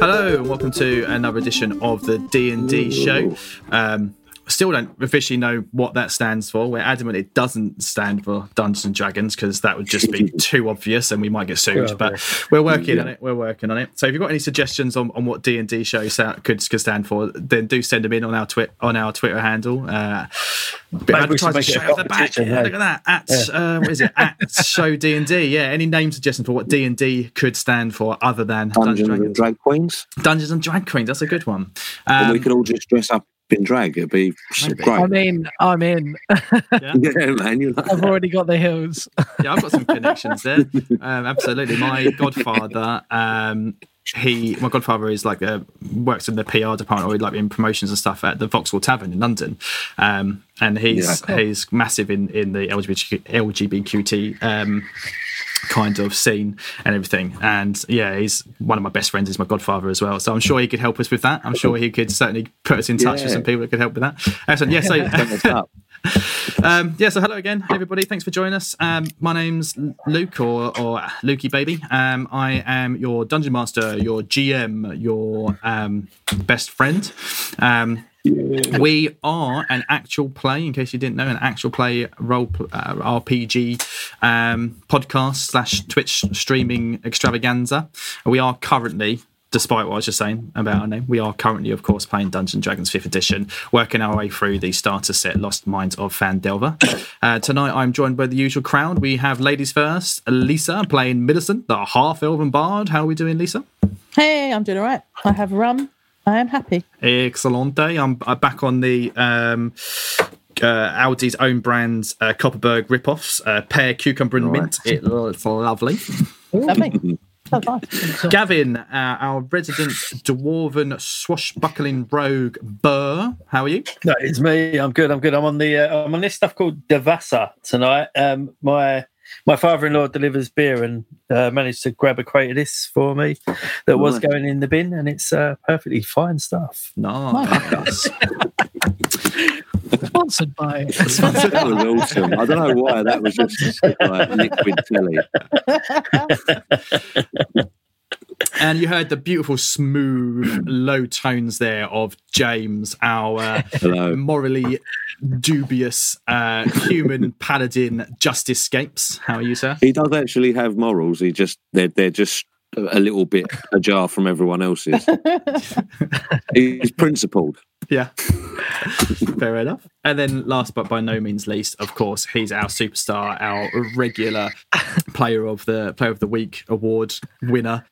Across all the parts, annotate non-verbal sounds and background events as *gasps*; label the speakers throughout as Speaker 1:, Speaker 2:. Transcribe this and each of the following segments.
Speaker 1: Hello, and welcome to another edition of the D and D show. Um, still don't officially know what that stands for. We're adamant it doesn't stand for Dungeons and Dragons because that would just
Speaker 2: *laughs*
Speaker 1: be too obvious, and we might get sued. But we're working on it. We're working on it. So if you've got any suggestions on, on what D and D show sa- could could stand for, then do send them in on our twit on our Twitter handle. Uh, bit
Speaker 2: Maybe we should
Speaker 1: advertising
Speaker 2: make it a
Speaker 1: show at the back.
Speaker 2: competition,
Speaker 1: Yeah,
Speaker 2: hey?
Speaker 1: look at that. At uh, what is it? At
Speaker 2: *laughs*
Speaker 1: show D and D. Yeah. Any name suggestions for what D and D could stand for other than Dungeons and
Speaker 3: Dungeons and
Speaker 1: Dragons?
Speaker 3: drag queens,
Speaker 1: Dungeons and Drag Queens. That's a good one.
Speaker 3: and we
Speaker 1: Um,
Speaker 3: could all just dress up in drag. It'd be
Speaker 1: Maybe.
Speaker 3: great.
Speaker 4: I'm in. I'm in.
Speaker 3: *laughs* yeah, man, you
Speaker 4: I've already got the hills.
Speaker 1: yeah, I've got some connections
Speaker 3: *laughs*
Speaker 1: there. Um, absolutely, my godfather. Um, he, my godfather is like uh, works in the PR department, or he'd like in promotions and stuff at the Vauxhall Tavern in London. Um, and he's he's massive in in the LGBTQ, LGBTQT um, kind of scene and everything. And yeah, he's one of my best friends. Is my godfather as well. So I'm sure he could help us with that. I'm sure he could certainly put us in touch with
Speaker 3: Yeah.
Speaker 1: some people that could help with that. Excellent.
Speaker 3: *laughs*
Speaker 1: Yeah. So *laughs*
Speaker 3: What's
Speaker 4: *laughs*
Speaker 3: up?
Speaker 1: um, yeah, so hello again, everybody. Thanks for joining us. Um, my name's Luke or, or Lukey Baby. Um, I am your dungeon master, your GM, your um, best friend. Um, we are an actual play, in case you didn't know, an actual play role pl- uh, RPG um, podcast slash Twitch streaming extravaganza. We are currently. Despite what I was just saying about our name, we are currently, of course, playing Dungeons and Dragons 5th edition, working our way through the starter set Lost Minds of Fandelver. *coughs* Uh, tonight, I'm joined by the usual crowd. We have ladies first, Lisa playing Millicent, the half elven bard. How are we doing, Lisa?
Speaker 5: Hey, I'm doing all right. I have rum. I am happy.
Speaker 1: Excellente. I'm, I'm back on the um, uh, Aldi's own brand uh, Copperberg ripoffs, uh, pear, cucumber, and mint. It, it's lovely.
Speaker 5: Lovely. That's nice.
Speaker 1: *laughs* Gavin, uh, our resident dwarven swashbuckling rogue Burr. How are you?
Speaker 2: *laughs* No, it's me. I'm good. I'm good. I'm on the. Uh, I'm on this stuff called Devassa tonight. Um, my my father-in-law delivers beer and uh, managed to grab a crate of this for me that was
Speaker 3: Nice.
Speaker 2: going in the bin, and it's uh, perfectly fine stuff.
Speaker 1: Nice.
Speaker 4: Sponsored by. *laughs*
Speaker 3: That was awesome. I don't know why that was just like liquid telly.
Speaker 1: and you heard the beautiful, smooth, low tones there of James, our uh,
Speaker 3: Hello.
Speaker 1: morally dubious uh, human paladin, Justice Scapes. How are you, sir?
Speaker 3: He does actually have morals. He just they're they're just a little bit ajar from everyone
Speaker 4: *laughs*
Speaker 3: else's. He's principled.
Speaker 1: Yeah. Fair enough. And then last but by no means least, of course, he's our superstar, our regular player of the player of the week award winner.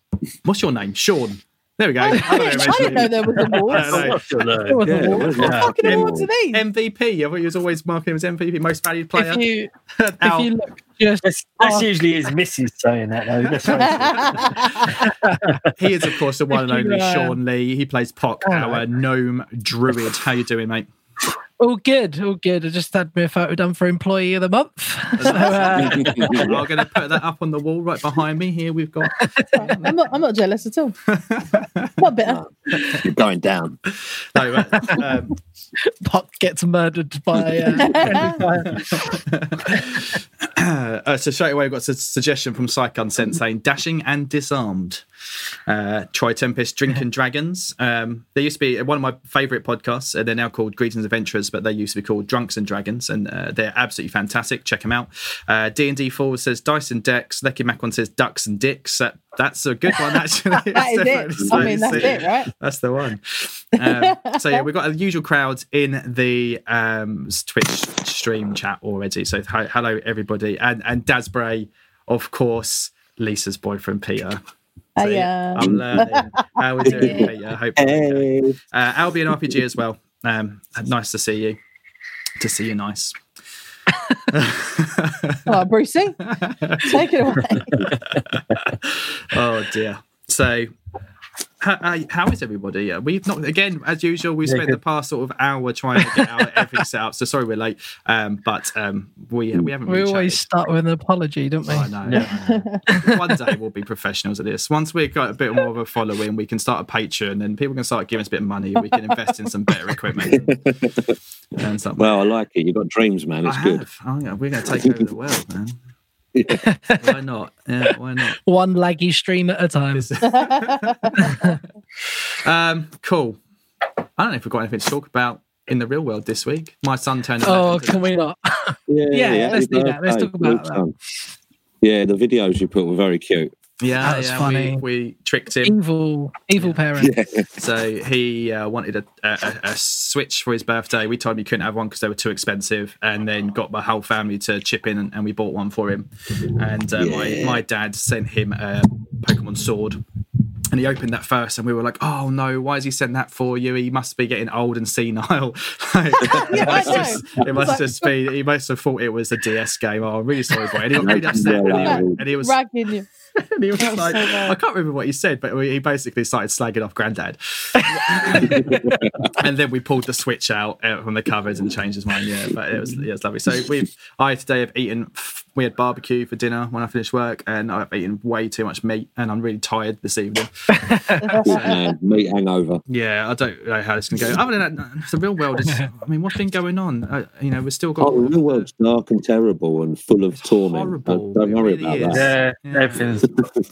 Speaker 1: What's your name? Sean. There we go.
Speaker 5: I didn't, I didn't know there was
Speaker 1: I know.
Speaker 5: awards.
Speaker 2: Hello.
Speaker 3: Yeah, where's
Speaker 5: What
Speaker 3: my
Speaker 5: fucking awards are
Speaker 3: moral?
Speaker 5: these?
Speaker 1: MVP. I thought he was always marking him as MVP, most valued player. *laughs*
Speaker 4: If you if
Speaker 1: Ow.
Speaker 4: you look
Speaker 2: *laughs*
Speaker 4: just
Speaker 2: That's, that's usually his missus saying that though. That's right.
Speaker 1: he is, of course, the one and
Speaker 4: if you,
Speaker 1: only
Speaker 4: uh,
Speaker 1: Sean Lee. He plays Pock,
Speaker 4: Oh,
Speaker 1: our gnome druid. How you doing, mate?
Speaker 4: *laughs* all good, all good. I just had my photo done for employee of the month. So, uh,
Speaker 1: I'm going to put that up on the wall right behind me. Here we've got
Speaker 5: I'm not, I'm not jealous at all. Not bitter.
Speaker 3: You're *laughs* going down.
Speaker 1: no, uh, um,
Speaker 4: Pot gets murdered by. Uh,
Speaker 1: uh, so straight away, we've got a suggestion from Saigon Sen saying dashing and disarmed. Uh, Troy Tempest,
Speaker 5: *laughs*
Speaker 1: Drinking Dragons. Um, they used to be one of my favourite podcasts. Uh, they're now called Greetings Adventurers, but they used to be called Drunks and Dragons, and uh, they're absolutely fantastic. Check them out. Uh, D and D Forward says Dice and Decks. Lecky Mac one says Ducks and Dicks. That, that's a good
Speaker 5: *laughs*
Speaker 1: one actually.
Speaker 5: That is it. I mean, that's it, right?
Speaker 1: That's the one. Um, so yeah, we've got the usual crowds in the um, Twitch stream chat already. So hi- hello everybody, and and Daz Bray, of course, Lisa's boyfriend Peter.
Speaker 5: I,
Speaker 1: See,
Speaker 5: uh,
Speaker 1: I'm learning. How we doing,
Speaker 5: Yeah.
Speaker 1: Peter? Hope
Speaker 3: Hey.
Speaker 1: uh, Albion RPG as well. Um, nice to see you. To see you, nice.
Speaker 5: oh, Brucey, take it away.
Speaker 1: oh dear. So How, uh, how is everybody? Uh, we've not again as usual. We
Speaker 2: Yeah,
Speaker 1: spent the
Speaker 2: good.
Speaker 1: past sort of hour trying to get out everything set up. So sorry we're late, um, but um, we we haven't.
Speaker 4: We
Speaker 1: really
Speaker 4: always
Speaker 1: chatted.
Speaker 4: start with an apology, don't we?
Speaker 1: Oh, I know. I know. *laughs* One day we'll be professionals at this. Once we've got a bit more of a following, we can start a Patreon and people can start giving us a bit of money. We can invest in some better equipment and, and something.
Speaker 3: Well, I like it. You got dreams, man.
Speaker 1: I
Speaker 3: It's good.
Speaker 1: have. I'm gonna- we're going to take over the world, man. Why not? Yeah, why not?
Speaker 4: One laggy stream at a time.
Speaker 1: This- um, cool. I don't know if we've got anything to talk about in the real world this week. My son turned.
Speaker 4: Oh,
Speaker 1: 11
Speaker 4: can we not? Yeah, let's do that. Let's talk about that.
Speaker 3: Yeah, the videos you put were very cute.
Speaker 1: Yeah,
Speaker 4: That was
Speaker 1: yeah.
Speaker 4: funny.
Speaker 1: We, we tricked him.
Speaker 4: Evil, evil parent.
Speaker 1: So he uh, wanted a, a, a a Switch for his birthday. We told him he couldn't have one because they were too expensive, and then got my whole family to chip in, and, and we bought one for him. And uh, my
Speaker 3: Yeah.
Speaker 1: my dad sent him a Pokemon Sword. And he opened that first, and we were like, "Oh no, why has he sent that for you? He must be getting old and senile." *laughs* Like,
Speaker 5: *laughs* Yeah,
Speaker 1: it
Speaker 5: I
Speaker 1: must,
Speaker 5: know.
Speaker 1: just, it must just be. He must have thought it was a DS game. Oh, I'm really sorry,
Speaker 5: *laughs*
Speaker 1: boy. And he got really upset, and he, and he was
Speaker 5: Ragging you.
Speaker 1: and he was
Speaker 5: That was
Speaker 1: like,
Speaker 5: so bad.
Speaker 1: I can't remember what he said, but he basically started slagging off
Speaker 5: *laughs*
Speaker 1: Grandad. and then we pulled the switch out uh, from the covers and changed his mind. Yeah, but it was, yeah, it was lovely. So we, I today have eaten. We had barbecue for dinner when I finished work, and I've eaten way too much meat, and I'm really tired this evening.
Speaker 3: Good
Speaker 5: *laughs*
Speaker 3: man. Meat hangover.
Speaker 1: Yeah, I don't know how this can go. Other than that, the real world is. I mean, what's been going on? Uh, you know, we've still got.
Speaker 3: Oh, the world's dark and terrible and full of torment.
Speaker 1: horrible.
Speaker 3: Don't, don't
Speaker 1: It
Speaker 3: worry
Speaker 1: really
Speaker 3: about
Speaker 1: is.
Speaker 3: that.
Speaker 2: *laughs* Yeah,
Speaker 1: Yeah.
Speaker 2: everything's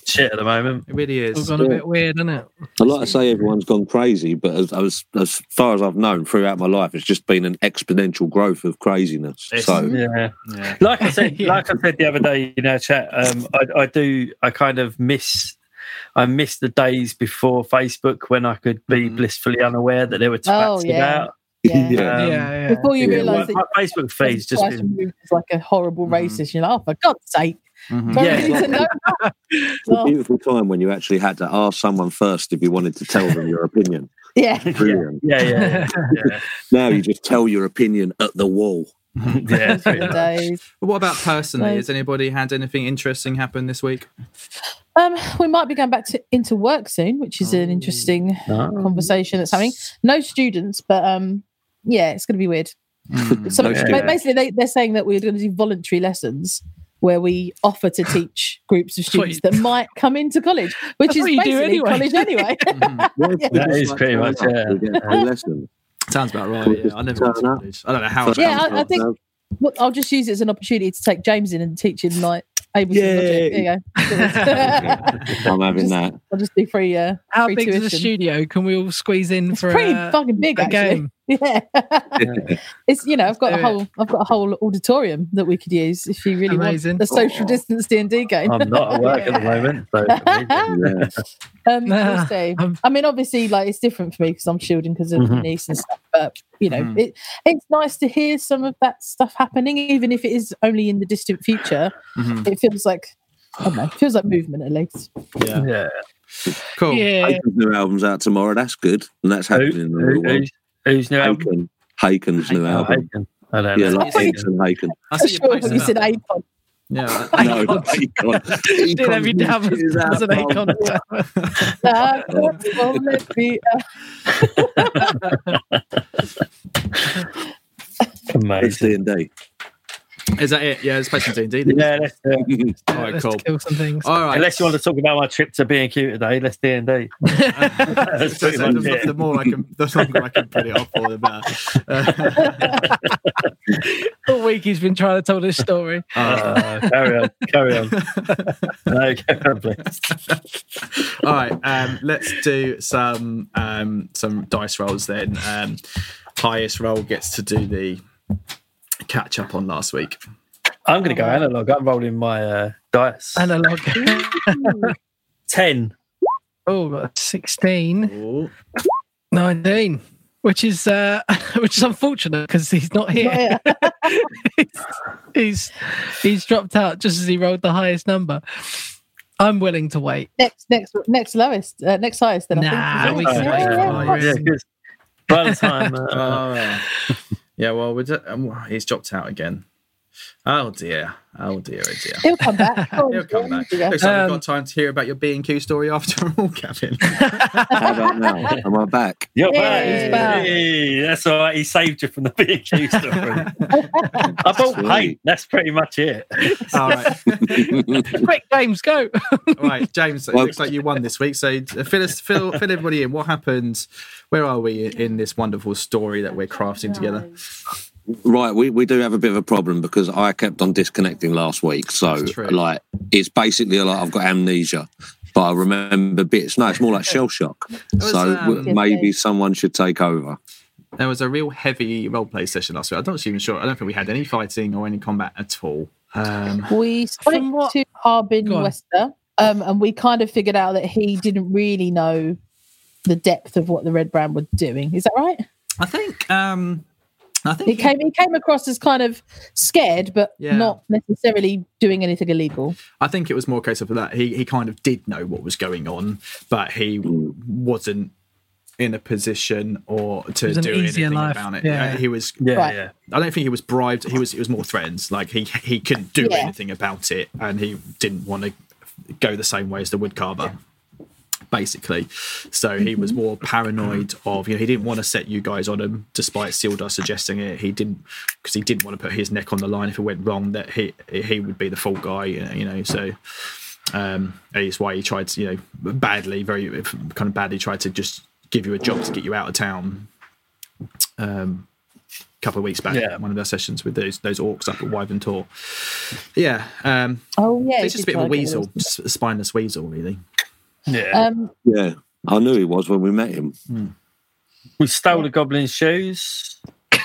Speaker 2: shit at the moment.
Speaker 1: It really
Speaker 4: It's all
Speaker 1: is.
Speaker 4: gone a bit weird, isn't it?
Speaker 3: *laughs* I like to say everyone's gone crazy, but as, as as far as I've known throughout my life, it's just been an exponential growth of craziness.
Speaker 1: It's-
Speaker 3: so
Speaker 2: Yeah.
Speaker 1: Yeah.
Speaker 2: like I
Speaker 5: *laughs*
Speaker 2: said,
Speaker 4: Yeah.
Speaker 2: like I said the other day in our chat, um, I, I do, I kind of miss, I miss the days before Facebook when I could be
Speaker 1: Mhm.
Speaker 2: blissfully unaware that there were
Speaker 5: Oh,
Speaker 2: twats
Speaker 5: yeah.
Speaker 2: about.
Speaker 5: Mm-hmm.
Speaker 3: *laughs*
Speaker 5: Yeah.
Speaker 3: Yeah.
Speaker 4: yeah,
Speaker 2: Um,
Speaker 4: yeah.
Speaker 5: Before you
Speaker 3: Yeah,
Speaker 5: realise
Speaker 2: My,
Speaker 5: that
Speaker 2: my Facebook feed's just
Speaker 5: Flash
Speaker 2: been.
Speaker 5: Gordon is like a horrible
Speaker 1: Mhm.
Speaker 5: racist. You're like, oh, for God's sake.
Speaker 1: Mhm.
Speaker 5: Do I
Speaker 2: Yeah.
Speaker 5: really need to know that?
Speaker 3: a
Speaker 5: Oh,
Speaker 3: beautiful time when you actually had to ask someone first if you wanted to tell them your opinion.
Speaker 5: *laughs* yeah.
Speaker 3: Brilliant.
Speaker 2: *laughs* Yeah, yeah,
Speaker 5: *laughs*
Speaker 2: yeah.
Speaker 3: Now you just tell your opinion at the wall.
Speaker 2: yeah, *laughs*
Speaker 5: Those
Speaker 2: it's pretty
Speaker 5: were the
Speaker 2: much-
Speaker 5: days.
Speaker 1: But what about personally?
Speaker 5: Like-
Speaker 1: Has anybody had anything interesting happen this week?
Speaker 5: Um, we might be going back to into work soon, which is an
Speaker 1: Oh.
Speaker 5: interesting
Speaker 2: No.
Speaker 5: conversation that's happening. No students, but um, yeah, it's going to be weird. *laughs*
Speaker 1: Mm.
Speaker 5: So
Speaker 3: No
Speaker 5: ba-
Speaker 2: students.
Speaker 5: basically, they, they're saying that we're going to do voluntary lessons where we offer to teach groups of
Speaker 4: That's *laughs* what
Speaker 5: students that might come into
Speaker 4: *laughs*
Speaker 5: college, which
Speaker 4: That's
Speaker 5: is
Speaker 4: what you do anyway.
Speaker 5: basically
Speaker 4: *laughs*
Speaker 5: college anyway. *laughs*
Speaker 1: Mhm.
Speaker 2: That is pretty much, yeah.
Speaker 3: You get a lesson.
Speaker 1: Sounds about right. Yeah, I never went to
Speaker 3: Turn up.
Speaker 1: college. I don't know how. I
Speaker 5: Yeah,
Speaker 1: found
Speaker 5: I- I
Speaker 1: it.
Speaker 5: think- Well, I'll just use it as an opportunity to take James in and teach him like Ableton Logic. There you *laughs*
Speaker 4: *laughs*
Speaker 5: go.
Speaker 3: I'm having
Speaker 5: *laughs*
Speaker 3: that.
Speaker 5: I'll just do free. Uh,
Speaker 4: How
Speaker 5: free
Speaker 4: big is the
Speaker 5: tuition.
Speaker 4: studio? Can we all squeeze in
Speaker 5: It's
Speaker 4: for
Speaker 5: pretty
Speaker 4: a,
Speaker 5: fucking big,
Speaker 4: a
Speaker 5: actually.
Speaker 4: game?
Speaker 5: *laughs*
Speaker 4: *laughs*
Speaker 5: Yeah. it's you know I've got
Speaker 4: do
Speaker 5: a
Speaker 4: it.
Speaker 5: whole I've got a whole auditorium that we could use if you really
Speaker 4: Amazing. Oh.
Speaker 5: want the social distance D and D game.
Speaker 2: I'm not at work at the moment, so
Speaker 3: Yeah.
Speaker 5: *laughs*
Speaker 4: *laughs*
Speaker 5: Um, we'll
Speaker 4: Nah,
Speaker 5: see.
Speaker 4: I'm-
Speaker 5: I mean, obviously, like it's different for me because I'm shielding because of
Speaker 1: Mm-hmm.
Speaker 5: my
Speaker 2: Mhm.
Speaker 5: niece and stuff. But you know,
Speaker 1: Mhm.
Speaker 5: it it's nice to hear some of that stuff happening, even if it is only in the distant future.
Speaker 1: Mhm.
Speaker 5: It feels like I don't know, it feels like movement at least.
Speaker 1: Mm-hmm. Yeah.
Speaker 2: yeah.
Speaker 1: Cool.
Speaker 4: Yeah.
Speaker 3: Haken's new album's out tomorrow. That's good. And that's
Speaker 2: Who,
Speaker 3: happening in the real
Speaker 2: who,
Speaker 3: world.
Speaker 2: who's, who's new album?
Speaker 3: Haken. Haken's new
Speaker 1: Haken.
Speaker 2: Oh,
Speaker 3: album.
Speaker 2: Haken. I don't
Speaker 3: Yeah,
Speaker 2: know.
Speaker 3: like
Speaker 5: Oh, yeah.
Speaker 3: Haken. Haken.
Speaker 1: I
Speaker 5: I'm
Speaker 1: see you
Speaker 5: *laughs* sure when
Speaker 1: posting
Speaker 5: you said
Speaker 1: that.
Speaker 5: Akon.
Speaker 1: Yeah. I-
Speaker 3: No, not
Speaker 4: *laughs*
Speaker 3: Haken.
Speaker 4: Did every
Speaker 3: Haken's
Speaker 4: damn
Speaker 3: new shit is out
Speaker 4: as an
Speaker 3: now.
Speaker 4: icon.
Speaker 5: Nah, that's all it be. Uh,
Speaker 3: It's
Speaker 2: Amazing.
Speaker 3: D&D.
Speaker 1: Is that it? Yeah, it's posting D and D.
Speaker 2: Yeah, let's do it.
Speaker 4: *laughs*
Speaker 1: All right.
Speaker 4: Let's
Speaker 1: Cool.
Speaker 4: kill some things.
Speaker 1: All right.
Speaker 2: Unless you
Speaker 1: *laughs*
Speaker 2: want to talk about my trip to B and Q today, let's D and D. That's pretty
Speaker 1: So
Speaker 2: much
Speaker 1: the,
Speaker 2: it.
Speaker 1: the more I can, the longer I can put it off for the better. *laughs* Uh,
Speaker 4: *laughs* All week he's been trying to tell this story.
Speaker 1: uh,
Speaker 2: Carry on,
Speaker 3: *laughs*
Speaker 2: carry on. No, *laughs* carry on, please.
Speaker 1: all right, um, let's do some um, some dice rolls then. Um, highest roll gets to do the catch up on last
Speaker 5: *laughs*
Speaker 1: week.
Speaker 2: I'm going to go analog. I'm rolling my uh, dice.
Speaker 4: Analog.
Speaker 5: um,
Speaker 4: *laughs*
Speaker 2: Ten.
Speaker 4: Oh, got 16,
Speaker 1: Ooh.
Speaker 4: 19, which is uh, *laughs* which is unfortunate because he's not here.
Speaker 5: yeah.
Speaker 4: he's he's dropped out just as he rolled the highest number. I'm willing to wait.
Speaker 5: Next, next, next lowest, uh, next highest. Then I
Speaker 4: Nah,
Speaker 5: think.
Speaker 4: we
Speaker 5: Yeah,
Speaker 1: Oh,
Speaker 4: can wait.
Speaker 2: Uh, Yeah,
Speaker 5: yeah, yeah, of course.
Speaker 2: good. By the time, uh,
Speaker 1: Oh, yeah, well, we're ju- um, he's dropped out again. Oh dear. Oh dear. Oh dear.
Speaker 5: He'll
Speaker 1: *laughs*
Speaker 5: come back.
Speaker 1: He'll come back.
Speaker 5: Yeah.
Speaker 1: Looks like
Speaker 4: Um,
Speaker 1: we've got time to hear about your B and Q story after all, *laughs* Gavin.
Speaker 3: *laughs* How about now? Am I back?
Speaker 2: You're
Speaker 5: Yeah,
Speaker 2: back.
Speaker 5: he's back.
Speaker 2: Hey, that's all right. He saved you from the *laughs* big accused story. I bought
Speaker 3: Sweet.
Speaker 2: paint. That's pretty much it.
Speaker 1: all right,
Speaker 4: Quick, James, go.
Speaker 1: all right, James. It
Speaker 3: Well-
Speaker 1: looks like you won this week. So uh, fill us, fill, fill everybody in. What happened? Where are we in this wonderful story that we're crafting together?
Speaker 3: right, we, we do have a bit of a problem because I kept on disconnecting last week. So,
Speaker 1: That's true.
Speaker 3: like, it's basically like I've got amnesia, but I remember bits. No, it's more like
Speaker 4: *laughs*
Speaker 3: shell shock.
Speaker 1: was,
Speaker 3: so, w-
Speaker 1: um,
Speaker 3: maybe someone should take over.
Speaker 1: There was a real heavy roleplay session last week. I'm not even sure. I don't think we had any fighting or any combat at all. Um,
Speaker 4: From
Speaker 5: We spoke
Speaker 4: what-
Speaker 5: to Harbin
Speaker 4: Go on.
Speaker 5: Wester, um, and we kind of figured out that he didn't really know the depth of what the Red Brand were doing. Is that right?
Speaker 1: I think. Um, I think.
Speaker 5: He came he came across as kind of scared, but
Speaker 1: Yeah.
Speaker 5: not necessarily doing anything illegal.
Speaker 1: I think it was more a case of that he he kind of did know what was going on, but he wasn't in a position or to
Speaker 4: was an
Speaker 1: do
Speaker 4: easier
Speaker 1: anything
Speaker 4: life,
Speaker 1: about it.
Speaker 4: yeah.
Speaker 1: He was.
Speaker 2: Yeah,
Speaker 5: Right.
Speaker 2: yeah.
Speaker 1: I don't think he was bribed. He was. It was more threatened. Like he he couldn't do
Speaker 5: Yeah.
Speaker 1: anything about it, and he didn't want to go the same way as the woodcarver. Basically, so he was more paranoid of you know he didn't want to set you guys on him, despite Sildar suggesting it. He didn't because he didn't want to put his neck on the line if it went wrong that he he would be the fault guy. You know, so um, and it's why he tried to you know badly, very kind of badly tried to just give you a job to get you out of town. Um, couple of weeks back,
Speaker 2: Yeah.
Speaker 1: one of our sessions with those those orcs up at Wyvern Tor. Yeah, um,
Speaker 5: Oh yeah,
Speaker 1: it's
Speaker 5: he
Speaker 1: just a
Speaker 5: did
Speaker 1: bit of a
Speaker 5: try and get
Speaker 1: weasel,
Speaker 5: rid of
Speaker 1: s- a spineless weasel, really.
Speaker 5: us.
Speaker 2: yeah.
Speaker 5: Um,
Speaker 3: Yeah, I knew he was when we met him.
Speaker 2: we stole the goblin's shoes. *laughs*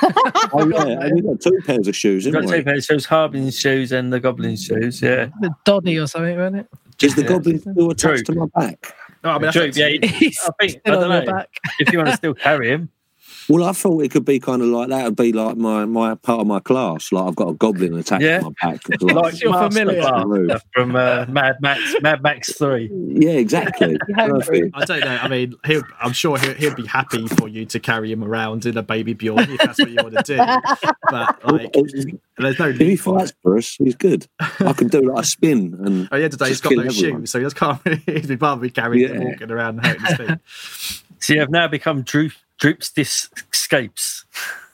Speaker 3: Oh, yeah, and we got two pairs of shoes,
Speaker 2: We got
Speaker 3: didn't
Speaker 2: two
Speaker 3: we?
Speaker 2: pairs of shoes, Harbin's shoes and the goblin's shoes. Yeah.
Speaker 4: The Doddy or something, wasn't it?
Speaker 3: Is the
Speaker 2: Yeah.
Speaker 3: goblin still attached to my back?
Speaker 1: Oh, I mean, that's
Speaker 2: True,
Speaker 1: up to
Speaker 2: yeah,
Speaker 1: you.
Speaker 4: He's
Speaker 2: I think, I
Speaker 4: still
Speaker 2: don't
Speaker 4: on your
Speaker 2: know.
Speaker 4: back.
Speaker 2: if you want to still carry him,
Speaker 3: Well, I thought it could be kind of like that. Would be like my, my part of my class. Like I've got a goblin attached
Speaker 2: Yeah.
Speaker 3: to my back.
Speaker 2: *laughs*
Speaker 3: It's
Speaker 2: like
Speaker 4: you're
Speaker 2: Master
Speaker 4: familiar.
Speaker 2: Blaster from uh, Mad Max, Mad Max Three.
Speaker 3: yeah,
Speaker 2: *laughs*
Speaker 3: exactly.
Speaker 5: You hungry?
Speaker 3: Perfect.
Speaker 1: I don't know. I mean, he'll, I'm sure he'll, he'll be happy for you to carry him around in a baby Bjorn if that's what you want to do. But like, there's no
Speaker 3: If he
Speaker 1: need for it.
Speaker 3: fights for us, he's good. I can do like a spin and
Speaker 1: At
Speaker 3: *laughs*
Speaker 1: the end of the day, he's
Speaker 3: Just
Speaker 1: got
Speaker 3: kill
Speaker 1: no
Speaker 3: everyone.
Speaker 1: shoes, so he just can't. *laughs* He'd be bothered carrying them
Speaker 3: Yeah.
Speaker 1: walking around and hurting his feet.
Speaker 2: So you have now become Droop, Droop's Dis- Escapes.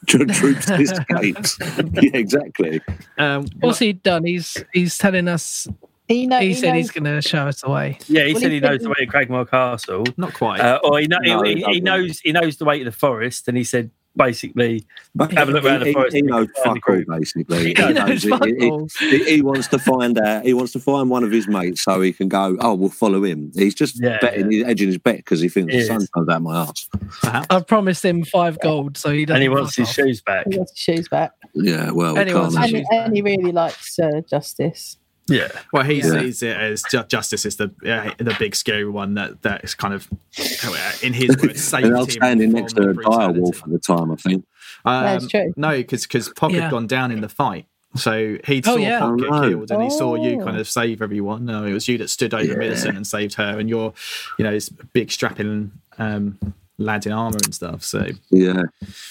Speaker 3: tr-
Speaker 2: *laughs*
Speaker 3: troops his gates. *laughs* yeah, exactly.
Speaker 1: Um,
Speaker 4: What's he done? He's he's telling us.
Speaker 5: He, know,
Speaker 4: he, said
Speaker 5: knows-
Speaker 4: he's going to show us the way.
Speaker 2: Yeah, he
Speaker 5: Well,
Speaker 2: said
Speaker 5: he
Speaker 2: he knows
Speaker 5: said-
Speaker 2: the way to Cragmore Castle.
Speaker 1: not quite.
Speaker 2: Uh, or he, know,
Speaker 3: No,
Speaker 2: he,
Speaker 3: he
Speaker 2: he
Speaker 3: doesn't.
Speaker 2: knows he knows the way to the forest, and he said basically,
Speaker 3: But
Speaker 2: Have a look round the
Speaker 3: he-
Speaker 2: forest
Speaker 3: He,
Speaker 2: and
Speaker 3: knows
Speaker 2: find the
Speaker 3: fuck all,
Speaker 2: group.
Speaker 3: basically.
Speaker 2: *laughs* He
Speaker 4: *laughs*
Speaker 2: Yeah,
Speaker 4: He
Speaker 2: no,
Speaker 4: knows
Speaker 3: he-
Speaker 4: fuck
Speaker 3: he-
Speaker 4: all.
Speaker 3: he, he wants to find out. He wants to find one of his mates so he can go. Oh, we'll follow him. He's just
Speaker 2: Yeah,
Speaker 3: betting, he's edging his bet because he thinks
Speaker 2: He
Speaker 3: the sun
Speaker 2: is.
Speaker 3: comes out my ass.
Speaker 1: perhaps.
Speaker 4: I've promised him five gold, so he doesn't.
Speaker 2: and he wants his
Speaker 4: fuck off.
Speaker 2: shoes back.
Speaker 5: He wants his shoes back,
Speaker 3: Yeah, well, we
Speaker 4: Anyone's
Speaker 3: can't.
Speaker 4: No shoes
Speaker 5: and, and he really likes uh, justice.
Speaker 2: Yeah,
Speaker 1: Well, he
Speaker 3: Yeah.
Speaker 1: sees it as ju- justice is the uh, the big scary one that that is kind of uh, in his words saved
Speaker 3: And I
Speaker 1: him.
Speaker 3: was standing next
Speaker 1: from
Speaker 3: to a dire
Speaker 1: brutality.
Speaker 3: wolf at the time, I think.
Speaker 1: Um,
Speaker 5: That's true.
Speaker 1: No, because Pog
Speaker 4: Yeah.
Speaker 1: had gone down in the fight. So he saw
Speaker 4: Oh, yeah.
Speaker 1: Pog
Speaker 3: Oh, no.
Speaker 1: get killed, and he saw you
Speaker 5: Oh.
Speaker 1: kind of save everyone. No, it was you that stood over
Speaker 3: Yeah.
Speaker 1: Millicent and saved her, and you're, you know, this big strapping um, lad in armor and stuff. So
Speaker 3: Yeah,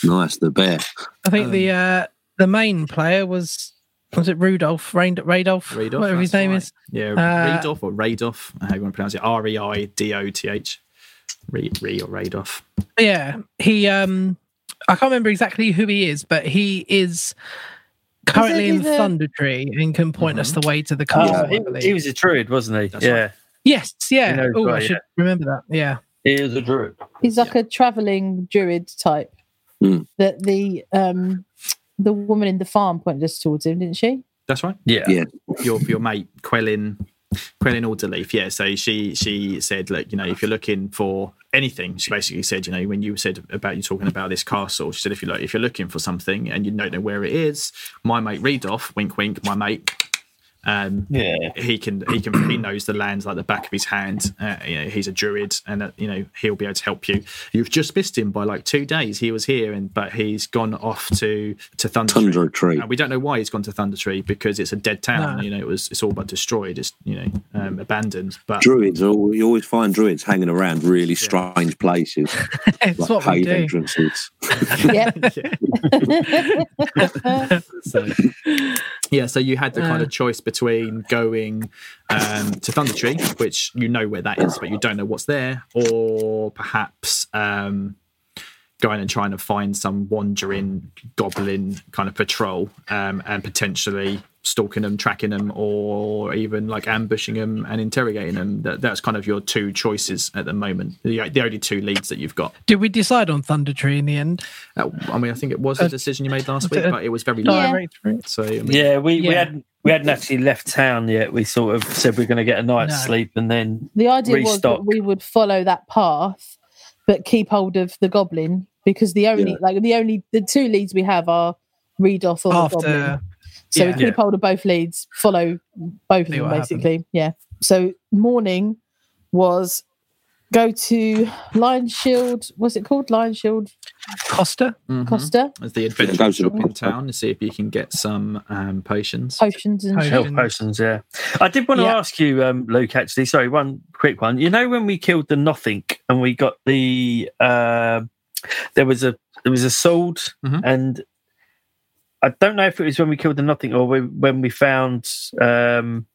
Speaker 3: nice, the bear.
Speaker 4: I think the
Speaker 2: um,
Speaker 4: uh, the main player was was it Rudolph Raind- Radolph,
Speaker 1: Radolf,
Speaker 4: whatever his
Speaker 1: that's
Speaker 4: name
Speaker 1: right.
Speaker 4: is.
Speaker 1: Yeah,
Speaker 4: Uh,
Speaker 1: Radoff or Radoff, how you want to pronounce it? R E I D O T H. Re, re or Radoff.
Speaker 4: Yeah, he. um I can't remember exactly who he is, but he is currently
Speaker 5: he
Speaker 4: in
Speaker 5: the-
Speaker 4: Thunder Tree and can point us the way to the castle.
Speaker 2: Uh,
Speaker 4: I believe.
Speaker 2: Mm-hmm. he, he was a druid, wasn't he?
Speaker 1: That's
Speaker 2: yeah,
Speaker 4: yes,
Speaker 2: He
Speaker 4: yeah.
Speaker 2: knows
Speaker 4: Oh,
Speaker 2: why,
Speaker 4: I
Speaker 2: yeah.
Speaker 4: should remember that. Yeah. *laughs*
Speaker 2: he was a druid.
Speaker 5: He's like a traveling druid type.
Speaker 3: Hmm.
Speaker 5: That the um the woman in the farm pointed us towards him, didn't *laughs* she?
Speaker 1: That's right.
Speaker 2: Yeah,
Speaker 3: Yeah.
Speaker 1: Your your mate Quellin Quellin Alderleaf. Yeah. So she she said, look, you know, if you're looking for anything, she basically said, you know, when you said about you talking about this castle, she said, if you look, if you're looking for something and you don't know where it is, my mate Radoff, wink wink, my mate. Um,
Speaker 2: Yeah.
Speaker 1: he can he can he knows the land like the back of his hand. Uh, you know, he's a druid, and uh, you know he'll be able to help you. You've just missed him by like two days. He was here, and but he's gone off to to Thunder, Tree.
Speaker 3: Tundra tree.
Speaker 1: And we don't know why he's gone to Thunder Tree because it's a dead town.
Speaker 4: No.
Speaker 1: You know, it was it's all but destroyed. It's you know um, abandoned. But
Speaker 3: Druids, are al- you always find druids hanging around really strange places,
Speaker 4: it's
Speaker 3: like
Speaker 4: what
Speaker 3: cave
Speaker 4: we do.
Speaker 3: entrances.
Speaker 5: yeah.
Speaker 1: yeah. so yeah so you had the kind of choice between going um, to thunder tree which you know where that is but you don't know what's there or perhaps um, going and trying to find some wandering goblin kind of patrol um, and potentially stalking them tracking them or even like ambushing them and interrogating them that, that's kind of your two choices at the moment the, the only two leads that you've got
Speaker 4: Did we decide on Thunder Tree in the end?
Speaker 1: That- i mean i think it was a decision you made last week but it was very
Speaker 5: Yeah.
Speaker 1: late
Speaker 4: Direct route.
Speaker 1: so I mean,
Speaker 2: Yeah, we, we
Speaker 4: Yeah.
Speaker 2: hadn't we hadn't actually left town yet. We sort of said we are going to get a night's
Speaker 4: No.
Speaker 2: sleep, and then
Speaker 5: The idea was
Speaker 2: Restock.
Speaker 5: that we would follow that path, but keep hold of the goblin because the only
Speaker 3: Yeah.
Speaker 5: like the only the two leads we have are read off or the goblin.
Speaker 4: After
Speaker 5: So we
Speaker 4: yeah.
Speaker 5: keep hold of both leads, follow both of
Speaker 4: See
Speaker 5: them
Speaker 4: what happens.
Speaker 5: basically. Yeah. So morning was go to Lion Shield. What's it called? Lion Shield
Speaker 4: Costa,
Speaker 1: mhm.
Speaker 5: Costa
Speaker 1: as the adventure
Speaker 3: go to the
Speaker 1: shop in
Speaker 3: pub.
Speaker 1: town to see if you can get some um, potions.
Speaker 5: potions and
Speaker 4: Potions.
Speaker 5: shit.
Speaker 2: health potions. Yeah, I did want to
Speaker 5: Yeah.
Speaker 2: ask you, um, Luke. Actually, sorry, one quick one. You know when we killed the nothing, and we got the uh, there was a there was a sword,
Speaker 1: Mhm.
Speaker 2: and I don't know if it was when we killed the nothing or we, when we found um,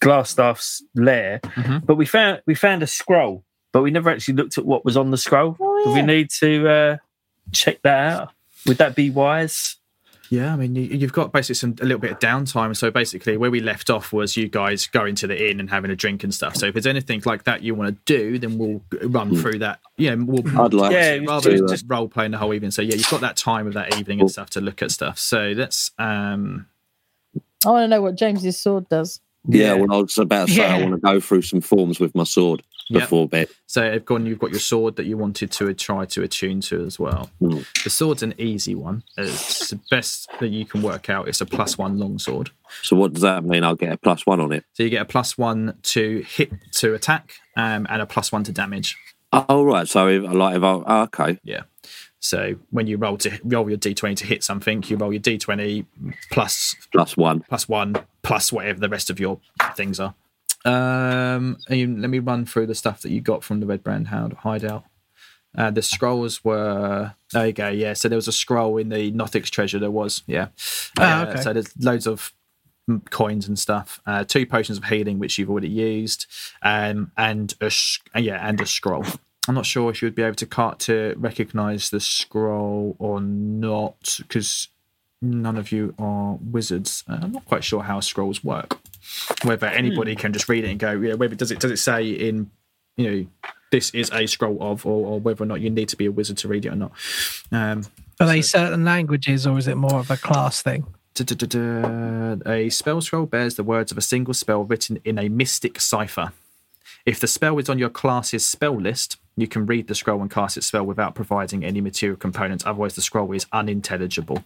Speaker 2: Glassstaff's lair,
Speaker 1: Mhm.
Speaker 2: but we found we found a scroll, but we never actually looked at what was on the scroll.
Speaker 5: Oh,
Speaker 2: Do
Speaker 5: yeah.
Speaker 2: we need to uh, check that out? Would that be wise?
Speaker 1: Yeah, I mean, you, you've got basically some a little bit of downtime. So basically, where we left off was you guys going to the inn and having a drink and stuff. So if there's anything like that you want to do, then we'll g- run through that. Yeah, we'll
Speaker 3: I'd like to uh,
Speaker 2: Yeah, it was
Speaker 1: rather
Speaker 3: do
Speaker 1: than
Speaker 3: that.
Speaker 1: just role playing the whole evening. So yeah, you've got that time of that evening and stuff to look at stuff. So that's um,
Speaker 5: I want to know what James's sword does.
Speaker 3: Yeah, well, I was about to say I
Speaker 4: Yeah.
Speaker 3: want to go through some forms with my sword
Speaker 1: Yep.
Speaker 3: before bed.
Speaker 1: So, Gordon, you've got your sword that you wanted to try to attune to as well.
Speaker 3: Mm.
Speaker 1: The sword's an easy one. It's the best that you can work out. It's a plus one longsword.
Speaker 3: So what does that mean? I'll get a plus one on it.
Speaker 1: So you get a plus one to hit to attack um, and a plus one to damage.
Speaker 3: Oh, all right. So if, like, if I oh, okay,
Speaker 1: Yeah. So when you roll to roll your d20 to hit something, you roll your d20 plus
Speaker 3: plus one.
Speaker 1: plus one plus whatever the rest of your things are. Um, and you- let me run through the stuff that you got from the Red Brand Hound hideout. Uh, the scrolls were there you go, yeah. So there was a scroll in the Nothic's treasure. There was, yeah.
Speaker 4: Ah,
Speaker 1: Uh,
Speaker 4: okay.
Speaker 1: So there's loads of mm, coins and stuff. Uh, two potions of healing, which you've already used, um, and a sh- uh, yeah, and a scroll. I'm not sure if you would be able to cart to recognize the scroll or not, because none of you are wizards. Uh, I'm not quite sure how scrolls work. Whether anybody can just read it and go, yeah, whether does it does it say in you know this is a scroll of, or, or whether or not you need to be a wizard to read it or not. Um,
Speaker 4: are they certain languages or is it more of a class thing?
Speaker 1: Du-du-du-du. A spell scroll bears the words of a single spell written in a mystic cipher. If the spell is on your class's spell list, you can read the scroll and cast its spell without providing any material components, otherwise, the scroll is unintelligible.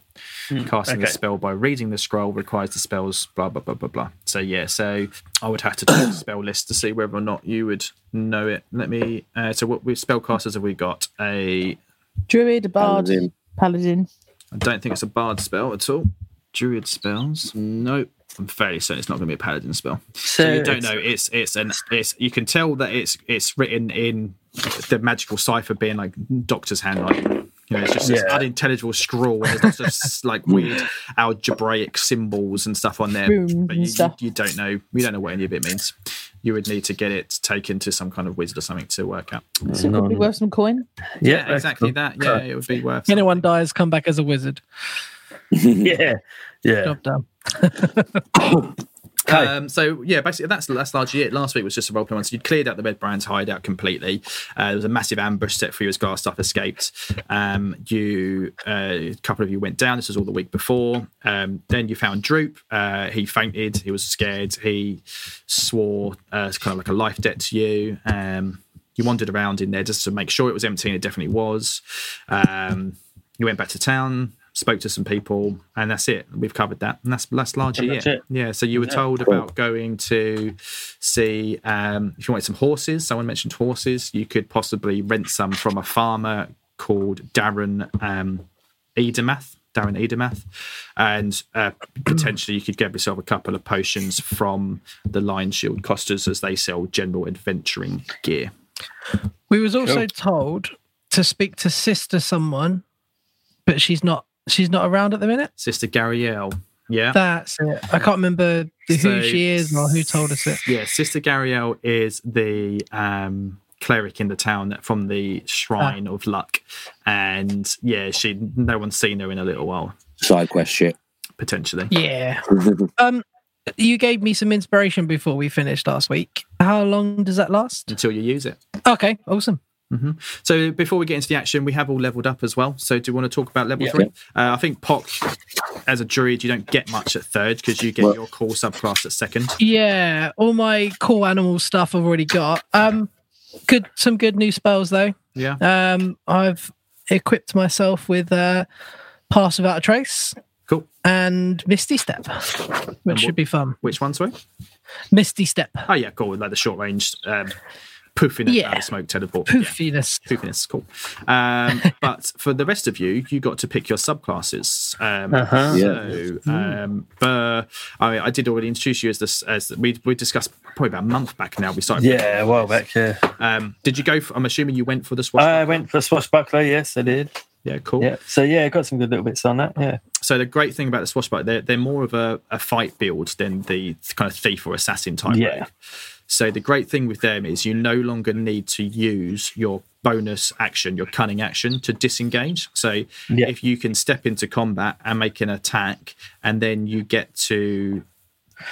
Speaker 1: Casting a
Speaker 2: okay.
Speaker 1: spell by reading the scroll requires the spell's blah, blah, blah, blah, blah. So, yeah, so I would have to check the spell list to see whether or not you would know it. Let me. Uh, so, what we spellcasters have we got? A
Speaker 5: Druid, a bard,
Speaker 3: Paladin.
Speaker 5: paladin.
Speaker 1: I don't think it's a bard spell at all. Druid spells? Nope. I'm fairly certain it's not going to be a paladin spell. So you don't know. It's it's an it's you can tell that it's it's written in the magical cipher being like doctor's handwriting. You know, it's just this
Speaker 2: Yeah.
Speaker 1: unintelligible scrawl. and There's lots of like weird algebraic symbols and stuff on there,
Speaker 5: Runes
Speaker 1: but
Speaker 5: and
Speaker 1: you,
Speaker 5: stuff.
Speaker 1: you don't know. You don't know what any of it means. You would need to get it taken to some kind of wizard or something to work out.
Speaker 5: So it could be worth some coin.
Speaker 2: Yeah, that's
Speaker 1: exactly
Speaker 2: cool.
Speaker 1: that. Yeah, it would be worth.
Speaker 4: Anyone dies, come back as a wizard.
Speaker 2: *laughs* Yeah, yeah.
Speaker 4: Job done.
Speaker 2: Okay.
Speaker 1: Um, so yeah, basically that's that's largely it. Last week was just a roleplay one. So you cleared out the Red Brand's hideout completely. Uh, there was a massive ambush set for you as Glassstaff escaped. Um, you uh, a couple of you went down. This was all the week before. Um, then you found Droop. Uh, he fainted. He was scared. He swore uh, it's kind of like a life debt to you. Um, you wandered around in there just to make sure it was empty, and it definitely was. Um, you went back to town. spoke to some people, and that's it. We've covered that, and that's that's largely
Speaker 2: That's
Speaker 1: it.
Speaker 2: it.
Speaker 1: Yeah. So you were told about going to see um, if you wanted some horses. Someone mentioned horses. You could possibly rent some from a farmer called Darren um, Edemath. Darren Edemath, and uh, *clears throat* potentially you could get yourself a couple of potions from the Lion Shield Costas as they sell general adventuring gear.
Speaker 4: We was also told to speak to sister someone, but she's not she's not around at the minute.
Speaker 1: Sister Garielle, yeah,
Speaker 4: That's it. I can't remember who
Speaker 1: So-
Speaker 4: she is or who told us it.
Speaker 1: Yeah, Sister Gariel is the um, cleric in the town from the Shrine of Luck, and yeah, she no one's seen her in a little while
Speaker 3: Side quest *laughs* shit.
Speaker 1: potentially.
Speaker 4: Yeah. Um you gave me some inspiration before we finished last week. How long does that last?
Speaker 1: Until you use it.
Speaker 4: Okay, awesome.
Speaker 1: So before we get into the action, we have all leveled up as well. So do you want to talk about level
Speaker 2: Yeah.
Speaker 1: three? Uh, I think Pock, as a druid, you don't get much at third because you get
Speaker 3: Well-
Speaker 1: your core subclass at second.
Speaker 4: Yeah, all my cool animal stuff I've already got. Um good some good new spells though.
Speaker 1: Yeah,
Speaker 4: Um I've equipped myself with uh Pass Without a Trace
Speaker 1: cool.
Speaker 4: and Misty Step,
Speaker 1: what-
Speaker 4: which should be fun.
Speaker 1: Which one, sorry?
Speaker 4: Misty Step.
Speaker 1: Oh yeah, cool. Like the short range um, poofing it
Speaker 4: Yeah.
Speaker 1: out of smoke teleport. Yeah.
Speaker 4: Poofiness.
Speaker 1: Poofiness, cool. Um, but for the rest of you, you got to pick your subclasses. Um,
Speaker 2: Uh-huh.
Speaker 1: So, um, Burr, I, I did already introduce you as this. As we we discussed probably about a month back now. We started.
Speaker 2: Yeah, a while back. Yeah,
Speaker 1: Um, did you go? For, I'm assuming you went for the swashbuckler.
Speaker 2: I went for Swashbuckler. Yes, I did.
Speaker 1: Yeah, cool.
Speaker 2: Uh, Yeah. So yeah, got some good little bits on that. Yeah.
Speaker 1: So the great thing about the swashbuckler, they're they're more of a, a fight build than the kind of thief or assassin type.
Speaker 2: Yeah.
Speaker 1: rogue. So the great thing with them is you no longer need to use your bonus action, your cunning action, to disengage. So
Speaker 2: Yeah.
Speaker 1: if you can step into combat and make an attack, and then you get to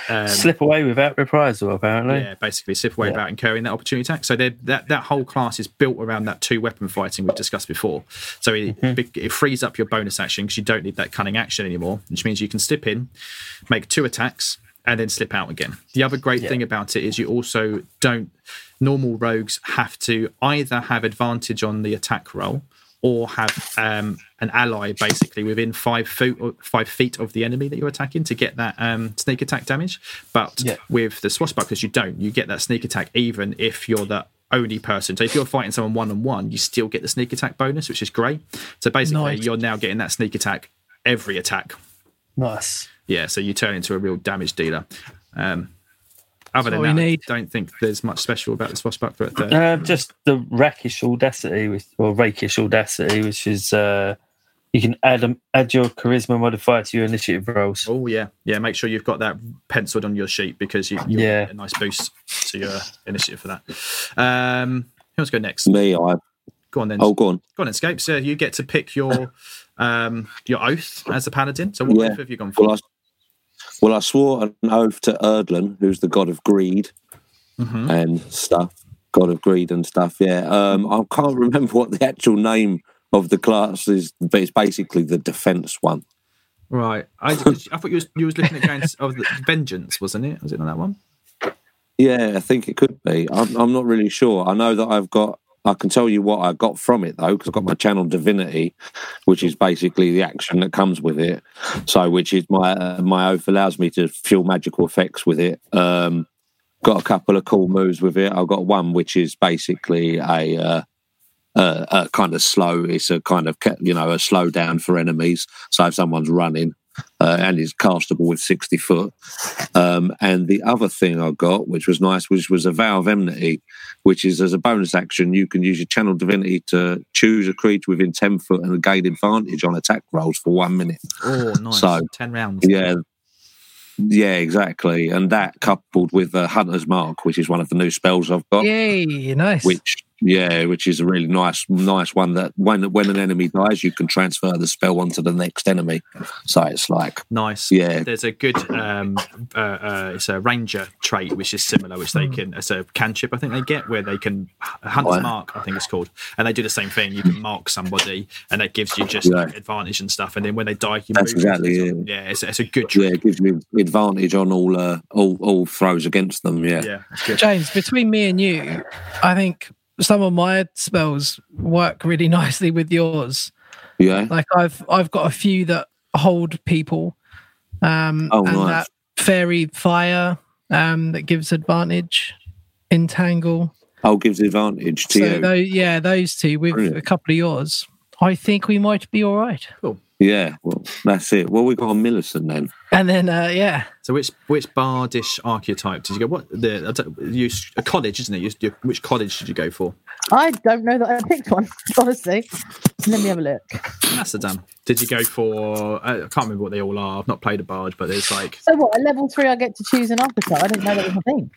Speaker 1: um,
Speaker 2: Slip away without reprisal, apparently.
Speaker 1: yeah, basically slip away
Speaker 2: Yeah.
Speaker 1: about incurring that opportunity attack. So they're- that that whole class is built around that two weapon fighting we've discussed before. So it, be-
Speaker 2: Mm-hmm.
Speaker 1: it frees up your bonus action because you don't need that cunning action anymore, which means you can slip in, make two attacks, and then slip out again. The other great thing about it is you also don't. Normal rogues have to either have advantage on the attack roll or have um, an ally basically within five foot or five feet of the enemy that you're attacking to get that um, sneak attack damage. But
Speaker 2: Yeah.
Speaker 1: with the swashbucklers, you don't. You get that sneak attack even if you're the only person. So if you're fighting someone one on one, you still get the sneak attack bonus, which is great. So basically,
Speaker 4: Nice.
Speaker 1: you're now getting that sneak attack every attack.
Speaker 2: Nice.
Speaker 1: Yeah, so you turn into a real damage dealer. Um, other than
Speaker 4: what
Speaker 1: that,
Speaker 4: we need.
Speaker 1: I don't think there's much special about the swashbuckler at third.
Speaker 2: Uh, just the rakish audacity, with, or rakish audacity, which is uh, you can add um, add your charisma modifier to your initiative rolls.
Speaker 1: Oh yeah, yeah. Make sure you've got that penciled on your sheet because you, you'll
Speaker 2: Yeah.
Speaker 1: get a nice boost to your initiative for that. Um, who wants to go next?
Speaker 3: Me, I.
Speaker 1: Go on then.
Speaker 3: Oh, go on.
Speaker 1: Go on, escape. So you get to pick your um, your oath as a paladin. So what
Speaker 3: Yeah.
Speaker 1: oath have you gone for?
Speaker 3: Well, I. Well, I swore an oath to Erdlin, who's the god of greed
Speaker 1: Mhm.
Speaker 3: and stuff, god of greed and stuff. Yeah, um, I can't *laughs* remember what the actual name of the class is, but it's basically the defense one.
Speaker 1: Right. I, I thought you was, you was looking at going to, oh, the vengeance, wasn't it? Was it on that one?
Speaker 3: Yeah, I think it could be. I'm, I'm not really sure. I know that I've got. I can tell you what I got from it though, because I've got my channel divinity, which is basically the action that comes with it. So, which is my uh, my oath allows me to fuel magical effects with it. Um, got a couple of cool moves with it. I've got one which is basically a. Uh, uh, a kind of slow. It's a kind of ca- you know a slow down for enemies. So if someone's running, uh, and is castable with sixty foot, um, and the other thing I got, which was nice, which was a vow of enmity, which is as a bonus action, you can use your channel divinity to choose a creature within 10 foot and gain advantage on attack rolls for one minute.
Speaker 1: Oh, nice.
Speaker 3: So-
Speaker 1: Ten rounds.
Speaker 3: Yeah. Yeah, exactly. And that coupled with uh, Hunter's Mark, which is one of the new spells I've got,
Speaker 4: Yay, nice.
Speaker 3: which, yeah, which is a really nice, nice one that when, when an enemy dies, you can transfer the spell onto the next enemy. So it's like,
Speaker 1: Nice.
Speaker 3: Yeah.
Speaker 1: There's a good. Um, uh, uh, it's a ranger trait which is similar, which they can. It's a cantrip I think they get where they can hunter's
Speaker 3: Right.
Speaker 1: mark I think it's called, and they do the same thing. You can mark somebody, and that gives you just
Speaker 3: Yeah.
Speaker 1: like, advantage and stuff. And then when they die, you
Speaker 3: That's
Speaker 1: move.
Speaker 3: exactly it.
Speaker 1: Yeah, it's, it's a good
Speaker 3: yeah,
Speaker 1: trait.
Speaker 3: it gives you advantage on all uh, all, all throws against them.
Speaker 1: Yeah,
Speaker 3: Yeah.
Speaker 1: it's good.
Speaker 4: James, between me and you, *laughs* I think some of my spells work really nicely with yours.
Speaker 3: Yeah.
Speaker 4: Like I've I've got a few that hold people. Um
Speaker 3: Oh,
Speaker 4: and
Speaker 3: nice.
Speaker 4: that fairy fire um that gives advantage, entangle.
Speaker 3: Oh, gives advantage to
Speaker 4: so
Speaker 3: you.
Speaker 4: tho- yeah, those two with
Speaker 3: Brilliant.
Speaker 4: a couple of yours. I think we might be all right.
Speaker 3: Yeah. Well, that's it. Well, we got on Millicent then.
Speaker 4: And then uh yeah,
Speaker 1: So which which bardish archetype did you go? What the I don't- you a college isn't it? You, you, which college did you go for?
Speaker 5: I don't know that I picked one, *laughs* honestly. Let me have a look.
Speaker 1: Macedon. Did you go for? Uh, I can't remember what they all are. I've not played a barge, but there's like
Speaker 5: So what? At level three, I get to choose an archetype. I didn't know that was a thing.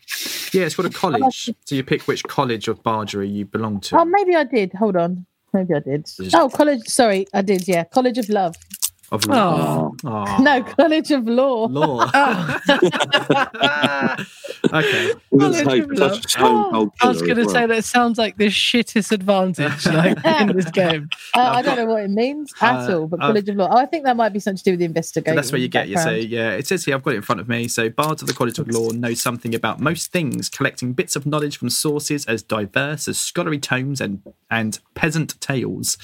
Speaker 1: yeah, it's called a college. So you pick which college of bargery you belong to.
Speaker 5: Oh, maybe I did. Hold on. Maybe I did.
Speaker 1: Is-
Speaker 5: Oh, college. Sorry, I did. Yeah, College of Love. *laughs*
Speaker 1: of
Speaker 3: Ah.
Speaker 4: Oh.
Speaker 1: Aw.
Speaker 5: No, College of Law.
Speaker 1: Ah. law.
Speaker 4: *laughs*
Speaker 1: *laughs*
Speaker 4: Oh.
Speaker 1: okay.
Speaker 3: Well,
Speaker 4: Hello,
Speaker 3: that's how-
Speaker 4: Jim
Speaker 3: such a stone cold
Speaker 4: *gasps* Oh, I was
Speaker 3: killer
Speaker 4: going to
Speaker 3: as
Speaker 4: say
Speaker 3: well.
Speaker 4: that sounds like the shittest advantage like
Speaker 5: *laughs*
Speaker 4: in this game.
Speaker 5: Uh, I don't know what it means at
Speaker 1: Uh,
Speaker 5: all, but
Speaker 1: uh,
Speaker 5: College of Law. Oh, I think that might be something to do with the
Speaker 1: So
Speaker 5: investigation.
Speaker 1: that's where you get your say.
Speaker 5: background.
Speaker 1: Yeah, it says here, I've got it in front of me. So, bards of the College of Law know something about most things, collecting bits of knowledge from sources as diverse as scholarly tomes and, and peasant tales.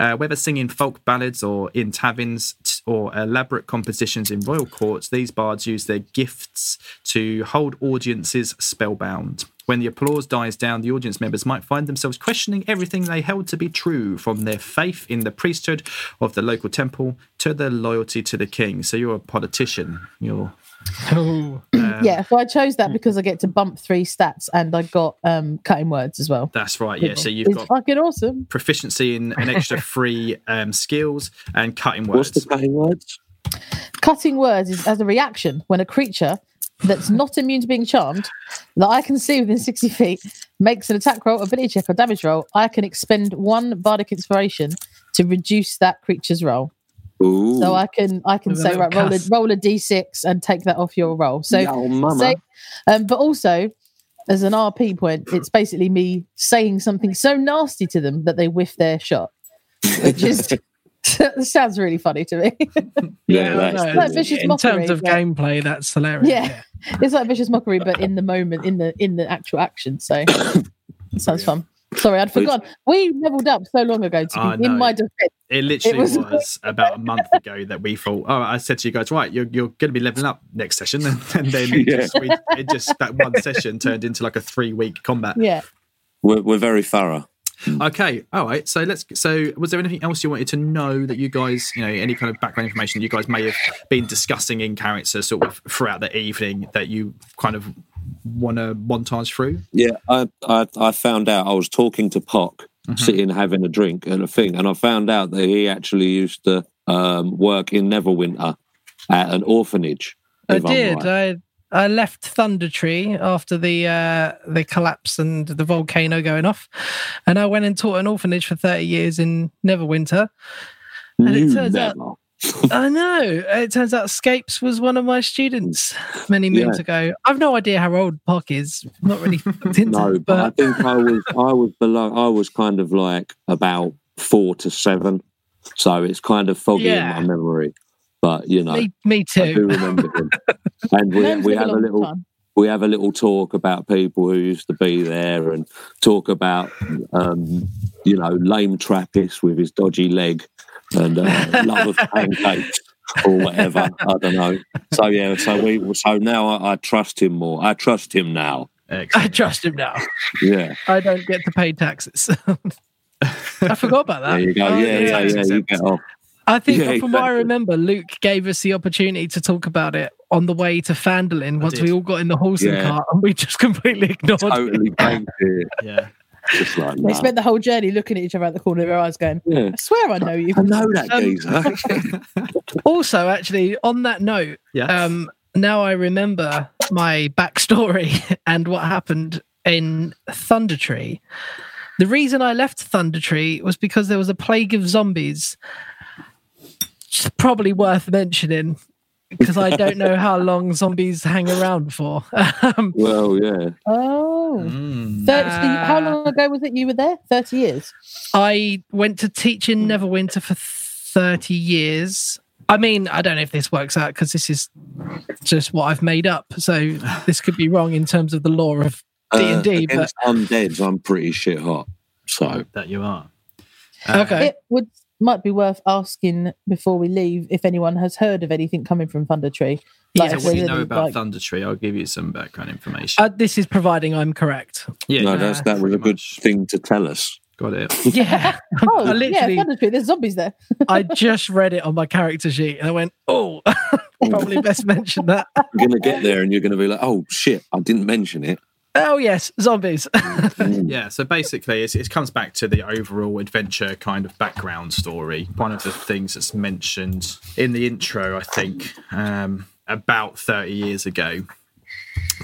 Speaker 1: Uh, whether singing folk ballads or in taverns t- or elaborate compositions in royal courts, these bards use their gifts to hold audiences spellbound. When the applause dies down, the audience members might find themselves questioning everything they held to be true, from their faith in the priesthood of the local temple to their loyalty to the king. So you're a politician. You're
Speaker 4: Oh,
Speaker 1: uh,
Speaker 5: Yeah, so I chose
Speaker 1: Hmm.
Speaker 5: that because I get to bump three stats and I got um, cutting words as well.
Speaker 1: that's right. Yeah. So you've
Speaker 5: it's
Speaker 1: got
Speaker 5: fucking awesome.
Speaker 1: proficiency in an extra three um, skills and cutting
Speaker 3: What's the
Speaker 1: words.
Speaker 3: cutting words?
Speaker 5: Cutting words is as a reaction when a creature that's not immune to being charmed, that I can see within 60 feet, makes an attack roll, ability check, or damage roll. I can expend one bardic inspiration to reduce that creature's roll.
Speaker 3: Ooh.
Speaker 5: So I can I can
Speaker 4: With a
Speaker 5: say
Speaker 4: little
Speaker 5: right, roll a,
Speaker 4: cuss.
Speaker 5: roll a d6 and take that off your roll. So
Speaker 3: Yo, mama.
Speaker 5: say- um, but also as an RP point, it's basically me saying something so nasty to them that they whiff their shot,
Speaker 3: *laughs*
Speaker 5: which is *laughs* sounds really funny to me.
Speaker 3: yeah,
Speaker 4: I
Speaker 3: that's
Speaker 4: know.
Speaker 5: Like
Speaker 3: brilliant.
Speaker 5: vicious
Speaker 4: in
Speaker 5: mockery,
Speaker 4: terms of
Speaker 5: yeah.
Speaker 4: gameplay, that's hilarious.
Speaker 5: Yeah. it's like vicious mockery, but in the moment, in the in the actual action. So it sounds fun. Sorry, I'd forgotten. We leveled up so long ago. To be,
Speaker 1: I know.
Speaker 5: in my defense,
Speaker 1: It literally
Speaker 5: It
Speaker 1: was,
Speaker 5: was-
Speaker 1: about a month ago that we thought, oh, I said to you guys, right, you're, you're going to be leveling up next session. *laughs* And, then it,
Speaker 3: Yeah.
Speaker 1: just, we, it just, that one session turned into like a three week combat.
Speaker 5: yeah.
Speaker 3: We're, we're very thorough.
Speaker 1: Okay, all right. So let's. So, was there anything else you wanted to know that you guys, you know, any kind of background information you guys may have been discussing in character sort of throughout the evening that you kind of want to montage through?
Speaker 3: Yeah, I, I I found out I was talking to Pock,
Speaker 4: Mm-hmm.
Speaker 3: sitting having a drink and a thing, and I found out that he actually used to um, work in Neverwinter at an orphanage.
Speaker 4: I
Speaker 3: if I'm
Speaker 4: did. uh,
Speaker 3: right.
Speaker 4: I I left Thunder Tree after the uh, the collapse and the volcano going off, and I went and taught an orphanage for thirty years in Neverwinter. and it
Speaker 3: You
Speaker 4: turns out-
Speaker 3: never.
Speaker 4: I know. It turns out Scapes was one of my students many moons ago. I've no idea how old Pock is. Not
Speaker 3: *laughs*
Speaker 4: really into *laughs*
Speaker 3: No,
Speaker 4: it,
Speaker 3: but I
Speaker 4: but
Speaker 3: think I was
Speaker 4: *laughs*
Speaker 3: I was below. I was kind of like about four to seven, so it's kind of foggy
Speaker 4: Yeah.
Speaker 3: in my memory. But you know,
Speaker 4: me, me
Speaker 3: I do
Speaker 4: too.
Speaker 3: remember him. And we,
Speaker 5: Names
Speaker 3: we
Speaker 5: live
Speaker 3: have a
Speaker 5: long
Speaker 3: little
Speaker 5: time.
Speaker 3: we have a little talk about people who used to be there and talk about um, you know lame Trappist with his dodgy leg and
Speaker 4: *laughs*
Speaker 3: uh, love of pancakes or whatever I don't know. So yeah, so we so now I, I trust him more. I trust him now.
Speaker 4: *laughs* I
Speaker 1: Excellent.
Speaker 4: trust him now.
Speaker 3: Yeah,
Speaker 4: I don't get to pay taxes. *laughs* I forgot about that.
Speaker 3: there you go.
Speaker 4: Oh,
Speaker 3: yeah, yeah, yeah.
Speaker 4: tax
Speaker 3: You
Speaker 4: exempt.
Speaker 3: get off.
Speaker 4: I think,
Speaker 3: Yeah,
Speaker 4: from what I
Speaker 3: exactly.
Speaker 4: remember, Luke gave us the opportunity to talk about it on the way to Fandolin once
Speaker 1: did.
Speaker 4: we all got in the horse and
Speaker 3: Yeah.
Speaker 4: cart, and we just *laughs* completely ignored it.
Speaker 3: Totally banked it.
Speaker 1: Yeah.
Speaker 3: Just like
Speaker 5: They
Speaker 3: nah.
Speaker 5: spent the whole journey looking at each other out the corner of their eyes, going,
Speaker 3: yeah.
Speaker 5: "I swear I know you."
Speaker 3: I know that
Speaker 4: Um, *laughs*
Speaker 3: geezer.
Speaker 4: Also, actually, on that note,
Speaker 1: Yeah.
Speaker 4: um, now I remember my backstory *laughs* and what happened in Thunder Tree. The reason I left Thunder Tree was because there was a plague of zombies. It's probably worth mentioning because I don't know how long zombies hang around for. Um,
Speaker 3: well, yeah.
Speaker 5: Oh,
Speaker 1: Mm.
Speaker 5: Thirty how
Speaker 4: Uh,
Speaker 5: long ago was it you were there? Thirty years.
Speaker 4: I went to teach in Neverwinter for 30 years. I mean, I don't know if this works out because this is just what I've made up. So this could be wrong in terms of the law of
Speaker 3: Uh,
Speaker 4: D&D, but
Speaker 3: against undeads, I'm pretty shit hot. So
Speaker 1: That you are.
Speaker 4: okay.
Speaker 5: It would might be worth asking before we leave if anyone has heard of anything coming from Thunder Tree.
Speaker 4: Yeah,
Speaker 1: Uh, So
Speaker 4: Yes,
Speaker 5: if
Speaker 1: what
Speaker 5: there's
Speaker 1: do you know
Speaker 5: any,
Speaker 1: about
Speaker 5: like-
Speaker 1: Thunder Tree? I'll give you some background information.
Speaker 4: Uh, this is providing I'm correct. *laughs*
Speaker 1: yeah,
Speaker 3: no,
Speaker 1: you
Speaker 3: that's, that was a
Speaker 1: pretty
Speaker 3: good
Speaker 1: much.
Speaker 3: thing to tell us.
Speaker 1: got it.
Speaker 4: Yeah.
Speaker 5: *laughs*
Speaker 4: I
Speaker 5: Oh, yeah,
Speaker 4: literally-
Speaker 5: Thunder Tree. There's zombies there.
Speaker 4: I just read it on my character sheet and I went, oh, *laughs* probably best mention that.
Speaker 3: You're going to get there and you're going to be like, oh, shit, I didn't mention it.
Speaker 4: Oh, yes, zombies. *laughs*
Speaker 3: Mm.
Speaker 1: Yeah, so basically, it's, it comes back to the overall adventure kind of background story. One of the things that's mentioned in the intro, I think, um, about 30 years ago,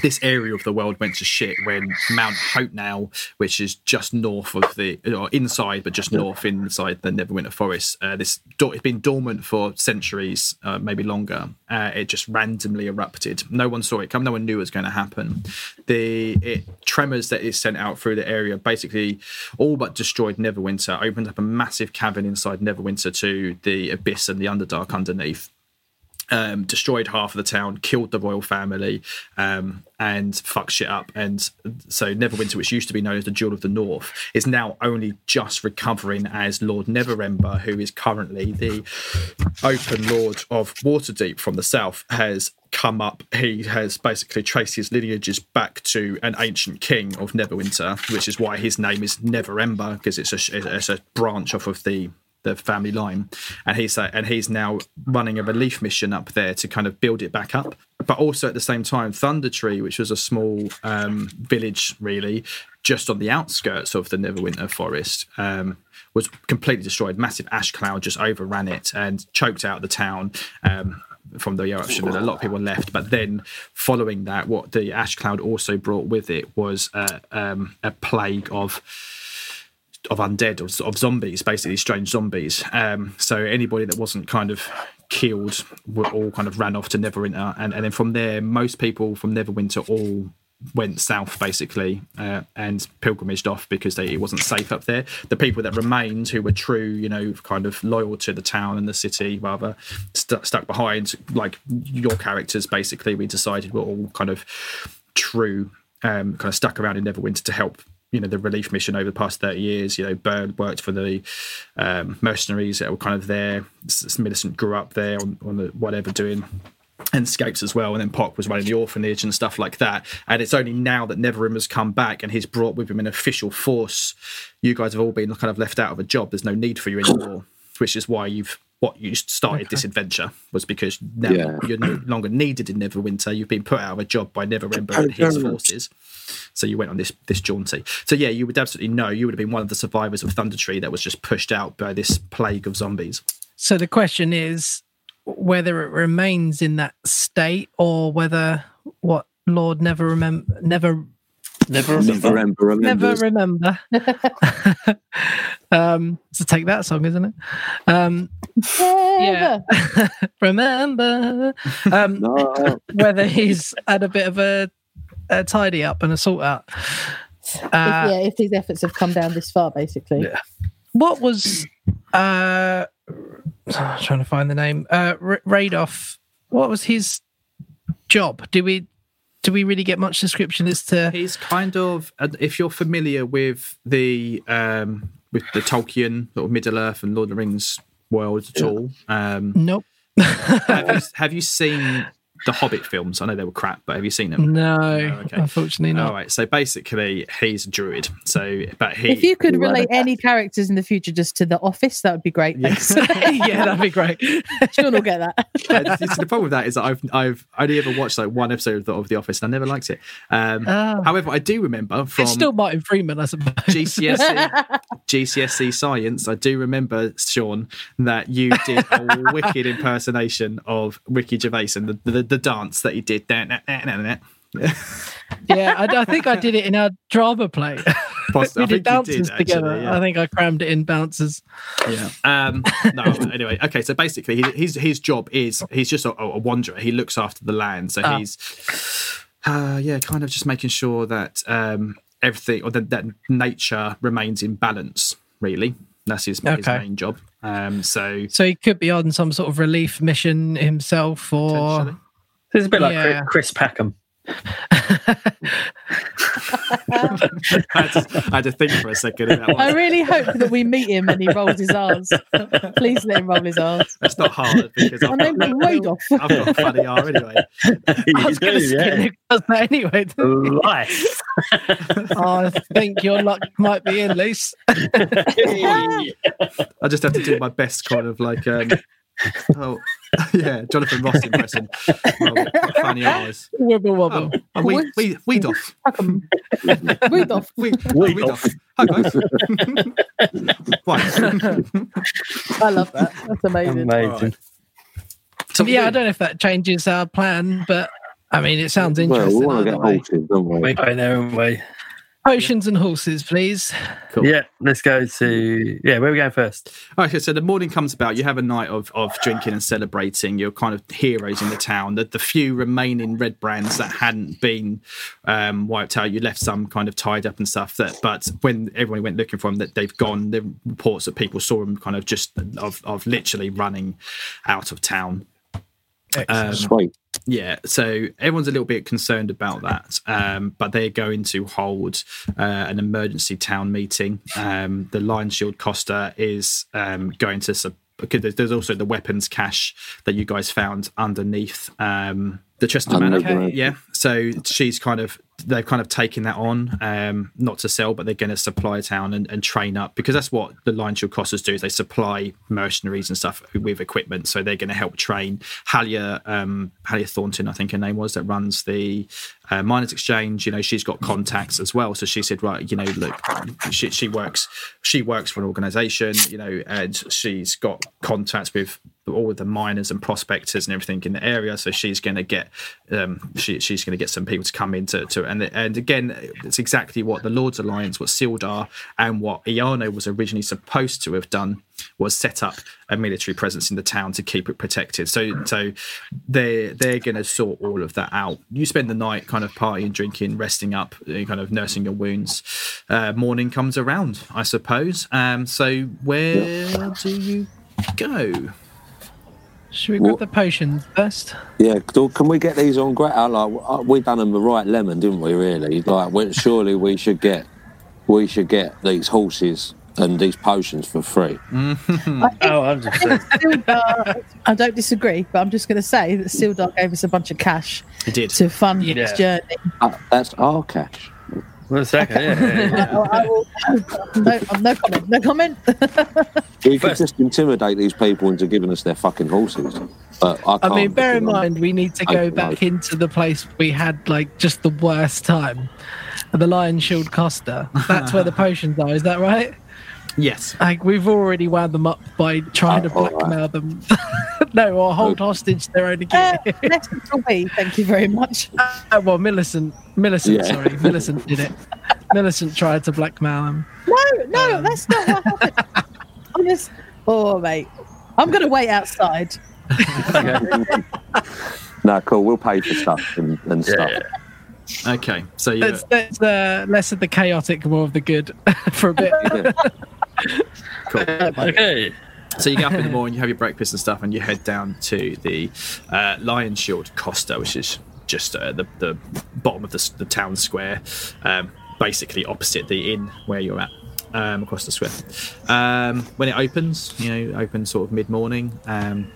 Speaker 1: this area of the world went to shit when Mount Hope now, which is just north of the, or inside, but just north inside the Neverwinter Forest, uh, this dor- it's been dormant for centuries, uh, maybe longer. Uh, it just randomly erupted. No one saw it come. No one knew it was going to happen. The it, tremors that it sent out through the area basically all but destroyed Neverwinter. Opened up a massive cavern inside Neverwinter to the abyss and the Underdark underneath um, destroyed half of the town, killed the royal family, um, and fucked shit up. And so Neverwinter, which used to be known as the Jewel of the North, is now only just recovering as Lord Neverember, who is currently the open lord of Waterdeep from the south, has come up. He has basically traced his lineages back to an ancient king of Neverwinter, which is why his name is Neverember, because it's a, it's a branch off of the the family line, and he's uh, and he's now running a relief mission up there to kind of build it back up. But also at the same time, Thunder Tree, which was a small um, village really, just on the outskirts of the Neverwinter Forest, um, was completely destroyed. Massive ash cloud just overran it and choked out the town. Um, from the eruption, and a lot of people left. But then, following that, what the ash cloud also brought with it was uh, um, a plague of of undead of, of zombies, basically strange zombies. Um, so anybody that wasn't kind of killed were all kind of ran off to Neverwinter, and, and then from there, most people from Neverwinter all went south basically uh, and pilgrimaged off because they, it wasn't safe up there. The people that remained, who were true, you know, kind of loyal to the town and the city, rather stu stuck behind, like your characters. Basically, we decided were all kind of true um, kind of stuck around in Neverwinter to help you know the relief mission over the past 30 years you know Byrne worked for the um, mercenaries that were kind of there S- S- Millicent grew up there on, on the whatever doing and Scapes as well and then Pock was running the orphanage and stuff like that and it's only now that Neverim has come back and he's brought with him an official force you guys have all been kind of left out of a job there's no need for you anymore which is why you've what you started this adventure was because now
Speaker 3: Yeah.
Speaker 1: you're no longer needed in Neverwinter. You've been put out of a job by Neverember and his forces. So you went on this this jaunty. So yeah, you would absolutely know. You would have been one of the survivors of Thunder Tree that was just pushed out by this plague of zombies.
Speaker 4: so the question is whether it remains in that state or whether what Lord never remember, never,
Speaker 2: Never
Speaker 3: Never
Speaker 2: remember.
Speaker 3: remember.
Speaker 4: never
Speaker 3: remember.
Speaker 4: remember. *laughs*
Speaker 5: *laughs*
Speaker 4: um, so take that song, isn't it? Um,
Speaker 5: Never.
Speaker 4: remember. Um,
Speaker 3: No,
Speaker 4: whether he's had a bit of a, a tidy up and a sort out. Uh,
Speaker 5: if, yeah, if these efforts have come down this far, basically.
Speaker 2: Yeah.
Speaker 4: What was uh, *sighs* I'm trying to find the name uh, R- Radoff? What was his job? Do we do we really get much description as to?
Speaker 1: He's kind of and if you're familiar with the um with the Tolkien sort of Middle Earth and Lord of the Rings world at all.
Speaker 4: *laughs*
Speaker 1: Um,
Speaker 4: Nope.
Speaker 1: have, you, have you seen the Hobbit films? I know they were crap, but have you seen them?
Speaker 4: No,
Speaker 1: Oh, okay.
Speaker 4: unfortunately
Speaker 1: All
Speaker 4: not.
Speaker 1: right. So basically, he's a druid. So, but he
Speaker 5: If you could
Speaker 3: Right.
Speaker 5: relate any characters in the future just to the office, that would be great.
Speaker 1: Yeah.
Speaker 5: Thanks.
Speaker 4: *laughs*
Speaker 5: *laughs*
Speaker 4: yeah, that'd be great.
Speaker 5: Sean will get that.
Speaker 1: Uh, see, the problem with that is that I've I've only ever watched like one episode of the, of the Office and I never liked it. Um,
Speaker 4: Ah.
Speaker 1: however, I do remember from
Speaker 4: it's still Martin Freeman, I suppose.
Speaker 1: GCSE GCSE E science. I do remember Sean that you did
Speaker 4: *laughs*
Speaker 1: a wicked impersonation of Ricky Gervais and the the, the dance that he did. *laughs* Nah, nah, nah, nah, nah.
Speaker 4: *laughs* yeah, I, I think I did it in our drama play.
Speaker 1: Post- *laughs*
Speaker 4: we
Speaker 1: I
Speaker 4: did
Speaker 1: think you did,
Speaker 4: bouncers
Speaker 1: actually,
Speaker 4: together.
Speaker 1: yeah.
Speaker 4: I think I crammed it in bouncers.
Speaker 1: Yeah. Um, no. anyway, okay. So basically, he, his his job is he's just a, a wanderer. He looks after the land. So
Speaker 4: Ah.
Speaker 1: he's uh, yeah, kind of just making sure that um, everything or that, that nature remains in balance. Really, that's his, his
Speaker 4: Okay.
Speaker 1: main job. Um, so
Speaker 4: So he could be on some sort of relief mission himself, or
Speaker 1: potentially.
Speaker 2: *laughs* It's a bit like
Speaker 4: Yeah.
Speaker 2: Chris, Chris Packham.
Speaker 1: I, had to, I had to think for a second. in That
Speaker 5: I
Speaker 1: one.
Speaker 5: really hope that we meet him and he rolls his R's. Please let him roll his
Speaker 2: *laughs*
Speaker 5: R's.
Speaker 1: That's not hard because
Speaker 5: My
Speaker 1: I've
Speaker 5: name's
Speaker 1: got,
Speaker 5: Radolph.
Speaker 1: I've got a funny R anyway.
Speaker 4: I was going to say *laughs*
Speaker 2: *laughs*
Speaker 4: Luke does
Speaker 3: *laughs*
Speaker 4: that anyway.
Speaker 2: Life.
Speaker 4: I think your luck might be in, Luce.
Speaker 1: I just have to do my best kind of like, um, oh, *laughs* yeah, Jonathan Ross impression. Well, funny eyes.
Speaker 4: Wibble
Speaker 1: Oh,
Speaker 4: wobble.
Speaker 1: oh, we, we, weed off.
Speaker 5: Rudolph. Rudolph.
Speaker 1: We,
Speaker 2: Weed
Speaker 1: weed off. Hi, *laughs* guys. *laughs* right.
Speaker 5: I love that. That's amazing.
Speaker 2: Amazing.
Speaker 1: So
Speaker 4: yeah, I don't know if that changes our plan, but I mean, it sounds interesting.
Speaker 3: Well, we want to
Speaker 4: either
Speaker 3: get
Speaker 4: way.
Speaker 3: halted, don't we?
Speaker 2: We're going there, aren't we?
Speaker 4: Potions and horses, please.
Speaker 1: Cool.
Speaker 2: Yeah, let's go to. Yeah, where are we going first?
Speaker 1: Okay, so the morning comes about. You have a night of, of drinking and celebrating. You're kind of heroes in the town. The, the few remaining red brands that hadn't been um, wiped out, you left some kind of tied up and stuff. That, but when everyone went looking for them, that they've gone. The reports that people saw them kind of just of, of literally running out of town. Um,
Speaker 3: Sweet.
Speaker 1: yeah, so everyone's a little bit concerned about that, um, but they're going to hold uh, an emergency town meeting. Um, the Lion Shield Costa is um, going to sub- because there's, there's also the weapons cache that you guys found underneath um, the Chester Manor.
Speaker 3: Underneath. Okay.
Speaker 1: Yeah, *laughs* so she's kind of they've kind of taken that on, um, not to sell, but they're going to supply town and, and train up because that's what the Lion Shield Costas do is they supply mercenaries and stuff with equipment. So they're going to help train Halia, um, Halia Thornton, I think her name was, that runs the uh, Miners Exchange. You know, she's got contacts as well. So she said, right, you know, look, she, she works, she works for an organization, you know, and she's got contacts with all of the miners and prospectors and everything in the area. So she's going to get um, she, she's going to get some people to come into to and and again, it's exactly what the Lords Alliance, what Sildar, and what Iano was originally supposed to have done was set up a military presence in the town to keep it protected. So so they are they're going to sort all of that out. You spend the night kind of partying, drinking, resting up, uh, kind of nursing your wounds. Uh, morning comes around, I suppose. Um, so where do you go?
Speaker 4: Should we grab
Speaker 3: What-
Speaker 4: the potions first?
Speaker 3: Yeah, do- can we get these on Greta? Like uh, we done them the right lemon, didn't we? Really? Like, we, surely we should get we should get these horses and these potions for free.
Speaker 5: I think
Speaker 2: Oh, 100%.
Speaker 5: Sildar, I don't disagree, but I'm just going to say that Sildar gave us a bunch of cash
Speaker 1: You did.
Speaker 5: to fund
Speaker 2: Yeah.
Speaker 5: this journey.
Speaker 3: Uh, that's our cash.
Speaker 2: One second. Yeah, yeah, yeah.
Speaker 5: Oh, I, I will, *laughs* no, no comment.
Speaker 2: *laughs*
Speaker 5: No comment. *laughs*
Speaker 3: We could
Speaker 2: First-
Speaker 3: just intimidate these people into giving us their fucking horses. But I,
Speaker 4: I
Speaker 3: can't
Speaker 4: mean, bear in
Speaker 3: because I'm-
Speaker 4: mind, we need to
Speaker 3: Oh, I-
Speaker 4: go back into the place we had like just the worst time. The Lion Shield Costa.
Speaker 3: *laughs*
Speaker 4: That's where the potions are, is that right?
Speaker 1: Yes.
Speaker 4: Like, we've already wound them up by trying to
Speaker 3: Oh, all right. Oh.
Speaker 4: blackmail them. *laughs* no, or hold hostage their own
Speaker 5: Uh,
Speaker 4: gear.
Speaker 3: Eh.
Speaker 4: *laughs*
Speaker 5: next will be. Thank you very much.
Speaker 4: Uh, well, Millicent, Millicent,
Speaker 3: Yeah.
Speaker 4: sorry, Millicent did
Speaker 3: *laughs*
Speaker 4: it. Millicent tried to blackmail him.
Speaker 5: No, no,
Speaker 1: Um.
Speaker 5: that's not what happened.
Speaker 1: *laughs*
Speaker 5: I'm just, oh, mate. I'm going to wait outside.
Speaker 3: No, cool. We'll pay for stuff and, and
Speaker 2: Yeah,
Speaker 3: stuff.
Speaker 2: *laughs* yeah.
Speaker 1: Okay. So you.
Speaker 4: Let's, let's uh, less of the chaotic, more of the good *laughs* for a bit.
Speaker 3: Yeah.
Speaker 1: Cool.
Speaker 2: Okay.
Speaker 1: So you get up in the morning, you have your breakfast and stuff, and you head down to the uh, Lion Shield Costa, which is just uh, the, the bottom of the, s- the town square, um, basically opposite the inn where you're at. Um, across the square. Um, when it opens, you know, it opens sort of mid morning, um,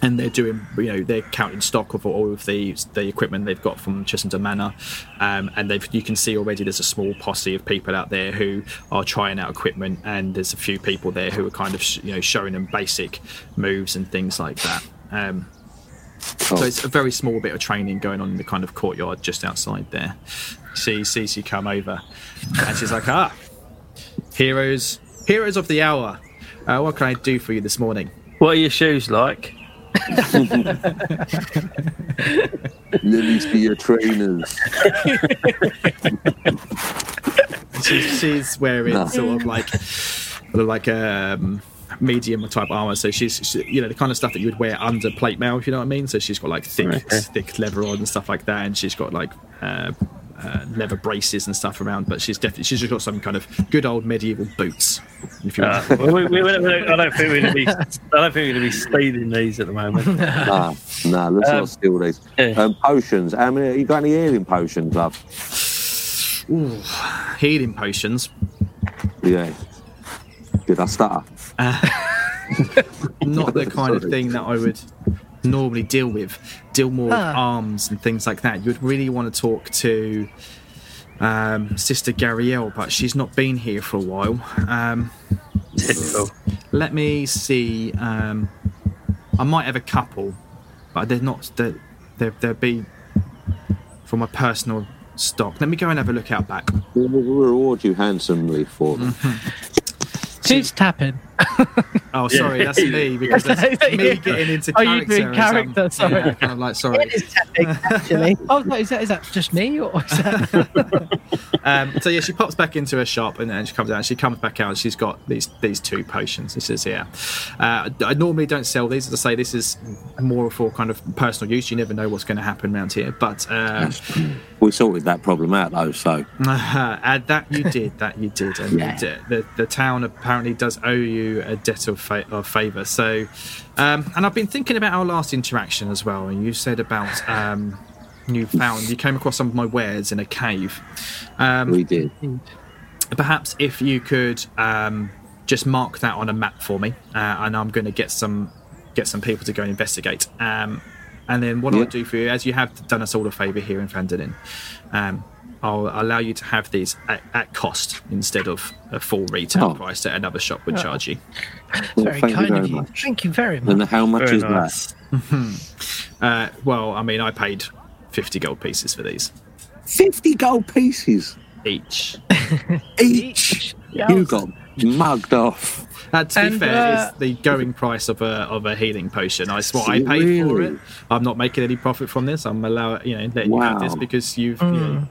Speaker 1: and they're doing, you know, they're counting stock of all of the the equipment they've got from Chessington Manor, um, and they've you can see already there's a small posse of people out there who are trying out equipment, and there's a few people there who are kind of sh- you know showing them basic moves and things like that. Um,
Speaker 3: Cool.
Speaker 1: so it's a very small bit of training going on in the kind of courtyard just outside there. She sees you come over, and she's like, "Ah, heroes, heroes of the hour. Uh, what can I do for you this morning?"
Speaker 2: What are your shoes like?
Speaker 3: Lilies be your trainers.
Speaker 1: she's, she's wearing
Speaker 3: No.
Speaker 1: sort of like like um medium type armor so she's she, you know the kind of stuff that you would wear under plate mail if you know what i mean so she's got like thick
Speaker 2: Okay.
Speaker 1: thick leather on and stuff like that and she's got like uh, uh, leather braces and stuff around but she's definitely she's just got some kind of good old medieval boots if you
Speaker 2: Uh,
Speaker 1: want
Speaker 2: we, we, we, don't- we don't- I don't think we're going to be. I don't think we're going to be stealing these at the moment.
Speaker 3: Nah, Ah, nah, let's
Speaker 2: Um,
Speaker 3: not steal these.
Speaker 2: yeah.
Speaker 3: Um, potions. How many? You got any healing potions, love?
Speaker 1: Ooh, healing potions.
Speaker 3: Yeah. Did I stutter?
Speaker 1: Not the kind of thing that I would normally deal with. Deal more with
Speaker 4: Ah.
Speaker 1: arms and things like that. You'd really want to talk to um, Sister Garielle, but she's not been here for a while. Um,
Speaker 2: Typical.
Speaker 1: Let me see. Um, I might have a couple, but they're not. They're, they're, they'll be from my personal stock. Let me go and have a look out back.
Speaker 3: We'll reward you handsomely for them.
Speaker 4: Who's tapping?
Speaker 1: Oh, sorry, that's me because
Speaker 4: *laughs*
Speaker 1: that's me getting into character.
Speaker 4: Are you
Speaker 1: as I'm-
Speaker 4: doing Oh, character? Sorry.
Speaker 1: yeah, kind of like sorry.
Speaker 4: Actually, oh, no, is that is that just me or is that
Speaker 1: Um, so yeah, she pops back into her shop and then she comes out. She comes back out. and She's got these these two potions. This is yeah. Uh, I normally don't sell these. As I say, this is more for kind of personal use. You never know what's going to happen around here. But uh, *laughs*
Speaker 3: We sorted that problem out though, so
Speaker 1: Uh-huh. Uh, that you did. That you did. And the, the the town apparently does owe you a debt of, fa- of favor. So, um, and I've been thinking about our last interaction as well. And you said about um, you found you came across some of my wares in a cave. Um,
Speaker 3: we did.
Speaker 1: perhaps if you could um, just mark that on a map for me, uh, and I'm going to get some get some people to go and investigate. Um, and then what
Speaker 3: Yeah.
Speaker 1: I'll do for you, as you have done us all a favour here in Vanderlyn, um, I'll allow you to have these at, at cost instead of a full retail
Speaker 3: Oh.
Speaker 1: price that another shop would charge you.
Speaker 3: Well,
Speaker 4: very
Speaker 3: thank you
Speaker 4: kind
Speaker 3: very
Speaker 4: of you?
Speaker 3: much.
Speaker 4: Thank you very much.
Speaker 3: And how much
Speaker 2: Very
Speaker 3: is
Speaker 2: nice.
Speaker 1: Uh, well, I mean, I paid fifty gold pieces for these
Speaker 3: that? Fifty gold pieces
Speaker 1: each.
Speaker 3: each. You got mugged off.
Speaker 1: Uh, to be
Speaker 4: And,
Speaker 1: fair,
Speaker 4: uh,
Speaker 1: it's the going price of a of a healing potion. That's what I paid for
Speaker 3: Really?
Speaker 1: it. I'm not making any profit from this. I'm allow you know letting you have this
Speaker 3: Wow.
Speaker 1: because you've.
Speaker 4: Mm.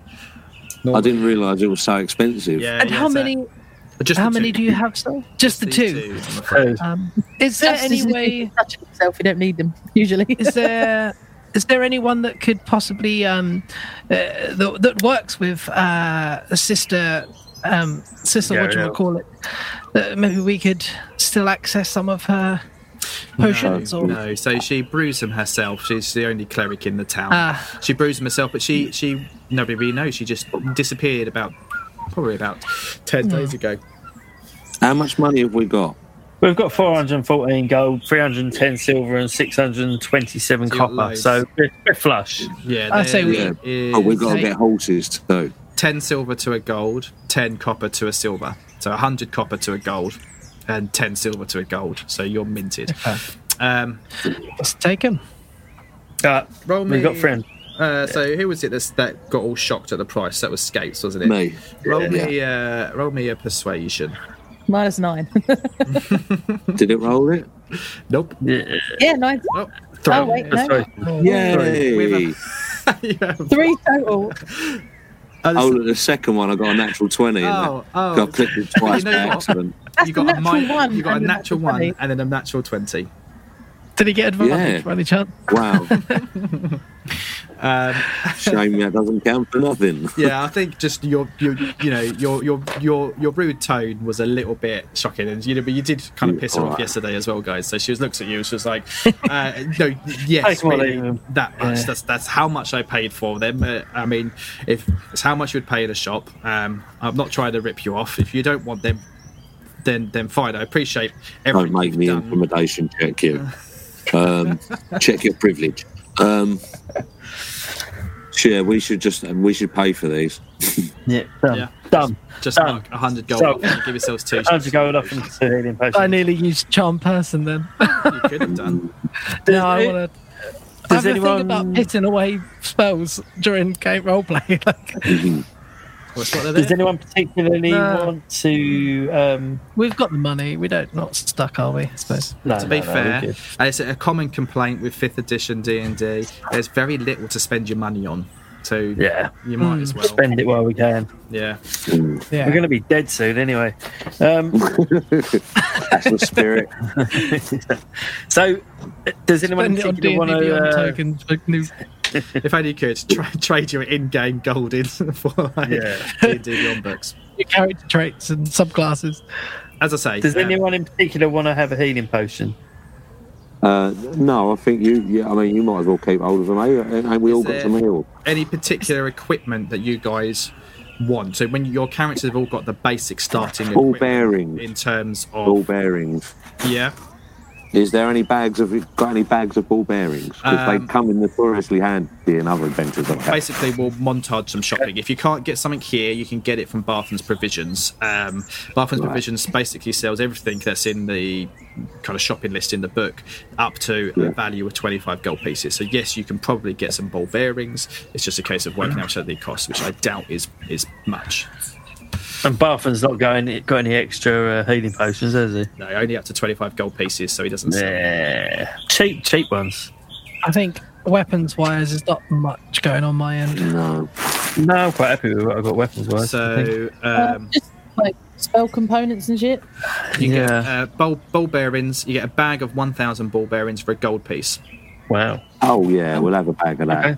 Speaker 1: you know,
Speaker 3: I didn't realise it was so expensive.
Speaker 1: yeah,
Speaker 4: and
Speaker 1: yeah,
Speaker 4: how
Speaker 1: so-
Speaker 4: many?
Speaker 1: Just
Speaker 4: How
Speaker 1: the
Speaker 4: many
Speaker 1: two.
Speaker 4: do you have, sir? Just the
Speaker 1: These
Speaker 4: two.
Speaker 1: I'm afraid.
Speaker 2: So,
Speaker 4: Um, is there any way?
Speaker 5: Touching himself, you don't need them usually.
Speaker 4: Is there? Is there anyone that could possibly um, uh, that, that works with uh, sister um, sister?
Speaker 2: Yeah,
Speaker 4: what do you
Speaker 2: yeah.
Speaker 4: call it? That maybe we could still access some of her potions
Speaker 1: No,
Speaker 4: or
Speaker 1: no, so she brews them herself. She's the only cleric in the town.
Speaker 4: Ah.
Speaker 1: She brews them herself, but she she nobody really knows. She just disappeared about probably about ten
Speaker 4: Hmm.
Speaker 1: days ago.
Speaker 3: How much money have we got?
Speaker 2: we've got 414 gold, 310 silver, and 627
Speaker 1: So you got
Speaker 2: copper.
Speaker 1: loads.
Speaker 2: So we're, we're flush.
Speaker 1: Yeah,
Speaker 4: I'd say
Speaker 1: there
Speaker 4: we-
Speaker 3: Yeah.
Speaker 1: is
Speaker 3: Oh, we've got to
Speaker 4: Okay.
Speaker 3: get horses too.
Speaker 1: ten silver to a gold, ten copper to a silver. So hundred copper to a gold, and ten silver to a gold. So you're minted. Um,
Speaker 4: let's take him.
Speaker 2: Uh,
Speaker 1: Roll
Speaker 2: *laughs* we've got
Speaker 1: me-
Speaker 2: friend.
Speaker 1: uh, so who was it that's, that got all shocked at the price? That was Skates, wasn't it?
Speaker 3: Me.
Speaker 1: Roll me, uh, roll me a persuasion.
Speaker 5: *laughs* Minus
Speaker 1: *laughs*
Speaker 5: nine.
Speaker 3: Did it roll it?
Speaker 1: Nope.
Speaker 2: Yeah.
Speaker 5: yeah, nine.
Speaker 1: Nope.
Speaker 5: Oh,
Speaker 1: Throw. *laughs*
Speaker 5: wait, no.
Speaker 2: Sorry.
Speaker 3: Yay!
Speaker 1: You have-
Speaker 5: Three total.
Speaker 3: Oh, look, the second one, I got a natural 20 in
Speaker 1: Oh,
Speaker 3: there.
Speaker 1: oh. *laughs*
Speaker 3: Got clicked it twice
Speaker 1: You know
Speaker 3: by
Speaker 1: what?
Speaker 3: accident.
Speaker 5: That's
Speaker 1: you
Speaker 5: a
Speaker 1: got a,
Speaker 5: natural
Speaker 1: mi-
Speaker 5: one.
Speaker 1: you got a
Speaker 5: and
Speaker 1: natural one,
Speaker 5: twenty.
Speaker 1: and then a natural twenty.
Speaker 4: Did he get advantage
Speaker 3: Yeah.
Speaker 4: by any chance?
Speaker 3: Wow.
Speaker 1: Um,
Speaker 3: Shame that doesn't count for nothing.
Speaker 1: *laughs* yeah, I think just your, your you know your your your your rude tone was a little bit shocking, and you know, but you did kind of
Speaker 3: Yeah,
Speaker 1: piss her off
Speaker 3: alright.
Speaker 1: yesterday as well, guys. So she was looks at you, and she was
Speaker 2: *laughs*
Speaker 1: like, uh, "No,
Speaker 2: Take
Speaker 1: yes,
Speaker 2: them or
Speaker 1: really,
Speaker 2: leave them.
Speaker 1: that much.
Speaker 2: Yeah.
Speaker 1: That's that's how much I paid for them. Uh, I mean, if it's how much you'd pay at a shop. Um, I'm not trying to rip you off. If you don't want them, then then fine. I appreciate
Speaker 3: Don't
Speaker 1: everything
Speaker 3: make
Speaker 1: you've
Speaker 3: me
Speaker 1: done.
Speaker 3: intimidation
Speaker 1: *laughs*
Speaker 3: check you. Um, check your privilege. Um, sure, we should just we should pay
Speaker 1: *laughs*
Speaker 3: for these.
Speaker 2: Yeah. Done.
Speaker 1: Yeah.
Speaker 2: Done.
Speaker 1: Just
Speaker 2: Done.
Speaker 1: mark 100 gold
Speaker 2: So-
Speaker 1: off and give yourselves
Speaker 2: *laughs*
Speaker 1: two.
Speaker 2: Time to go up into healing potion.
Speaker 4: I nearly used charm person then. *laughs*
Speaker 1: You could have done.
Speaker 2: Does
Speaker 4: No, I
Speaker 2: it-
Speaker 4: want to. I
Speaker 2: Does
Speaker 4: have anyone... think about
Speaker 2: anyone
Speaker 4: pissing away spells during game roleplay. *laughs* like,
Speaker 1: Well, it's not there.
Speaker 2: does anyone particularly
Speaker 4: No.
Speaker 2: want to? Um,
Speaker 4: we've got the money. We don't not stuck, are we? I suppose.
Speaker 2: no,
Speaker 1: to be
Speaker 2: no, no,
Speaker 1: fair,
Speaker 2: we're good.
Speaker 1: and it's a common complaint with fifth edition D and D. There's very little to spend your money on, so
Speaker 2: yeah,
Speaker 1: you might as well.
Speaker 2: spend it while we can.
Speaker 1: Yeah,
Speaker 4: Yeah.
Speaker 2: We're going to be dead soon anyway. Um, *laughs*
Speaker 3: That's the spirit.
Speaker 2: so, does anyone
Speaker 4: Spend it on
Speaker 2: particularly
Speaker 4: D&D
Speaker 2: want to?
Speaker 4: Beyond
Speaker 2: Uh,
Speaker 4: tokens for new
Speaker 1: if only you could tra- *laughs* trade your in-game gold in *laughs* for like,
Speaker 2: Yeah.
Speaker 1: D and D Beyond books.
Speaker 4: new character traits and subclasses.
Speaker 1: As I say,
Speaker 2: does
Speaker 1: um,
Speaker 2: anyone in particular want to have a healing potion?
Speaker 3: Uh, no, I think you. Yeah, I mean, you might as well keep hold of them, eh? And, and we all
Speaker 1: Is
Speaker 3: got
Speaker 1: it-
Speaker 3: some heal.
Speaker 1: any particular equipment that you guys one. So when your characters have all got the basic starting
Speaker 3: All
Speaker 1: equipment
Speaker 3: bearings.
Speaker 1: in terms of
Speaker 3: Ball bearings.
Speaker 1: yeah.
Speaker 3: Is there any bags of got any bags of ball bearings? Because
Speaker 1: Um,
Speaker 3: they come in notoriously handy in other adventures. I've had.
Speaker 1: Basically, we'll montage some shopping. If you can't get something here, you can get it from Barthen's Provisions. Um, Barthen's Provisions basically sells everything that's in the kind of shopping list in the book up to a value of 25 gold pieces. So, yes, you can probably get some ball bearings. It's just a case of working out the cost, which I doubt is is much.
Speaker 2: And Barthen's not going got any extra uh, healing potions, has he?
Speaker 1: No, only up to 25 gold pieces, so he doesn't sell
Speaker 2: Yeah, cheap, cheap ones.
Speaker 4: I think weapons wise, there's not much going on my end.
Speaker 3: no.
Speaker 2: No, I'm quite happy with what I've got weapons wise.
Speaker 1: So
Speaker 5: Uh,
Speaker 1: um,
Speaker 5: just like spell components and shit.
Speaker 1: you get
Speaker 2: Yeah.
Speaker 1: uh, ball, ball bearings. You get a bag of one thousand ball bearings for a gold piece.
Speaker 2: wow.
Speaker 3: Oh yeah, we'll have a bag of that.
Speaker 2: Okay.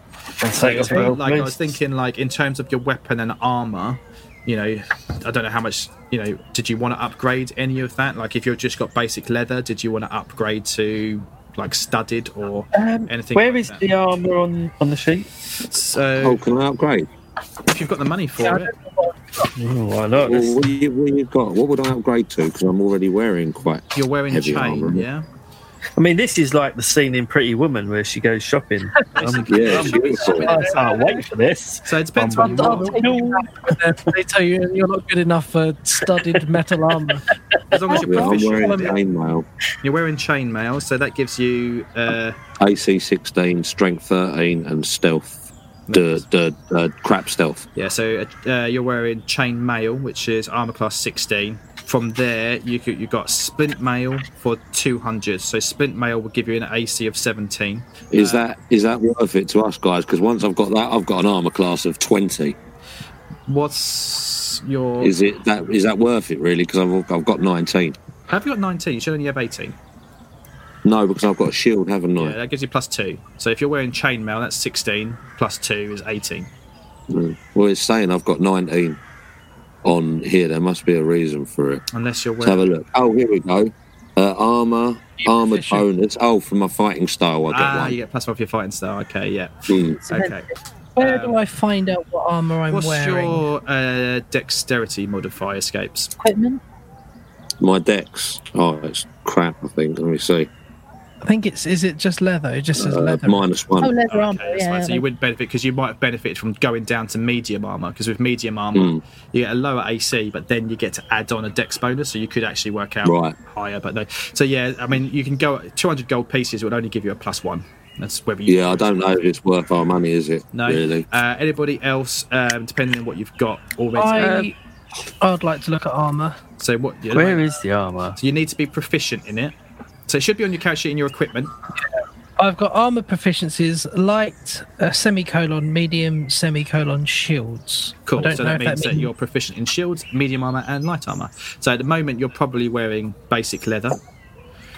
Speaker 2: Take off
Speaker 1: But,
Speaker 2: all
Speaker 1: like I was
Speaker 2: lists.
Speaker 1: thinking, like in terms of your weapon and armor, you know, I don't know how much. You know, did you want to upgrade any of that? Like, if you've just got basic leather, did you want to upgrade to like studded or anything?
Speaker 2: Um, Where
Speaker 1: like
Speaker 2: is
Speaker 1: that?
Speaker 2: the armor on on the sheet?
Speaker 1: So,
Speaker 3: Oh, can I upgrade?
Speaker 1: if you've got the money for it,
Speaker 2: Oh, why
Speaker 3: Well,
Speaker 2: not? Let's-
Speaker 3: what, you, what you got? What would I upgrade to? Because I'm already wearing quite.
Speaker 1: you're wearing
Speaker 3: Heavy
Speaker 1: chain,
Speaker 3: armor.
Speaker 1: yeah.
Speaker 2: I mean, this is like the scene in Pretty Woman where she
Speaker 1: *laughs*
Speaker 2: goes shopping. Um,
Speaker 3: Yeah, beautiful.
Speaker 2: I can't wait for this.
Speaker 1: So it depends
Speaker 2: Um,
Speaker 1: what you want.
Speaker 4: they tell you you're not good enough for studded metal
Speaker 1: *laughs*
Speaker 4: armor.
Speaker 1: As long as you're
Speaker 3: Yeah, I'm wearing
Speaker 1: proficient,
Speaker 3: chainmail.
Speaker 1: you're wearing chainmail, so that gives you. Uh,
Speaker 3: AC 16, strength 13, and stealth. The the the crap stealth.
Speaker 1: Yeah, so uh, uh, you're wearing chain mail, which is armor class 16. From there, you could, you got splint mail for 200. So splint mail will give you an AC of 17.
Speaker 3: Is that is that worth it to us guys? Because once I've got that, I've got an armor class of 20.
Speaker 1: What's your?
Speaker 3: Is it that is that worth it really? Because I've I've got 19.
Speaker 1: have you got 19? You should only have 18.
Speaker 3: No, because I've got a shield, haven't
Speaker 1: Yeah,
Speaker 3: I?
Speaker 1: that gives you plus two. So if you're wearing chain mail, that's 16. Plus two is 18.
Speaker 3: Mm. Well, it's saying I've got 19 on here. There must be a reason for it.
Speaker 1: Unless you're
Speaker 3: Let's have
Speaker 1: wearing.
Speaker 3: a look. Oh, here we go. Uh, armor,
Speaker 4: You
Speaker 3: armored
Speaker 4: proficient.
Speaker 3: bonus. Oh, for my fighting style, I get
Speaker 1: Ah,
Speaker 3: one.
Speaker 1: you get plus one for your fighting style. Okay, yeah.
Speaker 3: Mm.
Speaker 1: Okay.
Speaker 4: Where
Speaker 1: Um,
Speaker 4: do I find out what armor I'm
Speaker 1: What's
Speaker 4: wearing?
Speaker 1: your uh, dexterity modifier escapes?
Speaker 5: Equipment. Oh,
Speaker 3: My dex. Oh, it's crap. I think. Let me see.
Speaker 4: I think it's is it just leather? It just says
Speaker 3: Uh,
Speaker 4: leather.
Speaker 3: minus
Speaker 5: Oh,
Speaker 3: one.
Speaker 5: leather
Speaker 1: Okay,
Speaker 5: armor.
Speaker 1: that's
Speaker 5: Yeah,
Speaker 1: fine.
Speaker 5: yeah,
Speaker 1: So you wouldn't benefit because you might have benefited from going down to medium armor because with medium armor
Speaker 3: Mm.
Speaker 1: you get a lower AC, but then you get to add on a dex bonus, so you could actually work out
Speaker 3: Right.
Speaker 1: higher. But no, so yeah, I mean you can go 200 gold pieces would only give you a plus one. That's whether you
Speaker 3: Yeah, I don't know if it's worth our money, is it?
Speaker 1: No,
Speaker 3: Really?
Speaker 1: uh, anybody else? Um, depending on what you've got already. Um,
Speaker 4: I I'd like to look at armor.
Speaker 1: so what? You
Speaker 2: Where is the armor?
Speaker 1: so you need to be proficient in it. So it should be on your character sheet and your equipment.
Speaker 4: I've got armor proficiencies: light, uh, semicolon, medium, semicolon, shields.
Speaker 1: Cool.
Speaker 4: I don't
Speaker 1: So
Speaker 4: know
Speaker 1: that
Speaker 4: if
Speaker 1: means
Speaker 4: that
Speaker 1: that you're proficient in shields, medium armor, and light armor. So at the moment you're probably wearing basic leather.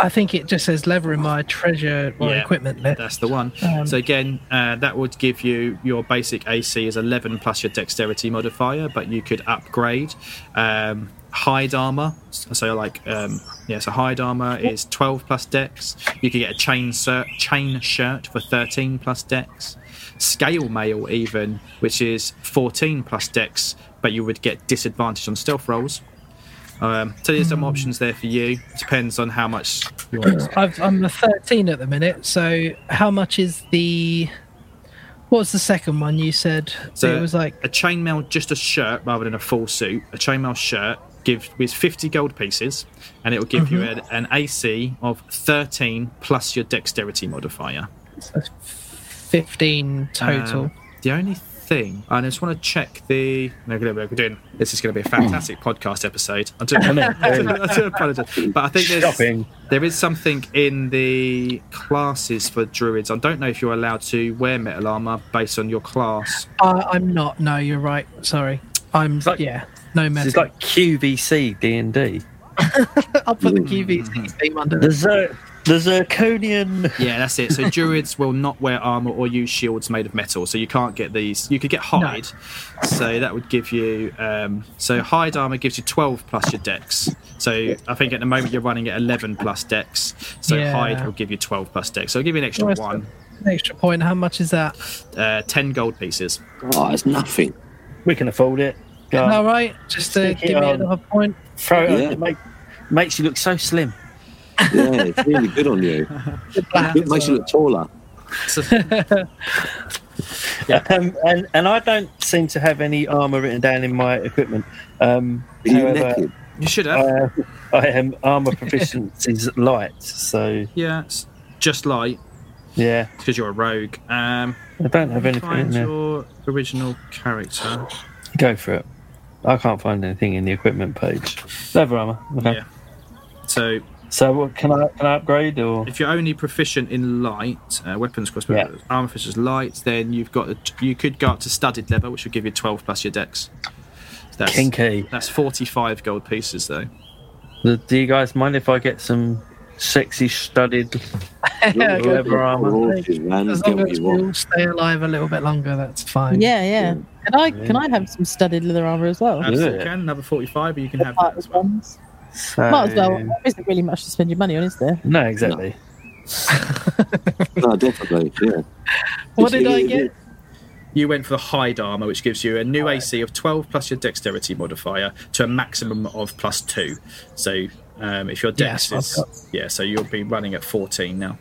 Speaker 4: I think it just says leather in my treasure or
Speaker 1: Yeah,
Speaker 4: equipment list.
Speaker 1: That's the one.
Speaker 4: Um,
Speaker 1: so again, uh, that would give you your basic AC is 11 plus your dexterity modifier, but you could upgrade um, hide armor. So like, um, yeah, so hide armor is 12 plus dex. You could get a chain shirt, chain shirt for 13 plus dex. Scale mail even, which is 14 plus dex, but you would get disadvantage on stealth rolls. Um, so there's
Speaker 4: Hmm.
Speaker 1: some options there for you. Depends on how much you want.
Speaker 4: I've, I'm a 13 at the minute. So how much is the? What was the second one you said?
Speaker 1: So
Speaker 4: it was like
Speaker 1: a chainmail, just a shirt rather than a full suit. A chainmail shirt gives with 50 gold pieces, and it will give you an, an AC of 13 plus your dexterity modifier.
Speaker 4: 15 total.
Speaker 1: Um, the only thing, and I just want to check the. No, we're gonna be- we're doing. This is going to be a fantastic podcast episode. I do, I do, I do apologize, but I think there's,
Speaker 2: Shopping.
Speaker 1: there is something in the classes for druids. I don't know if you're allowed to wear metal armor based on your class.
Speaker 4: Uh, I'm not. No, you're right. Sorry. I'm.
Speaker 2: like-
Speaker 4: yeah. No
Speaker 2: It's
Speaker 4: metal.
Speaker 2: like QVC D and D.
Speaker 4: I'll put
Speaker 2: Mm-hmm.
Speaker 4: the QVC theme under.
Speaker 2: The
Speaker 4: it.
Speaker 2: Zer- the Zirconian.
Speaker 1: Yeah, that's it.
Speaker 4: *laughs*
Speaker 1: So druids will not wear armor or use shields made of metal. So you can't get these. You could get hide. So that would give you. Um, so hide armor gives you 12 plus your dex. So I think at the moment you're running at 11 plus dex. So
Speaker 4: Yeah.
Speaker 1: hide will give you 12 plus dex. So I'll give you an extra
Speaker 4: Nice.
Speaker 1: one.
Speaker 4: An extra point. How much is that? *laughs*
Speaker 1: Uh, 10 gold pieces.
Speaker 3: Oh, it's nothing.
Speaker 2: We can afford it. Go on.
Speaker 4: All right, just to
Speaker 2: Stick it
Speaker 4: give me
Speaker 2: on.
Speaker 4: another
Speaker 2: *laughs*
Speaker 4: point.
Speaker 2: Throw it on.
Speaker 3: Yeah.
Speaker 2: It make, makes you look so slim.
Speaker 3: Yeah, it's really good on
Speaker 1: *laughs*
Speaker 3: you.
Speaker 4: *laughs*
Speaker 3: It makes you look taller.
Speaker 2: Um, and and I don't seem to have any armor written down in my equipment. Um,
Speaker 3: Are you
Speaker 2: however,
Speaker 1: *laughs*
Speaker 3: naked?
Speaker 1: You should have.
Speaker 2: I, I am armor proficiency's *laughs* light, so
Speaker 1: yeah, it's just light
Speaker 2: yeah,
Speaker 1: because you're a rogue. Um,
Speaker 2: I don't have anything in
Speaker 1: find
Speaker 2: there.
Speaker 1: your original character.
Speaker 2: Go for it. I can't find anything in the equipment page. Leather armor. Okay.
Speaker 1: Yeah. So
Speaker 2: So what, can I can I upgrade or
Speaker 1: if you're only proficient in light uh, weapons, crossbow,
Speaker 2: Yeah.
Speaker 1: armor fishers light, then you've got a, you could go up to studded leather, which will give you 12 plus your dex. That's,
Speaker 2: kinky?
Speaker 1: That's 45 gold pieces though.
Speaker 2: Do do you guys mind if I get some sexy studded?
Speaker 4: Yeah,
Speaker 3: You're
Speaker 4: go
Speaker 2: Leather
Speaker 3: naked.
Speaker 2: armor.
Speaker 3: Horses, man.
Speaker 4: As
Speaker 3: Get
Speaker 4: long
Speaker 3: what
Speaker 4: as
Speaker 3: you
Speaker 4: we
Speaker 3: want.
Speaker 4: all stay alive a little bit longer, that's fine.
Speaker 5: Yeah, yeah. Can I can I have some studded leather armor as well?
Speaker 1: Absolutely
Speaker 2: it?
Speaker 1: can another 45, but Uh, you can
Speaker 5: The
Speaker 1: have Um, that
Speaker 5: partner's
Speaker 1: as well.
Speaker 5: ones.
Speaker 2: So,
Speaker 5: Might as well. There isn't really much to spend your money on, is there?
Speaker 2: No, exactly.
Speaker 3: No, definitely. Yeah.
Speaker 4: What did
Speaker 3: It's-
Speaker 4: I
Speaker 3: it-
Speaker 4: get?
Speaker 3: it-
Speaker 1: You went for the hide armor, which gives you a new AC of 12 plus your dexterity modifier to a maximum of plus two. So um, if your dex
Speaker 4: Yes, I've got-
Speaker 1: is yeah, so you'll be running at 14 now.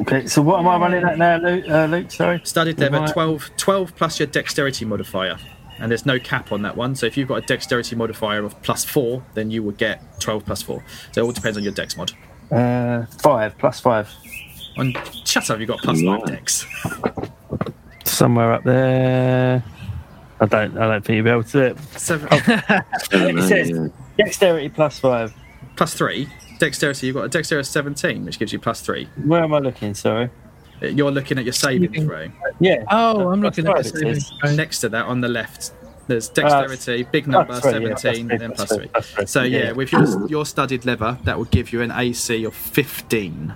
Speaker 2: Okay, so what am I running at now, Luke? Uh, Luke sorry.
Speaker 1: Studded leather
Speaker 2: Right.
Speaker 1: 12, 12 plus your dexterity modifier. And there's no cap on that one. So if you've got a dexterity modifier of plus four, then you will get 12 plus four. So it all depends on your dex mod.
Speaker 2: Uh, five plus five.
Speaker 1: On shut up, you've got plus
Speaker 3: Right.
Speaker 1: five dex.
Speaker 2: Somewhere up there. I don't. I don't think you'll be able to do it.
Speaker 1: Seven,
Speaker 3: I don't know,
Speaker 2: It says-
Speaker 3: yeah.
Speaker 2: Dexterity plus five.
Speaker 1: plus three. Dexterity, you've got a dexterity of 17, which gives you plus three. Uh,
Speaker 2: Where am I looking? Sorry.
Speaker 1: You're looking at your saving
Speaker 4: You can-
Speaker 1: throw.
Speaker 2: Yeah.
Speaker 4: Oh, I'm looking at
Speaker 2: That's
Speaker 4: this.
Speaker 2: right, it is.
Speaker 4: image.
Speaker 1: next to that on the left there's dexterity big number
Speaker 2: that's right,
Speaker 1: 17
Speaker 2: yeah, that's right,
Speaker 1: and then
Speaker 2: that's
Speaker 1: plus
Speaker 2: right,
Speaker 1: three
Speaker 2: that's right,
Speaker 1: so
Speaker 2: yeah.
Speaker 1: yeah, with your, your studded leather that will give you an ac of 15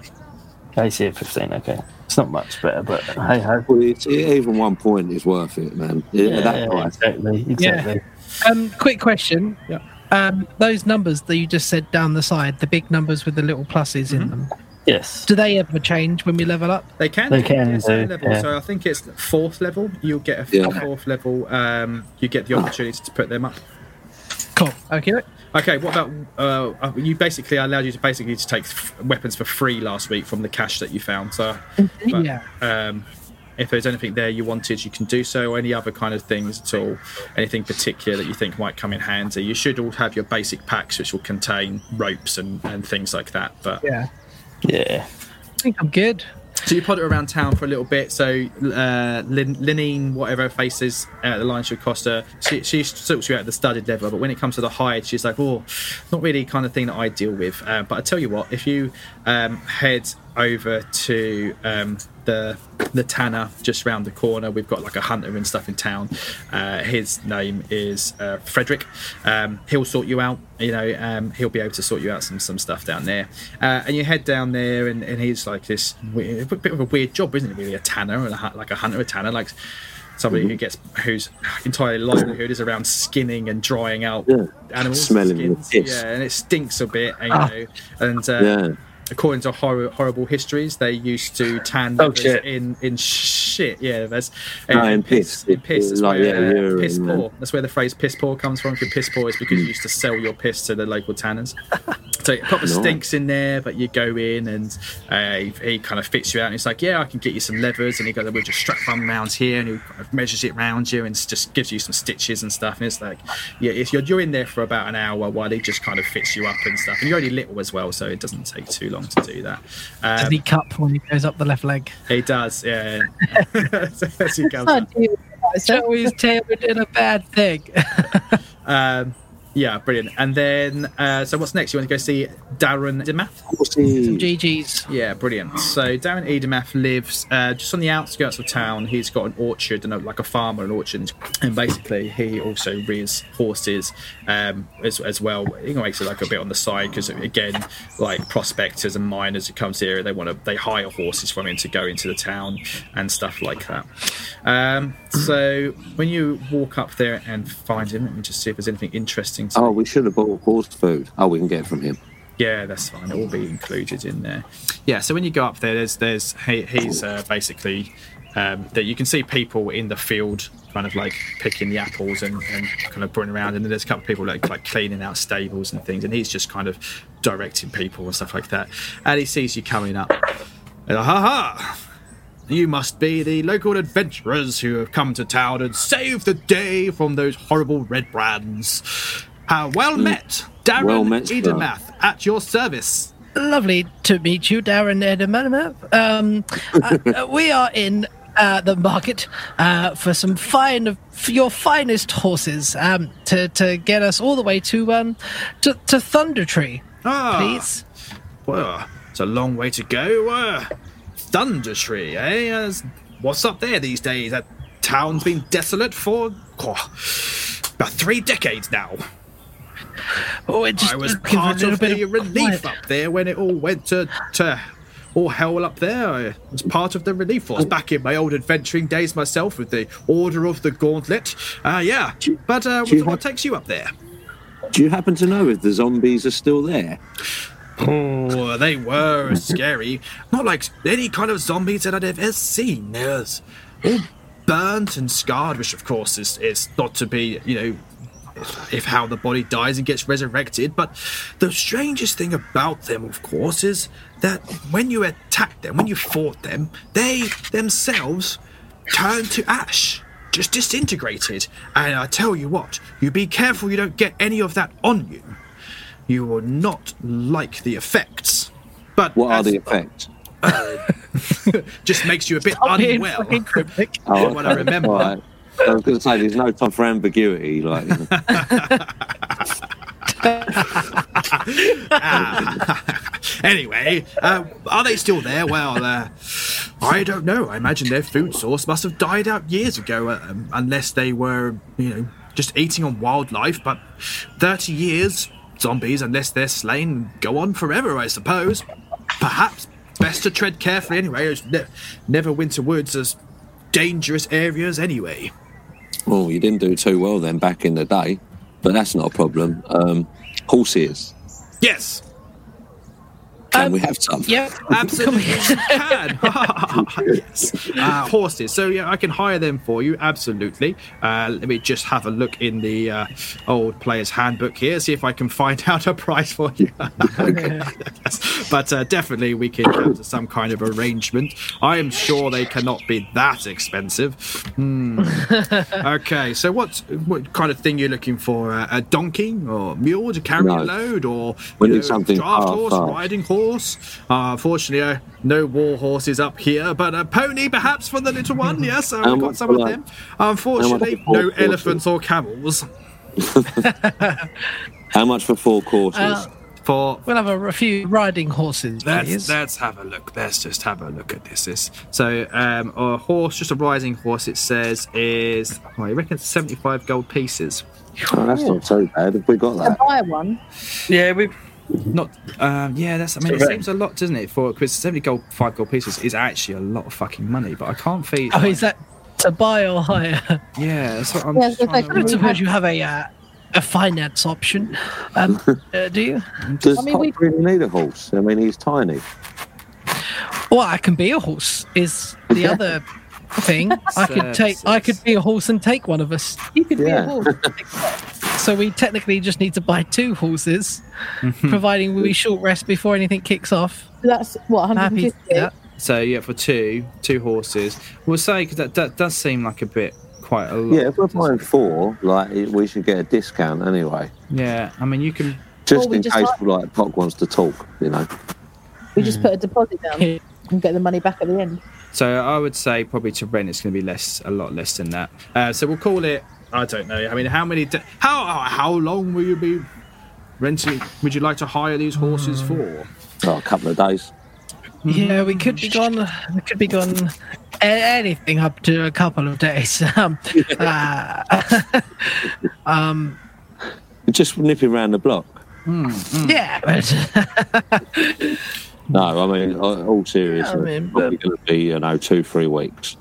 Speaker 2: I see it. Fifteen. Okay. It's not much better, but hey ho.
Speaker 3: Well, it's, even one point is worth it, man. Yeah, at that price.
Speaker 2: exactly. Exactly.
Speaker 4: Um, quick question.
Speaker 1: Yeah.
Speaker 4: Um, those numbers that you just said down the side, the big numbers with the little pluses in them,
Speaker 2: Yes.
Speaker 4: do they ever change when we level up?
Speaker 1: they can
Speaker 2: They
Speaker 1: do
Speaker 2: can
Speaker 1: DSO
Speaker 2: do,
Speaker 1: level
Speaker 2: yeah.
Speaker 1: so i think it's fourth level you'll get a
Speaker 3: Yeah.
Speaker 1: a fourth level um, you get the opportunity to put them up
Speaker 4: Cool. Okay.
Speaker 1: okay what about uh, you basically I allowed you to basically to take f- weapons for free last week from the cash that you found so but-
Speaker 4: yeah.
Speaker 1: um, if there's anything there you wanted, you can do so. Or any other kind of things at all, anything particular that you think might come in handy. You should all have your basic packs, which will contain ropes and, and things like that. But
Speaker 4: Yeah.
Speaker 2: Yeah.
Speaker 4: I think I'm good.
Speaker 1: so you potter around town for a little bit. So uh, Lin- Linine, whatever her face is, uh, the line should cost her. She, she sorts you out the studded leather, but when it comes to the hide, she's like, oh, not really kind of thing that I deal with. Uh, but I tell you what, if you um, head over to um, the the tanner just round the corner, we've got like a hunter and stuff in town. Uh, his name is uh, Frederick. Um, he'll sort you out. You know, um, he'll be able to sort you out some some stuff down there. Uh, and you head down there, and, and he's like this weird, bit of a weird job, isn't it? Really, a tanner and a, hu- like a hunter, a tanner, like somebody
Speaker 3: Mm-hmm.
Speaker 1: who gets whose entire livelihood is around skinning and drying out
Speaker 3: Yeah.
Speaker 1: animals,
Speaker 3: Smelling the
Speaker 1: skins.
Speaker 3: piss.
Speaker 1: yeah, and it stinks a bit, and, you
Speaker 4: Ah.
Speaker 1: know, and uh,
Speaker 3: Yeah.
Speaker 1: according to horror, horrible histories, they used to tan
Speaker 2: Oh,
Speaker 1: livers
Speaker 2: shit.
Speaker 1: in in shit. Yeah, that's
Speaker 3: No, Ah, in piss.
Speaker 1: In piss, that's
Speaker 3: Like,
Speaker 1: where,
Speaker 3: yeah,
Speaker 1: uh,
Speaker 3: urine,
Speaker 1: piss
Speaker 3: man.
Speaker 1: poor. That's where the phrase piss poor comes from. If you're piss poor, it's because you used to sell your piss to the local
Speaker 3: *laughs*
Speaker 1: tanners. So it proper
Speaker 3: Nice.
Speaker 1: stinks in there, but you go in and uh, he, he kind of fits you out and he's like, "Yeah, I can get you some levers." And he goes, "We'll just strap one round here," and he kind of measures it round you and s- just gives you some stitches and stuff. And it's like, yeah, if you're you're in there for about an hour while he just kind of fits you up and stuff. And you're only little as well, so it doesn't take too long to do that.
Speaker 4: Does
Speaker 1: Um,
Speaker 4: he cup when he goes up the left leg?
Speaker 1: he does, yeah. *laughs* So as he comes
Speaker 5: Oh,
Speaker 1: up.
Speaker 5: dear.
Speaker 4: *laughs* always tailored in a bad *laughs* thing.
Speaker 1: Um, yeah, brilliant. And then, uh, so what's next? You want to go see Darren Demath?
Speaker 3: Horses.
Speaker 4: GG's.
Speaker 1: Yeah, brilliant. So Darren Edemath lives uh, just on the outskirts of town. He's got an orchard and a, like a farm or an orchard, and basically he also rears horses um, as, as well. He makes it like a bit on the side because again, like prospectors and miners who comes here, they want to they hire horses from him to go into the town and stuff like that. Um, so when you walk up there and find him, let me just see if there's anything interesting. To
Speaker 3: Oh, we should have bought horse food. Oh, we can get it from him.
Speaker 1: yeah, that's fine. It will be included in there. Yeah. So when you go up there, there's there's he, he's uh, basically um, that you can see people in the field kind of like picking the apples and, and kind of running around and then there's a couple of people like, like cleaning out stables and things and he's just kind of directing people and stuff like that and he sees you coming up and, ha ha you must be the local adventurers who have come to town and saved the day from those horrible red brands how well met darren
Speaker 3: Mm. Well met, sir.
Speaker 1: Edermath at your service
Speaker 4: Lovely to meet you, Darren Edelman. Um, uh, uh, we are in uh, the market uh, for some fine, for your finest horses um, to to get us all the way to um to, to Thunder Tree,
Speaker 1: ah.
Speaker 4: please.
Speaker 1: Well, it's a long way to go. Uh, Thunder Tree, eh? Uh, what's up there these days? That town's been desolate for oh, about three decades now.
Speaker 4: Oh, it just
Speaker 1: I was
Speaker 4: give it a
Speaker 1: part
Speaker 4: little
Speaker 1: of
Speaker 4: bit
Speaker 1: the relief
Speaker 4: quiet.
Speaker 1: up there when it all went to, to all hell up there. I was part of the relief force back in my old adventuring days myself with the Order of the Gauntlet. Uh, yeah, but uh,
Speaker 3: do you
Speaker 1: what, what
Speaker 3: have-
Speaker 1: takes you up there?
Speaker 3: Do you happen to know if the zombies are still there?
Speaker 1: Oh, they were scary. Not like any kind of zombies that I'd have ever seen. They're all burnt and scarred, which of course is, is not to be, you know, if how the body dies and gets resurrected. But the strangest thing about them, of course, is that when you attacked them, when you fought them, they themselves turned to ash, just disintegrated. And I tell you what, you be careful you don't get any of that on you. You will not like the effects. But
Speaker 3: What are
Speaker 1: as-
Speaker 3: the effects?
Speaker 1: just makes you a bit
Speaker 4: I'm
Speaker 1: *laughs*
Speaker 4: being
Speaker 1: unwell.
Speaker 4: fucking cryptic.
Speaker 3: Oh,
Speaker 1: what I remember.
Speaker 3: All right. I was going to say, there's no time for ambiguity. Like, you
Speaker 1: *laughs*
Speaker 3: know.
Speaker 1: Anyway, uh, are they still there? Well, uh, I don't know. I imagine their food source must have died out years ago, um, unless they were, you know, just eating on wildlife. But 30 years, zombies, unless they're slain, go on forever, I suppose. Perhaps best to tread carefully anyway. as Ne- never winter woods as dangerous areas anyway.
Speaker 3: oh, you didn't do too well then back in the day, but that's not a problem. Um, horses.
Speaker 1: Yes,
Speaker 3: Can
Speaker 4: Um,
Speaker 3: we have some?
Speaker 4: Yep.
Speaker 1: Absolutely, you *laughs* can. yes. Uh, horses. So yeah, I can hire them for you. Absolutely. Uh, let me just have a look in the uh, old player's handbook here, see if I can find *laughs* out a price for you. *laughs* but uh, definitely, we can come to some kind of arrangement. I am sure they cannot be that expensive. Hmm. Okay. So what what kind of thing you're looking for? Uh, a donkey or mule to carry a
Speaker 3: No.
Speaker 1: load, or
Speaker 3: We
Speaker 1: you
Speaker 3: need something
Speaker 1: draft
Speaker 3: far,
Speaker 1: horse,
Speaker 3: far.
Speaker 1: riding horse. Uh, unfortunately, uh, no war horses up here, but a pony perhaps for the little *laughs* one. Yes, uh,
Speaker 3: How
Speaker 1: we've got
Speaker 3: much
Speaker 1: some of
Speaker 3: for that?
Speaker 1: them. Unfortunately,
Speaker 3: How much for
Speaker 1: no
Speaker 3: horses?
Speaker 1: elephants or camels.
Speaker 3: How much for four courses?
Speaker 4: Uh,
Speaker 1: For
Speaker 4: We'll have a, a few riding horses,
Speaker 1: let's,
Speaker 4: please.
Speaker 1: let's have a look. Let's just have a look at this. This so um, a horse, just a rising horse. It says is oh, I reckon it's seventy-five gold pieces.
Speaker 3: oh, that's not so bad. Have we got
Speaker 5: To
Speaker 3: that?
Speaker 5: buy one.
Speaker 2: Yeah, we
Speaker 1: Not um, yeah, that's I mean it
Speaker 2: Correct.
Speaker 1: seems a lot, doesn't it? For because seventy gold, five gold pieces is actually a lot of fucking money. But I can't feed.
Speaker 4: Oh, is that to buy or hire?
Speaker 1: yeah? That's what I'm
Speaker 5: Yeah, I was
Speaker 1: just
Speaker 5: gonna
Speaker 1: trying
Speaker 5: say,
Speaker 1: to
Speaker 4: I don't
Speaker 5: *laughs* We
Speaker 4: suppose
Speaker 5: have-
Speaker 4: you have a uh, a finance option,
Speaker 5: *laughs*
Speaker 4: um, uh, do you?
Speaker 3: Does
Speaker 5: I
Speaker 3: I
Speaker 5: mean, we-
Speaker 3: really need a horse? I mean, he's tiny.
Speaker 4: Well, I can be a horse. Is the other thing I could take? I could be a horse and take one of us.
Speaker 5: You could
Speaker 3: Yeah.
Speaker 5: be a wolf.
Speaker 4: So we technically just need to buy two horses,
Speaker 3: Mm-hmm.
Speaker 4: providing we short rest before anything kicks off.
Speaker 5: That's what
Speaker 4: Happy to
Speaker 5: 150.
Speaker 4: do that.
Speaker 1: So yeah, for two, two horses. We'll say because that, that does seem like a bit quite a lot.
Speaker 3: Yeah, if we're buying four, like it- we should get a discount anyway,
Speaker 1: Yeah, I mean you can.
Speaker 3: just
Speaker 5: Or we
Speaker 3: in
Speaker 5: just
Speaker 3: case
Speaker 5: like-
Speaker 3: like Pock wants to talk. You know,
Speaker 5: We just put a deposit down and get the money back at the end.
Speaker 1: So I would say probably to rent it's going to be less, a lot less than that. Uh, so we'll call it. I don't know. I mean, how many? Da- how how long will you be renting? Would you like to hire these horses for?
Speaker 3: oh, a couple of days.
Speaker 4: Yeah, we could be
Speaker 3: Mm-hmm.
Speaker 4: gone. We could be gone. a- Anything up to a couple of days. *laughs* Um, uh,
Speaker 3: Just nipping round the block. Mm-hmm.
Speaker 4: yeah, but
Speaker 3: No, I mean, uh, all seriousness,
Speaker 4: I mean,
Speaker 3: probably going to be you know two, three weeks.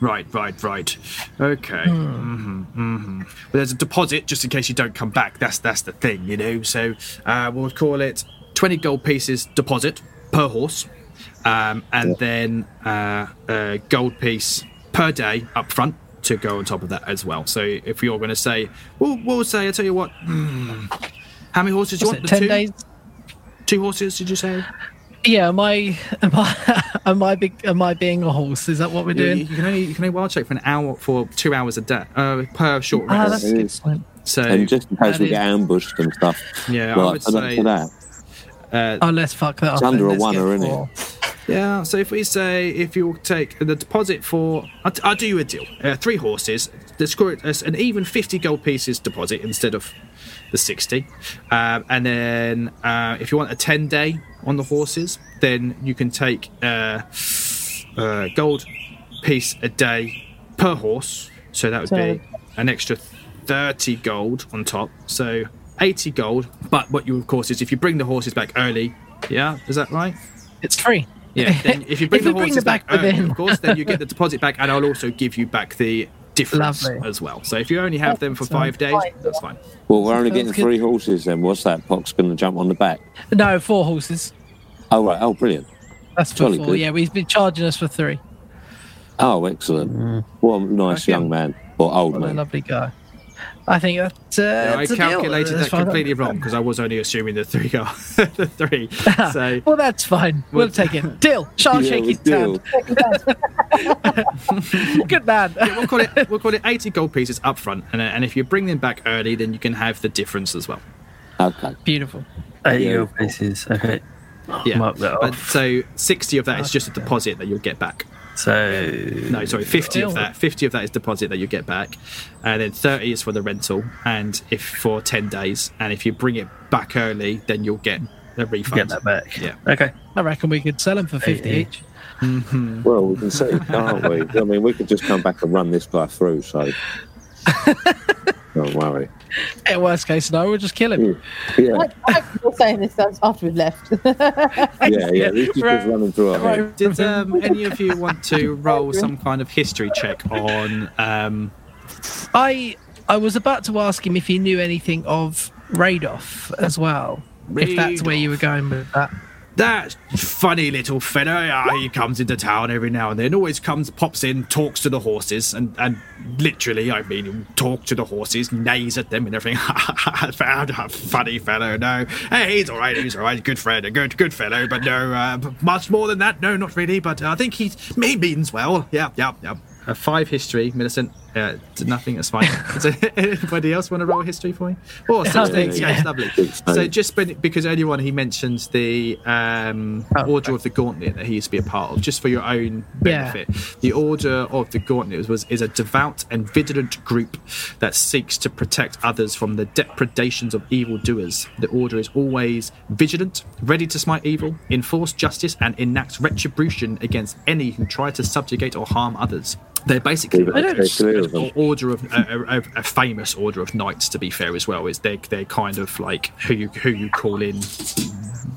Speaker 1: Right, right, right. Okay. hmm hmm Well, there's a deposit just in case you don't come back. That's that's the thing, you know. So uh, we'll call it twenty gold pieces deposit per horse. um, and then uh, a gold piece per day up front to go on top of that as well. So if you're going to say, we'll, we'll say, I tell you what, hmm, how many horses do you want?
Speaker 4: What's
Speaker 1: The
Speaker 4: it, 10
Speaker 1: two,
Speaker 4: days?
Speaker 1: two horses, did you say?
Speaker 4: Yeah, am I, *laughs* am I, am I, big, am I being a horse? Is that what we're
Speaker 1: You,
Speaker 4: doing?
Speaker 1: you can only you can only wild check for an hour for two hours a day uh, per short
Speaker 4: Ah,
Speaker 1: rest.
Speaker 4: that's a good
Speaker 3: Yes.
Speaker 4: point.
Speaker 1: so
Speaker 3: and just in case
Speaker 4: that
Speaker 3: we
Speaker 4: is-
Speaker 3: get ambushed and stuff.
Speaker 1: Yeah, I
Speaker 3: well,
Speaker 1: would
Speaker 3: don't
Speaker 1: say-
Speaker 3: do that.
Speaker 4: Oh, let's fuck that up. then.
Speaker 3: under a
Speaker 4: Let's
Speaker 3: one,
Speaker 4: get
Speaker 3: isn't it?
Speaker 4: four.
Speaker 1: Yeah, so if we say if you take the deposit for, I'll, t- I'll do you a deal. Uh, three horses, the score us an even fifty gold pieces deposit instead of the sixty, um, and then uh, if you want a ten day on the horses, then you can take uh, uh, gold piece a day per horse. So that would be
Speaker 5: So-
Speaker 1: an extra thirty gold on top. So eighty gold. But what you of course is if you bring the horses back early. Yeah, is that right?
Speaker 4: It's free. *laughs*
Speaker 1: Yeah. Then if you bring
Speaker 4: If
Speaker 1: the
Speaker 4: we bring
Speaker 1: horses
Speaker 4: the
Speaker 1: back,
Speaker 4: back
Speaker 1: early,
Speaker 4: within.
Speaker 1: of course, then you get the deposit back, and I'll also give you back the difference
Speaker 4: Lovely.
Speaker 1: as well. So if you only have them for
Speaker 4: That sounds
Speaker 1: five days,
Speaker 5: fine.
Speaker 1: that's fine.
Speaker 3: Well, we're only
Speaker 4: Sounds
Speaker 3: getting
Speaker 4: good.
Speaker 3: three horses then. What's that? Pox going to jump on the back.
Speaker 4: No, four horses.
Speaker 3: Oh, right. Oh, brilliant.
Speaker 4: That's for
Speaker 3: Jolly
Speaker 4: four.
Speaker 3: good.
Speaker 4: Yeah, we've been charging us for three.
Speaker 3: Oh, excellent.
Speaker 4: Mm.
Speaker 3: What a nice
Speaker 4: Okay.
Speaker 3: young man or old
Speaker 4: What a
Speaker 3: man.
Speaker 4: lovely guy. I think that's. Uh,
Speaker 1: Yeah, I
Speaker 4: it's a deal.
Speaker 1: calculated
Speaker 4: That's
Speaker 1: that
Speaker 4: fine. *laughs*
Speaker 1: completely wrong because I was only assuming the three are *laughs* the three. So
Speaker 4: Well, that's fine. We'll
Speaker 1: Well- *laughs*
Speaker 4: take it. Deal. Shall
Speaker 3: Yeah,
Speaker 4: shake
Speaker 3: we
Speaker 4: his hand.
Speaker 3: do.
Speaker 4: *laughs* Good man.
Speaker 1: we'll call it we'll call it eighty gold pieces up front, and, and if you bring them back early, then you can have the difference as well.
Speaker 3: Okay.
Speaker 4: Beautiful.
Speaker 2: Eight
Speaker 3: Yeah.
Speaker 2: gold pieces. Okay.
Speaker 1: Yeah,
Speaker 2: Mark that
Speaker 1: but
Speaker 2: off.
Speaker 1: so sixty of that is just a deposit that you'll get back.
Speaker 2: So
Speaker 1: No, sorry, 50 of
Speaker 4: Deal.
Speaker 1: that. 50 of that is deposit that you get back. And then 30 is for the rental and if for 10 days. And if you bring it back early, then you'll get a refund.
Speaker 2: get that back.
Speaker 1: Yeah.
Speaker 2: Okay.
Speaker 4: I reckon we could sell them for 50
Speaker 2: yeah.
Speaker 4: each.
Speaker 1: Mm-hmm.
Speaker 3: Well, we can see, can't we? I mean, we could just come back and run this guy through, so don't worry.
Speaker 4: At worst case scenario, we'll just kill him.
Speaker 3: Yeah,
Speaker 5: Like, like you're saying this that's after we've left. *laughs*
Speaker 3: yeah, yeah. This is just
Speaker 4: Right.
Speaker 3: running through our head.
Speaker 4: Right.
Speaker 1: Did um, any of you want to roll some kind of history check on. Um,
Speaker 4: I I was about to ask him if he knew anything of Radoff as well. If that's where you were going with that.
Speaker 1: that funny little fella, ah, he comes into town every now and then, always comes, pops in, talks to the horses, and, and literally, I mean, talk to the horses, neighs at them and everything. *laughs* Found a funny fellow, no. Hey, he's all right, he's all right, good friend, a good good fellow, but no, uh, much more than that, no, not really, but I think he's, he means well. Yeah, yeah, yeah. Uh, five history, Millicent. Uh, d- nothing, that's *laughs* fine. Does anybody else want to roll history for me? *laughs* Or something?
Speaker 4: yeah.
Speaker 1: Yeah, it's lovely. So just been, because earlier on he mentions the um,
Speaker 3: Oh,
Speaker 1: Order of the Gauntlet that he used to be a part of, just for your own
Speaker 4: Yeah.
Speaker 1: benefit. The Order of the Gauntlet was is a devout and vigilant group that seeks to protect others from the depredations of evildoers. The Order is always vigilant, ready to smite evil, enforce justice, and enact retribution against any who try to subjugate or harm others. They're basically
Speaker 3: I don't- They're clear of them.
Speaker 1: or order of a, a, a famous order of knights to be fair as well is they they're kind of like who you who you call in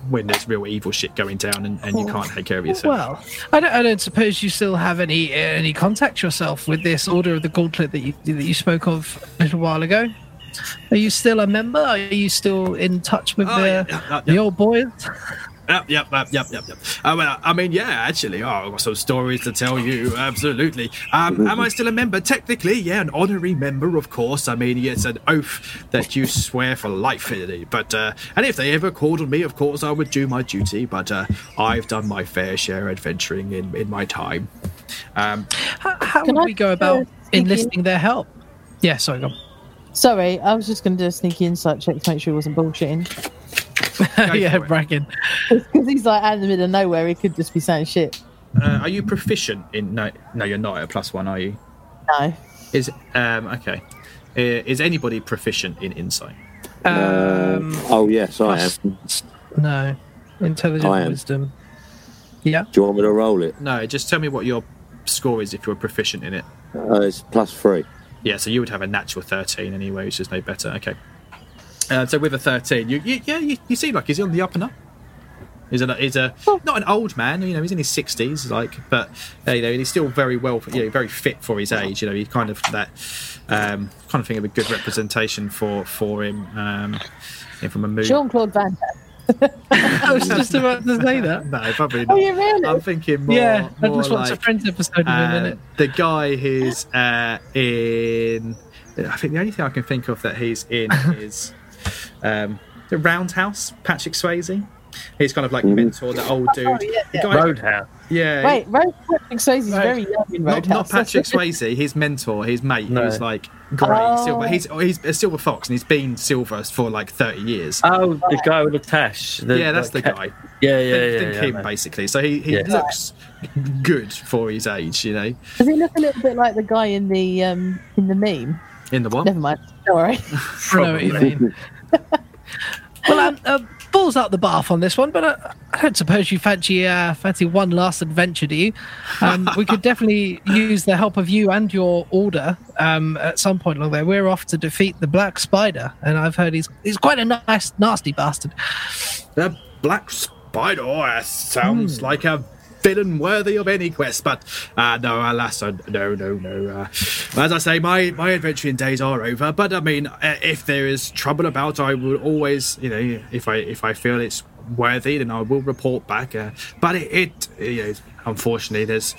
Speaker 1: when there's real evil shit going down and, and you can't take care of yourself
Speaker 4: Well, I don't, I don't suppose you still have any uh, any contact yourself with this Order of the Gauntlet that you that you spoke of a little while ago. Are you still a member? Are you still in touch with
Speaker 1: Oh,
Speaker 4: the,
Speaker 1: yeah, yeah, yeah,
Speaker 4: the
Speaker 1: yeah.
Speaker 4: old boys?
Speaker 1: Yep, yep, yep, yep, yep, yep. Uh, well, I mean, yeah, actually, oh, I've got some stories to tell you. Absolutely. Um, am I still a member? Technically, yeah, an honorary member, of course. I mean, it's an oath that you swear for life. really. But uh, and if they ever called on me, of course, I would do my duty. But uh, I've done my fair share adventuring in, in my time. Um,
Speaker 4: How, how
Speaker 5: Can
Speaker 4: would
Speaker 5: I
Speaker 4: we go
Speaker 5: just, uh,
Speaker 4: about
Speaker 5: sneak in?
Speaker 4: enlisting their help? Yeah, sorry, go on.
Speaker 5: Sorry, I was just going to do a sneaky insight check to make sure he wasn't bullshitting.
Speaker 1: for
Speaker 4: *laughs* yeah,
Speaker 1: it.
Speaker 4: bragging.
Speaker 5: Because he's like out in the middle of nowhere, he could just be saying shit.
Speaker 1: uh, are you proficient in? No, no, you're not at a plus one, are you?
Speaker 5: No.
Speaker 1: Is um okay. Uh, is anybody proficient in insight?
Speaker 4: Um,
Speaker 3: oh yes, I am.
Speaker 4: plus-
Speaker 3: Do
Speaker 4: no,
Speaker 3: I
Speaker 4: intelligent
Speaker 3: am.
Speaker 4: wisdom. Yeah,
Speaker 3: you want me to roll it?
Speaker 1: No, just tell me what your score is if you're proficient in it.
Speaker 3: Uh, it's plus three.
Speaker 1: Yeah, so you would have a natural 13 anyway, which is no better. Okay. Uh, so with a 13, you, you yeah, you, you seem like he's on the up and up. He's a, he's a not an old man, you know, he's in his 60s, like, but uh, you know, he's still very well, you know, very fit for his age. You know, he's kind of that um, kind of thing of a good representation for for him um, you know, from a movie.
Speaker 5: Jean Claude Van Damme.
Speaker 4: I was just about to say that.
Speaker 1: No, probably
Speaker 5: Oh,
Speaker 1: not.
Speaker 5: you really?
Speaker 1: I'm thinking more.
Speaker 4: yeah, I
Speaker 1: more
Speaker 4: just watched
Speaker 1: like,
Speaker 4: a Friends episode in a
Speaker 1: uh,
Speaker 4: minute.
Speaker 1: the guy who's uh, in. I think the only thing I can think of that he's in is um, the Roundhouse. Patrick Swayze. He's kind of
Speaker 2: Mm-hmm.
Speaker 1: like mentor that old dude.
Speaker 5: Oh, yeah,
Speaker 1: The
Speaker 5: yeah.
Speaker 1: guy-
Speaker 2: Roadhouse.
Speaker 1: yeah,
Speaker 5: Wait, Road Patrick Swayze's
Speaker 4: Road-
Speaker 5: very young in
Speaker 1: not,
Speaker 5: Roadhouse.
Speaker 1: not Patrick Swayze, his mentor, his mate,
Speaker 2: No.
Speaker 1: who's like grey
Speaker 5: Oh.
Speaker 1: silver. He's oh, he's a silver fox, and he's been silver for like thirty years.
Speaker 2: Oh, the guy with the tash. The,
Speaker 1: yeah, that's the
Speaker 2: like,
Speaker 1: guy.
Speaker 2: Yeah, yeah,
Speaker 1: think,
Speaker 2: yeah.
Speaker 1: think
Speaker 2: yeah,
Speaker 1: him
Speaker 2: no.
Speaker 1: basically. So he, he
Speaker 2: Yeah.
Speaker 1: looks good for his age, you know.
Speaker 5: Does he look a little bit like the guy in the um in the meme?
Speaker 1: In the one,
Speaker 5: Never mind. Don't *laughs* worry.
Speaker 4: I know what you mean. *laughs* well, um, uh, balls out the bath on this one, but uh, I don't suppose you fancy uh, fancy one last adventure, do you? Um, we could definitely use the help of you and your order um, at some point along there. We're off to defeat the Black Spider, and I've heard he's he's quite a nice, nasty bastard.
Speaker 1: the Black Spider uh, sounds like a villain worthy of any quest, but uh, no, alas, uh, no, no, no. Uh, as I say, my my adventuring days are over. But I mean, uh, if there is trouble about, I will always, you know, if I if I feel it's worthy, then I will report back. Uh, but it, it you know, unfortunately, there's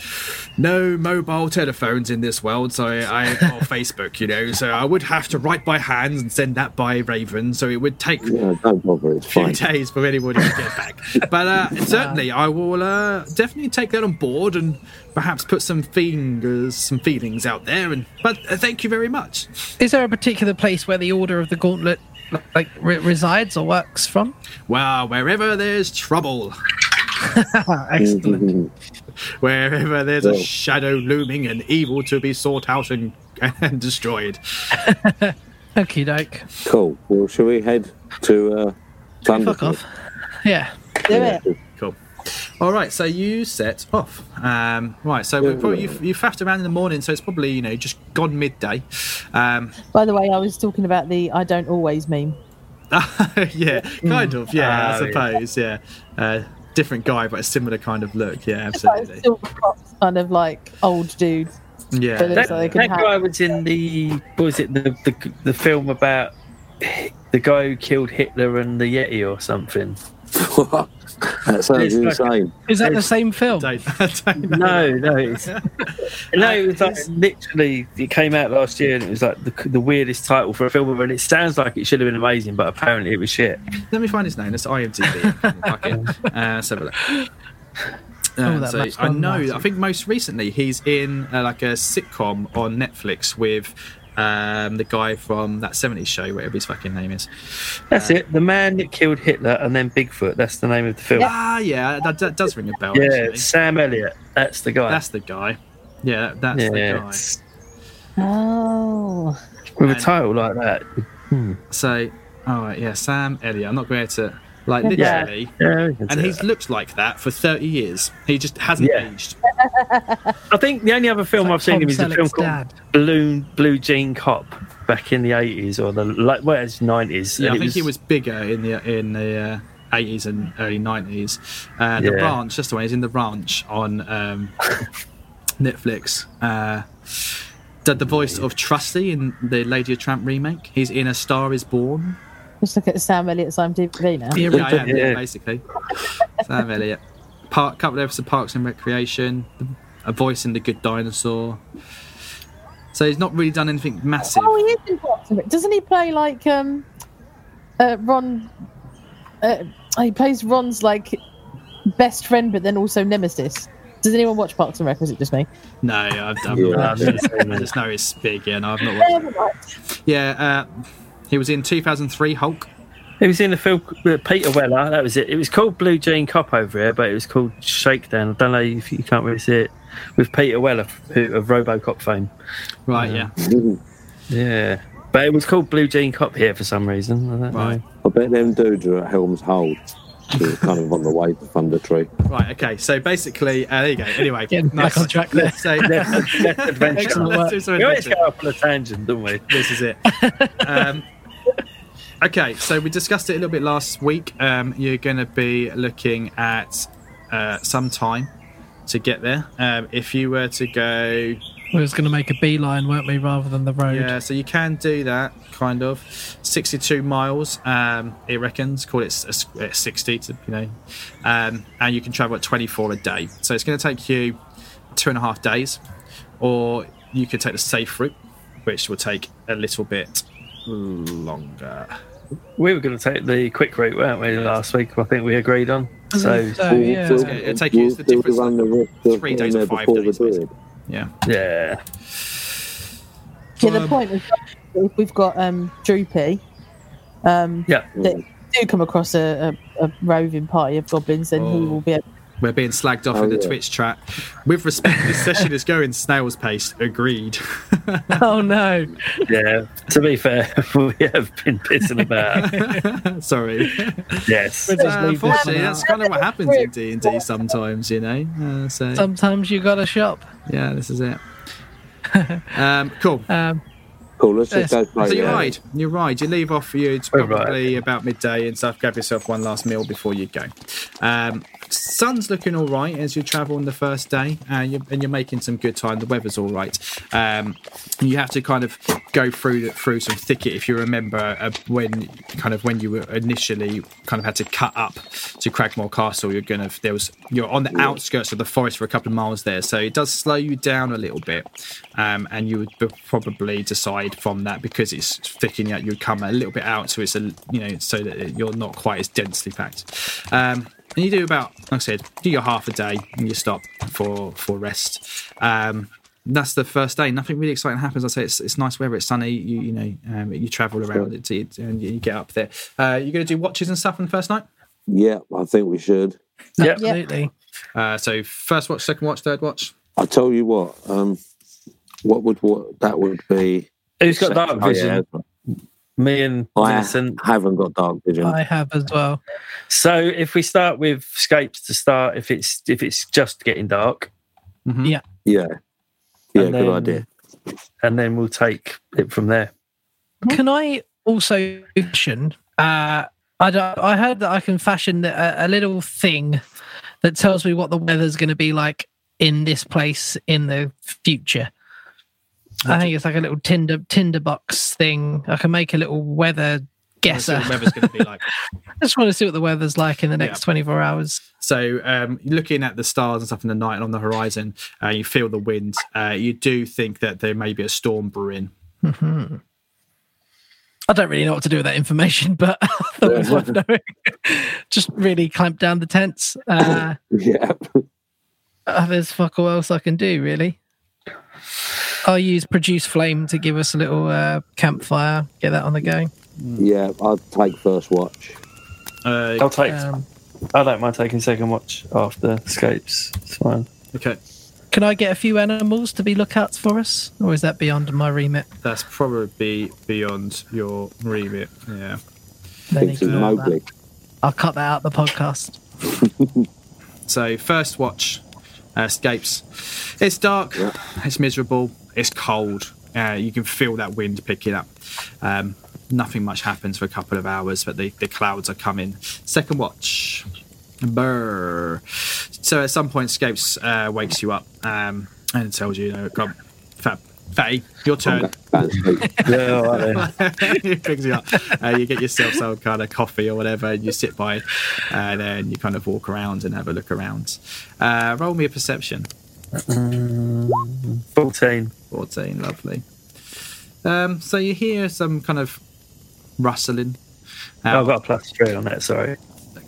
Speaker 1: no mobile telephones in this world, so I, I or *laughs* Facebook, you know, so I would have to write by hand and send that by Raven. So it would take
Speaker 3: Yeah, don't bother. It's
Speaker 1: few
Speaker 3: fine.
Speaker 1: days for anybody to get
Speaker 3: *laughs*
Speaker 1: back. But uh, certainly, I will uh, definitely take that on board and perhaps put some fingers, some feelings out there. And but uh, thank you very much.
Speaker 4: Is there a particular place where the Order of the Gauntlet like re- resides or works from?
Speaker 1: Well, wherever there's trouble,
Speaker 4: Ah, excellent.
Speaker 1: wherever there's a
Speaker 3: Well.
Speaker 1: shadow looming and evil to be sought out and, *laughs* and destroyed.
Speaker 4: Okie doke.
Speaker 3: *laughs* cool. Well, shall we head to uh, Thunder?
Speaker 4: Fuck off. Yeah.
Speaker 5: Do it.
Speaker 1: Cool. All right, so you set off. Um, right, so we probably, you, you faffed around in the morning, so it's probably you know just gone midday. Um,
Speaker 5: By the way, I was talking about the I don't always meme.
Speaker 1: *laughs* yeah, kind of. Yeah, I
Speaker 2: Oh, yeah.
Speaker 1: suppose. Yeah, Uh, different guy, but a similar kind of look. Yeah,
Speaker 5: It's like
Speaker 1: absolutely.
Speaker 5: Silver Fox, kind of like old dude. but
Speaker 1: Yeah,
Speaker 5: it's
Speaker 2: That,
Speaker 5: so they can
Speaker 2: that
Speaker 5: have-
Speaker 2: guy was in the what was it the, the the film about the guy who killed Hitler and the Yeti
Speaker 1: *laughs*
Speaker 2: or something?
Speaker 3: *laughs* that sounds
Speaker 2: It's like-
Speaker 3: insane.
Speaker 4: Is that the same film?
Speaker 1: Don't- *laughs* don't know.
Speaker 2: No, no, it's, no. It was like literally it came out last year and it was like the, the weirdest title for a film ever. And it sounds like it should have been amazing, but apparently it was shit.
Speaker 1: Let me find his name. It's IMDb. Fuck it. Uh, let's have a look. Uh,
Speaker 4: that
Speaker 1: so
Speaker 4: must
Speaker 1: I
Speaker 4: run
Speaker 1: know.
Speaker 4: massive.
Speaker 1: I think most recently he's in uh, like a sitcom on Netflix with um, the guy from that '70s show, whatever his fucking name is.
Speaker 2: That's it. The man that killed Hitler and then Bigfoot. That's the name of the film. Yeah,
Speaker 1: Ah, yeah, that, that does ring a bell. actually.
Speaker 2: Sam Elliott. That's the guy.
Speaker 1: that's the guy. Yeah, that, that's
Speaker 2: yeah.
Speaker 1: the guy.
Speaker 5: Oh,
Speaker 2: With a
Speaker 1: And-
Speaker 2: title like that.
Speaker 1: So, all right, yeah, Sam Elliott. I'm not going to like
Speaker 5: Yeah.
Speaker 1: literally,
Speaker 2: Yeah, we can
Speaker 1: and
Speaker 2: say
Speaker 1: he's
Speaker 2: that.
Speaker 1: looked like that for 30 years. He just hasn't
Speaker 2: Yeah.
Speaker 1: aged.
Speaker 2: I think the only other film
Speaker 4: It's like
Speaker 2: I've seen
Speaker 4: Tom
Speaker 2: him is a film
Speaker 4: Selleck's
Speaker 2: called
Speaker 4: dad.
Speaker 2: Blue Blue Jean Cop back in the eighties or the like well it's nineties.
Speaker 1: Yeah, I think he was bigger in the in the uh, 80s and early 90s. Uh, The
Speaker 2: Yeah.
Speaker 1: Ranch, that's the one. He's in The Ranch on um, Netflix. Uh, did the voice of Trusty in the Lady of Tramp remake. He's in A Star Is Born.
Speaker 5: just look at Sam Elliott's IMDb now.
Speaker 4: The *laughs*
Speaker 1: Yeah, I am, yeah,
Speaker 2: Yeah.
Speaker 1: basically. Sam Elliott. Park, couple of episodes of Parks and Recreation. A voice in The Good Dinosaur. So he's not really done anything massive.
Speaker 5: Oh, he is in Parks and Rec. Doesn't he play like um, uh, Ron? Uh, he plays Ron's like best friend, but then also nemesis. Does anyone watch Parks and Rec? Or is it just me?
Speaker 1: No, I've, I've,
Speaker 3: Yeah.
Speaker 1: I've just, *laughs* I just know it's big, yeah, no, I've not watched
Speaker 5: Never mind.
Speaker 1: it. Yeah, uh, he was in 2003 Hulk.
Speaker 2: He was in a film with Peter Weller, that was it. It was called Blue Jean Cop over here, but it was called Shakedown. I don't know if you can't really see it. With Peter Weller who, of Robocop fame.
Speaker 1: Right, yeah.
Speaker 2: Yeah. But it was called Blue Jean Cop here for some reason. I don't
Speaker 1: Right.
Speaker 2: know.
Speaker 3: I bet them dudes are at Helm's Hold. We're kind of on the way to Thunder Tree.
Speaker 1: Right, okay. So basically, uh, there you go. Anyway,
Speaker 4: Getting back on track there.
Speaker 1: So,
Speaker 2: That's, that's adventure.
Speaker 4: Excellent.
Speaker 1: let's do some
Speaker 2: We always
Speaker 1: adventure.
Speaker 2: go off on a tangent, don't we?
Speaker 1: this is it. Um, *laughs* okay, so we discussed it a little bit last week. Um, you're going to be looking at uh, some time to get there. Um, if you were to go
Speaker 4: We was going to make a beeline, weren't we, rather than the road?
Speaker 1: Yeah, so you can do that, kind of. 62 miles, um, it reckons. Call it s- s- uh, 60, to, you know. Um, and you can travel at 24 a day. So it's going to take you two and a half days. Or you could take the safe route, which will take a little bit longer.
Speaker 2: We were going to take the quick route, weren't we, last week? I think we agreed on. So,
Speaker 4: *laughs* So yeah,
Speaker 1: gonna- it'll take you- it's the difference,
Speaker 3: run the risk of
Speaker 1: three
Speaker 3: being
Speaker 1: days or
Speaker 3: there
Speaker 1: five
Speaker 3: before
Speaker 1: days,
Speaker 3: the
Speaker 1: basically.
Speaker 3: bird.
Speaker 1: Yeah.
Speaker 2: yeah.
Speaker 5: Yeah, the
Speaker 1: Um,
Speaker 5: point is, if we've got um, Droopy, um,
Speaker 2: Yeah.
Speaker 1: Hmm.
Speaker 5: that do come across a, a, a roving party of goblins, then he
Speaker 1: Oh.
Speaker 5: will be able
Speaker 1: We're being slagged off
Speaker 3: Oh,
Speaker 1: in the
Speaker 3: yeah.
Speaker 1: Twitch chat. With respect, this session is going snail's pace. Agreed. *laughs*
Speaker 4: Oh no!
Speaker 2: Yeah. To be fair, *laughs* we have been pissing
Speaker 4: *laughs*
Speaker 2: about.
Speaker 1: Sorry.
Speaker 2: yes.
Speaker 4: Just
Speaker 1: Uh,
Speaker 4: leave this one
Speaker 1: unfortunately,
Speaker 4: out.
Speaker 1: that's kind of what happens in D and D
Speaker 4: *laughs*
Speaker 1: sometimes, you know. Uh, so
Speaker 4: Sometimes you got to shop.
Speaker 1: yeah, this is it. Um, cool.
Speaker 4: Um,
Speaker 3: Cool, let's just go
Speaker 4: Yes.
Speaker 3: straight
Speaker 1: So you
Speaker 3: there.
Speaker 1: ride, you ride, you leave off. You it's
Speaker 2: All right.
Speaker 1: probably about midday and stuff. Grab yourself one last meal before you go. Um, sun's looking all right as you travel on the first day, uh, you, and you're making some good time. The weather's all right. Um, you have to kind of go through through some thicket if you remember uh, when kind of when you were initially kind of had to cut up to Cragmore Castle. You're gonna there was you're on the outskirts of the forest for a couple of miles there, so it does slow you down a little bit, um, and you would b- probably decide from that because it's thickening out. You'd come a little bit out, so it's a you know so that you're not quite as densely packed. Um, and you do about like I said, do your half a day and you stop for for rest. Um, that's the first day. Nothing really exciting happens. I say it's, it's nice weather. It's sunny. You you know um, you travel around it, it and you get up there. Uh, you're gonna do watches and stuff on the first night.
Speaker 3: Yeah, I think we should.
Speaker 2: Yep.
Speaker 4: absolutely.
Speaker 1: Uh, so first watch, second watch, third watch.
Speaker 3: I tell you what, um, what would what that would be?
Speaker 2: Who's got dark
Speaker 3: Oh,
Speaker 2: vision?
Speaker 3: yeah. Oh,
Speaker 2: Me and
Speaker 3: I
Speaker 2: Vincent.
Speaker 3: haven't got dark vision.
Speaker 4: I have as well.
Speaker 2: So if we start with scapes to start, if it's if it's just getting dark,
Speaker 1: Mhm.
Speaker 4: Yeah.
Speaker 3: yeah, yeah, good
Speaker 2: And then-
Speaker 3: idea. *laughs*
Speaker 2: and then we'll take it from there.
Speaker 4: Can I also fashion? Uh, I don't, I heard that I can fashion a, a little thing that tells me what the weather's going to be like in this place in the future. I think it's like a little tinder tinderbox thing. I can make a little weather
Speaker 1: Let's see
Speaker 4: guesser.
Speaker 1: what the weather's gonna be like.
Speaker 4: *laughs* I just want to see what the weather's like in the next
Speaker 1: Yeah.
Speaker 4: 24 hours.
Speaker 1: So, um, looking at the stars and stuff in the night and on the horizon, uh, you feel the wind. Uh, you do think that there may be a storm brewing.
Speaker 4: hmm I don't really know what to do with that information, *laughs* but I thought it was worth knowing. Just really clamp down the tents. Uh,
Speaker 3: Yeah,
Speaker 4: uh, there's fuck all else I can do, really. I'll use produce flame to give us a little uh, campfire. Get that on the go.
Speaker 3: yeah, I'll take first watch.
Speaker 1: Uh,
Speaker 2: I'll take.
Speaker 4: Um,
Speaker 2: I don't mind taking second watch after scapes.
Speaker 4: *laughs*
Speaker 2: It's fine.
Speaker 1: okay,
Speaker 4: can I get a few animals to be lookouts for us, or is that beyond my remit?
Speaker 1: that's probably beyond your remit. Yeah.
Speaker 4: No
Speaker 3: Think
Speaker 4: need to
Speaker 3: it's
Speaker 4: know about
Speaker 3: Mowgli.
Speaker 4: that. I'll cut that out of the podcast.
Speaker 1: So first watch uh, escapes. It's dark.
Speaker 3: Yeah.
Speaker 1: It's miserable. It's cold. Uh, you can feel that wind picking up. Um, nothing much happens for a couple of hours, but the, the clouds are coming. Second watch. Brr. So at some point, Scapes uh, wakes you up um, and tells you, you know, come, Fab, Fatty, your turn.
Speaker 4: *laughs*
Speaker 2: Yeah, all right then.
Speaker 1: *laughs* he picks you up. Uh, you get yourself some kind of coffee or whatever, and you sit by, it, and then you kind of walk around and have a look around. Uh, roll me a perception.
Speaker 2: Fourteen.
Speaker 1: Fourteen, lovely. Um, so you hear some kind of rustling.
Speaker 2: Oh,
Speaker 1: Uh,
Speaker 2: I've got a plus three on that. Sorry.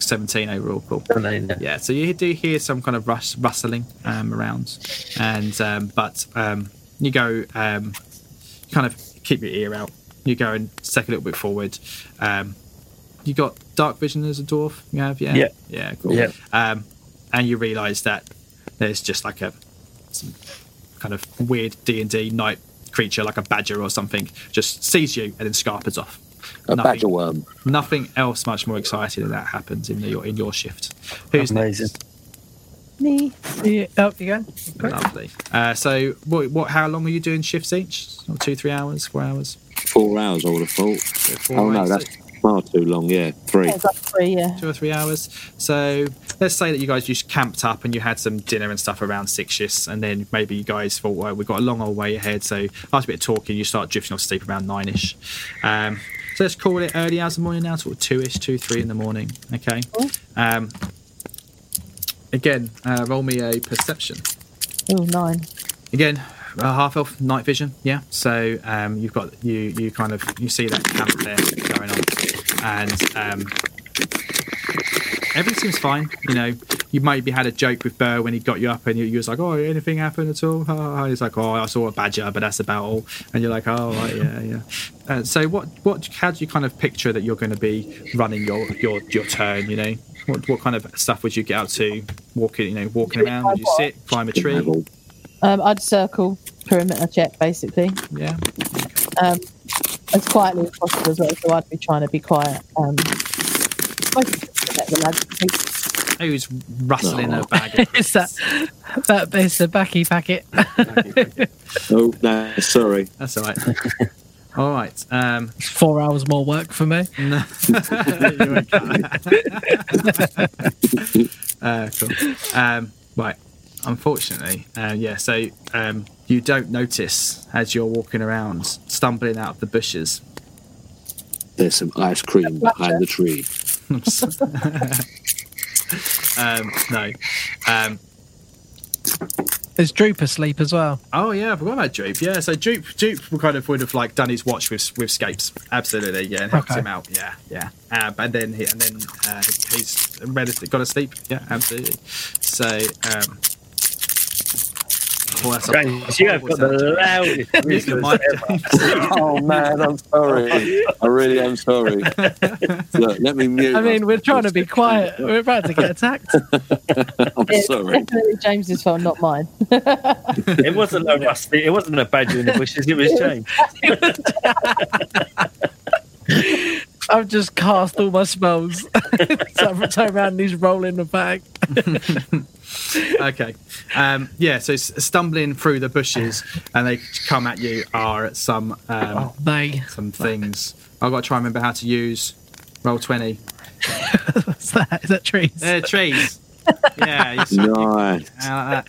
Speaker 1: Seventeen overall, cool.
Speaker 2: Seventeen, yeah.
Speaker 1: Yeah, so you do hear some kind of rus- rustling um, around, and um, but um, you go um, kind of keep your ear out. You go and step a little bit forward. Um, you got dark vision as a dwarf. You have, yeah,
Speaker 2: Yeah.
Speaker 1: yeah, cool.
Speaker 2: Yeah.
Speaker 1: Um, and you realise that there's just like a some kind of weird D and D night creature, like a badger or something, just sees you and then scarpers off.
Speaker 3: A
Speaker 1: Nothing-
Speaker 3: badger worm.
Speaker 1: Nothing else much more exciting than that happens in your in your shift. Who's
Speaker 2: Amazing.
Speaker 5: me.
Speaker 4: Yeah, oh, you go.
Speaker 1: Lovely. Uh, so, what, what? How long were you doing shifts each? Or two, three hours, four hours?
Speaker 3: Four hours, I would have thought.
Speaker 1: Four
Speaker 3: Oh no,
Speaker 1: hours.
Speaker 3: that's far too long. Yeah, three.
Speaker 5: Yeah, it's like three, yeah.
Speaker 1: two or three hours. So let's say that you guys just camped up and you had some dinner and stuff around six shifts, and then maybe you guys thought, well, we've got a long old way ahead. So after a bit of talking, you start drifting off to sleep around nine ish. Um, so let's call it early hours of the morning now, sort of two ish, two, three in the morning. Okay. Um, again, uh, roll me a perception
Speaker 5: Ooh, Oh, nine.
Speaker 1: again a half elf night vision yeah so um, you've got you you kind of you see that camp there going on and um, everything seems fine you know you maybe had a joke with Burr when he got you up and you, you was like oh anything happened at all Ha, ha, ha." he's like oh I saw a badger but that's about all and you're like oh right, yeah yeah uh, so what what how do you kind of picture that you're going to be running your your your turn you know what, what kind of stuff would you get out to walking you know walking around would you sit climb a tree
Speaker 5: Um, I'd circle perimeter check basically
Speaker 1: yeah
Speaker 5: um, as quietly as possible as well. So I'd be trying to be quiet. Um, mostly just to let the lads sleep.
Speaker 1: who's rustling
Speaker 3: No.
Speaker 1: a bag of
Speaker 4: It's that, that it's the backy packet. *laughs*
Speaker 3: Oh no, sorry.
Speaker 1: That's all right. All right. Um, *laughs*
Speaker 4: It's four hours more work for me.
Speaker 1: no. You okay? *laughs* uh, cool. Um, right. Unfortunately, uh, yeah. So um, you don't notice as you're walking around, stumbling out of the bushes.
Speaker 3: There's some ice cream behind the tree.
Speaker 1: Um, no. Um,
Speaker 4: There's Droop asleep as well.
Speaker 1: Oh yeah, I forgot about Droop. Yeah, so Droop Droop would kind of would have like done his watch with with Scapes. Absolutely, yeah, and helped
Speaker 4: Okay.
Speaker 1: him out. Yeah, yeah. Um, and then he and then uh, he's relatively got to sleep. Yeah, absolutely. So um, well, that's a
Speaker 2: James, you have
Speaker 1: horrible
Speaker 2: got the
Speaker 1: sound. *laughs*
Speaker 2: loudest
Speaker 1: Mute your
Speaker 2: whistlers
Speaker 1: mic,
Speaker 2: ever.
Speaker 3: *laughs* oh man, I'm sorry. I really am sorry. Look, let me mute.
Speaker 4: I mean, we're trying to be quiet. We're about to
Speaker 1: *laughs*
Speaker 4: get attacked.
Speaker 3: *laughs* I'm
Speaker 5: It's
Speaker 3: sorry.
Speaker 5: definitely James's fault, not mine.
Speaker 2: It wasn't a rusty. It wasn't a badger in the bushes. It was James.
Speaker 4: I've just cast all my spells. *laughs* so every time around, he's rolling the bag.
Speaker 1: okay. Um, yeah, so s- stumbling through the bushes and they come at you are at some
Speaker 4: Oh,
Speaker 1: um,
Speaker 4: *laughs* They.
Speaker 1: some things. I've got to try and remember how to use roll twenty.
Speaker 4: What's that? Is that trees?
Speaker 1: They're trees. Yeah, you sort of-
Speaker 3: Nice.
Speaker 1: uh, that-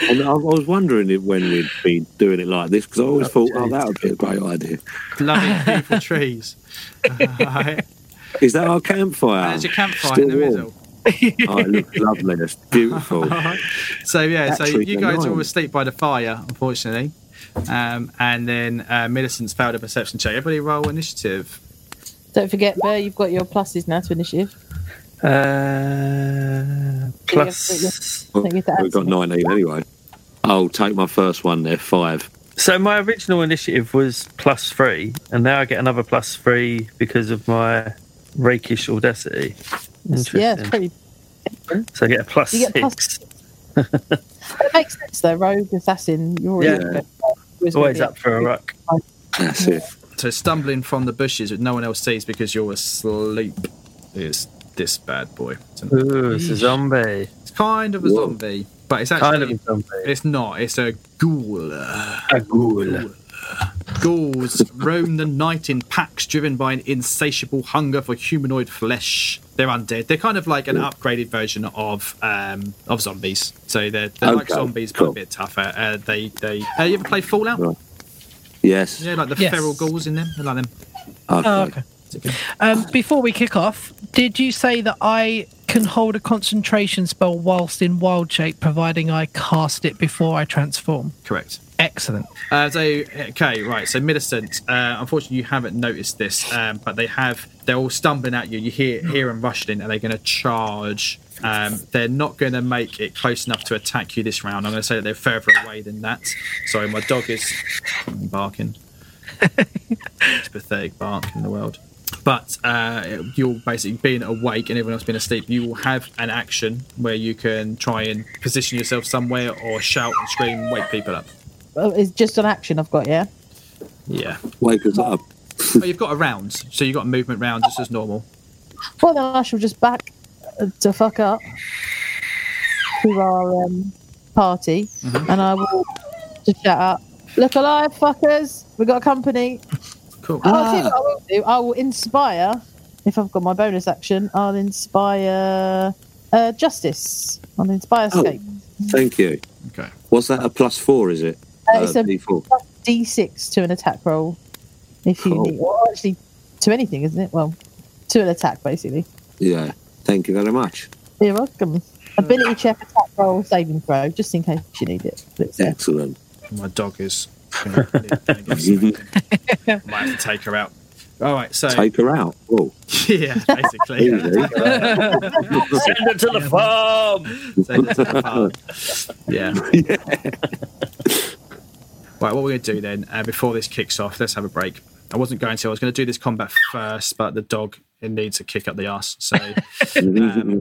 Speaker 3: And I I was wondering if, when we'd be doing it like this because I always thought, oh, that would be a great idea.
Speaker 1: lovely beautiful trees. *laughs* Alright.
Speaker 3: Is that our campfire?
Speaker 1: There's your campfire in
Speaker 3: Still
Speaker 1: the
Speaker 3: warm.
Speaker 1: middle.
Speaker 3: Oh, it looks lovely.
Speaker 1: *laughs*
Speaker 3: It's beautiful.
Speaker 1: So yeah, so
Speaker 3: Actually,
Speaker 1: you guys
Speaker 3: they're
Speaker 1: all were
Speaker 3: nine.
Speaker 1: asleep by the fire, unfortunately. Um, and then uh, Millicent's failed a perception check. Everybody roll initiative.
Speaker 5: Don't forget, Burr, you've got your pluses now to initiative.
Speaker 2: *laughs* Uh, plus.
Speaker 5: Don't you
Speaker 3: Oh, We've got 19 anyway. I'll take my first one there, five.
Speaker 2: So my original initiative was plus three, and now I get another plus three because of my rakish audacity. Interesting.
Speaker 5: Yeah, it's pretty.
Speaker 2: So I get a plus
Speaker 5: You get
Speaker 2: six.
Speaker 5: plus- It makes sense though. Rogue assassin, you're
Speaker 2: Yeah.
Speaker 5: already- always gonna
Speaker 2: Always
Speaker 5: be-
Speaker 2: up for a rock.
Speaker 3: That's it.
Speaker 1: So stumbling from the bushes that no one else sees because you're asleep is this bad boy.
Speaker 2: Ooh, it's a zombie.
Speaker 1: It's kind of a
Speaker 3: Whoa.
Speaker 1: zombie, but it's actually
Speaker 2: Kind of a zombie.
Speaker 1: it's not. It's a ghoul.
Speaker 2: A ghoul.
Speaker 1: Ghouls roam the night in packs driven by an insatiable hunger for humanoid flesh. They're undead. They're kind of like an upgraded version of um, of zombies. So they're, they're like
Speaker 3: Okay,
Speaker 1: zombies, but a
Speaker 3: cool.
Speaker 1: bit tougher. Uh, they they uh, you ever play Fallout?
Speaker 3: Right. Yes.
Speaker 1: Yeah, like the
Speaker 4: Yes.
Speaker 1: feral ghouls in them. I like them.
Speaker 3: Okay.
Speaker 4: Oh, okay. Um, before we kick off, did you say that I can hold a concentration spell whilst in wild shape, providing I cast it before I transform?
Speaker 1: Correct.
Speaker 4: Excellent.
Speaker 1: Uh, so okay, right. So Millicent, uh, unfortunately, you haven't noticed this, um, but they have. They're all stumbling at you. You hear hear them rushing, and they're going to charge. Um, they're not going to make it close enough to attack you this round. I'm going to say that they're further away than that. Sorry, my dog is barking. Most pathetic bark in the world. But uh, you'll basically being awake and everyone else being asleep. You will have an action where you can try and position yourself somewhere or shout and scream, wake people up.
Speaker 5: Oh, It's just an action I've got. Yeah.
Speaker 1: Yeah.
Speaker 3: Wake us up.
Speaker 1: Oh, you've got a round, so you've got a movement round just as normal.
Speaker 5: Well, then I shall just back uh, to fuck up to our um, party,
Speaker 3: Mm-hmm.
Speaker 5: and I will just shout out, "Look alive, fuckers! We got company!"
Speaker 1: cool.
Speaker 5: Oh, I'll tell you what I will do. I will inspire. If I've got my bonus action, I'll inspire uh, justice. I'll inspire
Speaker 3: Oh.
Speaker 5: escape.
Speaker 3: Thank you.
Speaker 1: Okay.
Speaker 3: Was that a plus four? Is it?
Speaker 5: Uh, it's a
Speaker 3: D4.
Speaker 5: plus D6 to an attack roll. If you
Speaker 3: Cool.
Speaker 5: need, or actually to anything, isn't it? Well, to an attack basically.
Speaker 3: Yeah. Thank you very much.
Speaker 5: You're welcome. Ability check, attack roll, saving throw, just in case you need it. But it's there.
Speaker 3: Excellent.
Speaker 1: My dog is. *laughs* Gonna, gonna get sick. Might have to take her out. All right, so
Speaker 3: Take her out. Oh,
Speaker 1: *laughs* yeah, *laughs* basically.
Speaker 3: easy. *laughs*
Speaker 2: Send it to the
Speaker 1: *laughs*
Speaker 2: farm.
Speaker 1: Take that to the farm. Yeah. *laughs* Right, what we're going to do then, uh, before this kicks off, let's have a break. I wasn't going to, I was going to do this combat first, but the dog it needs a kick up the arse. So *laughs* Um,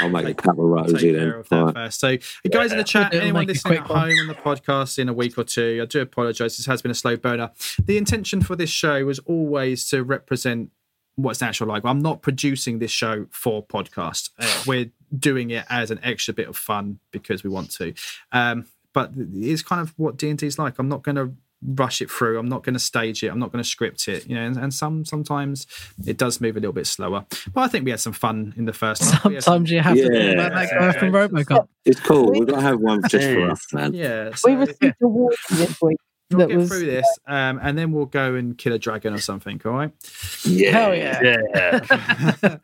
Speaker 3: I'll make a couple of
Speaker 1: take
Speaker 3: rosy
Speaker 1: care
Speaker 3: then.
Speaker 1: of that
Speaker 3: All right.
Speaker 1: first. So, you guys in the chat,
Speaker 4: It'll
Speaker 1: anyone
Speaker 4: make a
Speaker 1: listening at
Speaker 4: quick one.
Speaker 1: home on the podcast in a week or two, I do apologise. This has been a slow burner. The intention for this show was always to represent what's natural like. I'm not producing this show for podcast.
Speaker 4: *sighs*
Speaker 1: Uh, we're doing it as an extra bit of fun because we want to. Um, but it is kind of what D and D is like. I'm not going to rush it through. I'm not going to stage it. I'm not going to script it. You know, and, and some sometimes it does move a little bit slower. But I think we had some fun in the first. half. We had some-
Speaker 4: Sometimes you have to think about that guy
Speaker 1: Yeah.
Speaker 4: from Robocop.
Speaker 3: It's cool. We've got to
Speaker 1: *laughs*
Speaker 3: have one just for us, man.
Speaker 1: yeah.
Speaker 5: We
Speaker 1: so-
Speaker 5: received a warning this week.
Speaker 1: We'll
Speaker 5: that
Speaker 1: get
Speaker 5: was-
Speaker 1: through this, um, and then we'll go and kill a dragon or something. All right. *laughs* Oh,
Speaker 4: Hell yeah.
Speaker 2: Yeah.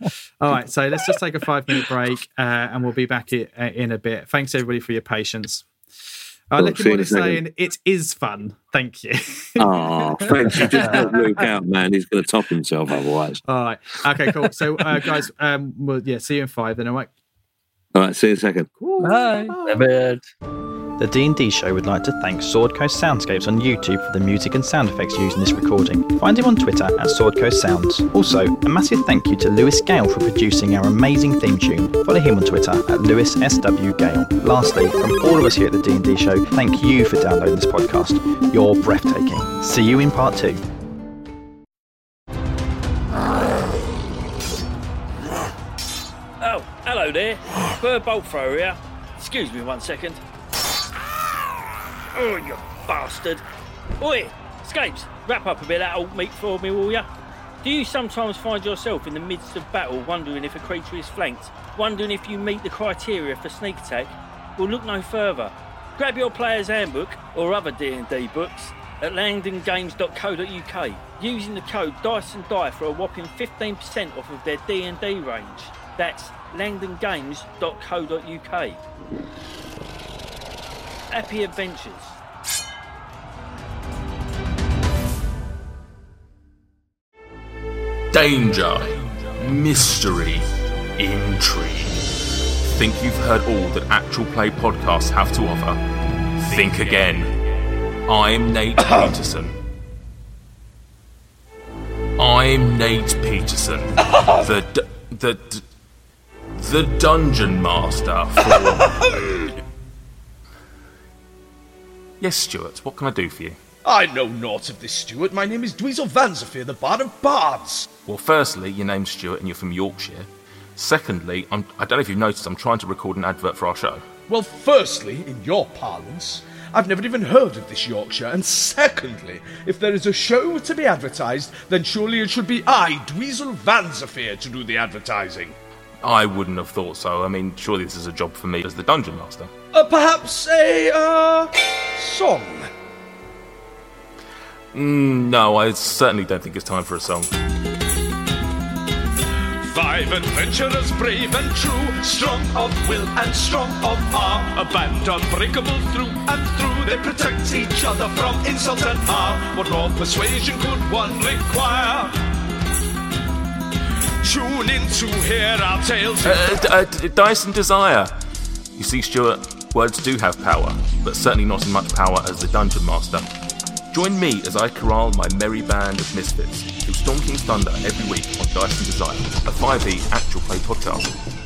Speaker 1: all right. So let's just take a five minute break, uh, and we'll be back i- uh, in a bit. Thanks everybody for your patience. Uh,
Speaker 3: Cool,
Speaker 1: Lucky
Speaker 3: see you
Speaker 1: Boy
Speaker 3: in a
Speaker 1: is
Speaker 3: second.
Speaker 1: saying it is fun. Thank you. *laughs*
Speaker 3: Oh, thanks. You just helped Luke out, man. He's going to top himself otherwise.
Speaker 1: all right. Okay. Cool. So uh, guys, um, well, yeah. See you in five. Then. All right.
Speaker 3: All right, see you in a second.
Speaker 1: Cool.
Speaker 4: Bye.
Speaker 1: Bye.
Speaker 2: Bad.
Speaker 6: The D&D Show would like to thank Sword Coast Soundscapes on YouTube for the music and sound effects used in this recording. Find him on Twitter at Sword Coast Sounds. Also, a massive thank you to Lewis Gale for producing our amazing theme tune. Follow him on Twitter at LewisSWGale. Lastly, from all of us here at the D&D Show, thank you for downloading this podcast. You're breathtaking. See you in part two.
Speaker 2: Oh, hello there. Bird bolt thrower here. Excuse me one second. Oh, you bastard. Oi, Scapes, wrap up a bit of that old meat for me, will ya? Do you sometimes find yourself in the midst of battle wondering if a creature is flanked? Wondering if you meet the criteria for sneak attack? Well, look no further. Grab your player's handbook or other D&D books at landinggames.co.uk using the code DICE and DIE for a whopping 15% off of their D&D range. That's landinggames.co.uk. Happy adventures.
Speaker 7: Danger, mystery, intrigue. Think you've heard all that actual play podcasts have to offer? Think again. I'm Nate Peterson. I'm Nate Peterson, the d- the d- the dungeon master for. yes, Stuart. What can I do for you?
Speaker 8: I know naught of this, Stuart. My name is Dweezil Vanzafir, the Bard of Bards.
Speaker 7: Well, firstly, your name's Stuart and you're from Yorkshire. Secondly, I'm, I don't know if you've noticed, I'm trying to record an advert for our show.
Speaker 8: Well, firstly, in your parlance, I've never even heard of this Yorkshire, and secondly, if there is a show to be advertised, then surely it should be I, Dweezil Vanzafir, to do the advertising.
Speaker 7: I wouldn't have thought so. I mean, surely this is a job for me as the dungeon master.
Speaker 8: Uh, perhaps a, uh, song.
Speaker 7: Mm, no, I certainly don't think it's time for a song.
Speaker 8: Five adventurers, brave and true, strong of will and strong of arm, a band unbreakable through and through. They protect each other from insult and harm. What more persuasion could one require? Tune in to hear our tales.
Speaker 7: Uh, d- uh, d- Dice and Desire. You see, Stuart, words do have power, but certainly not as much power as the dungeon master. Join me as I corral my merry band of misfits who storm King's Thunder every week on Dice and Desire, a 5e E actual play podcast.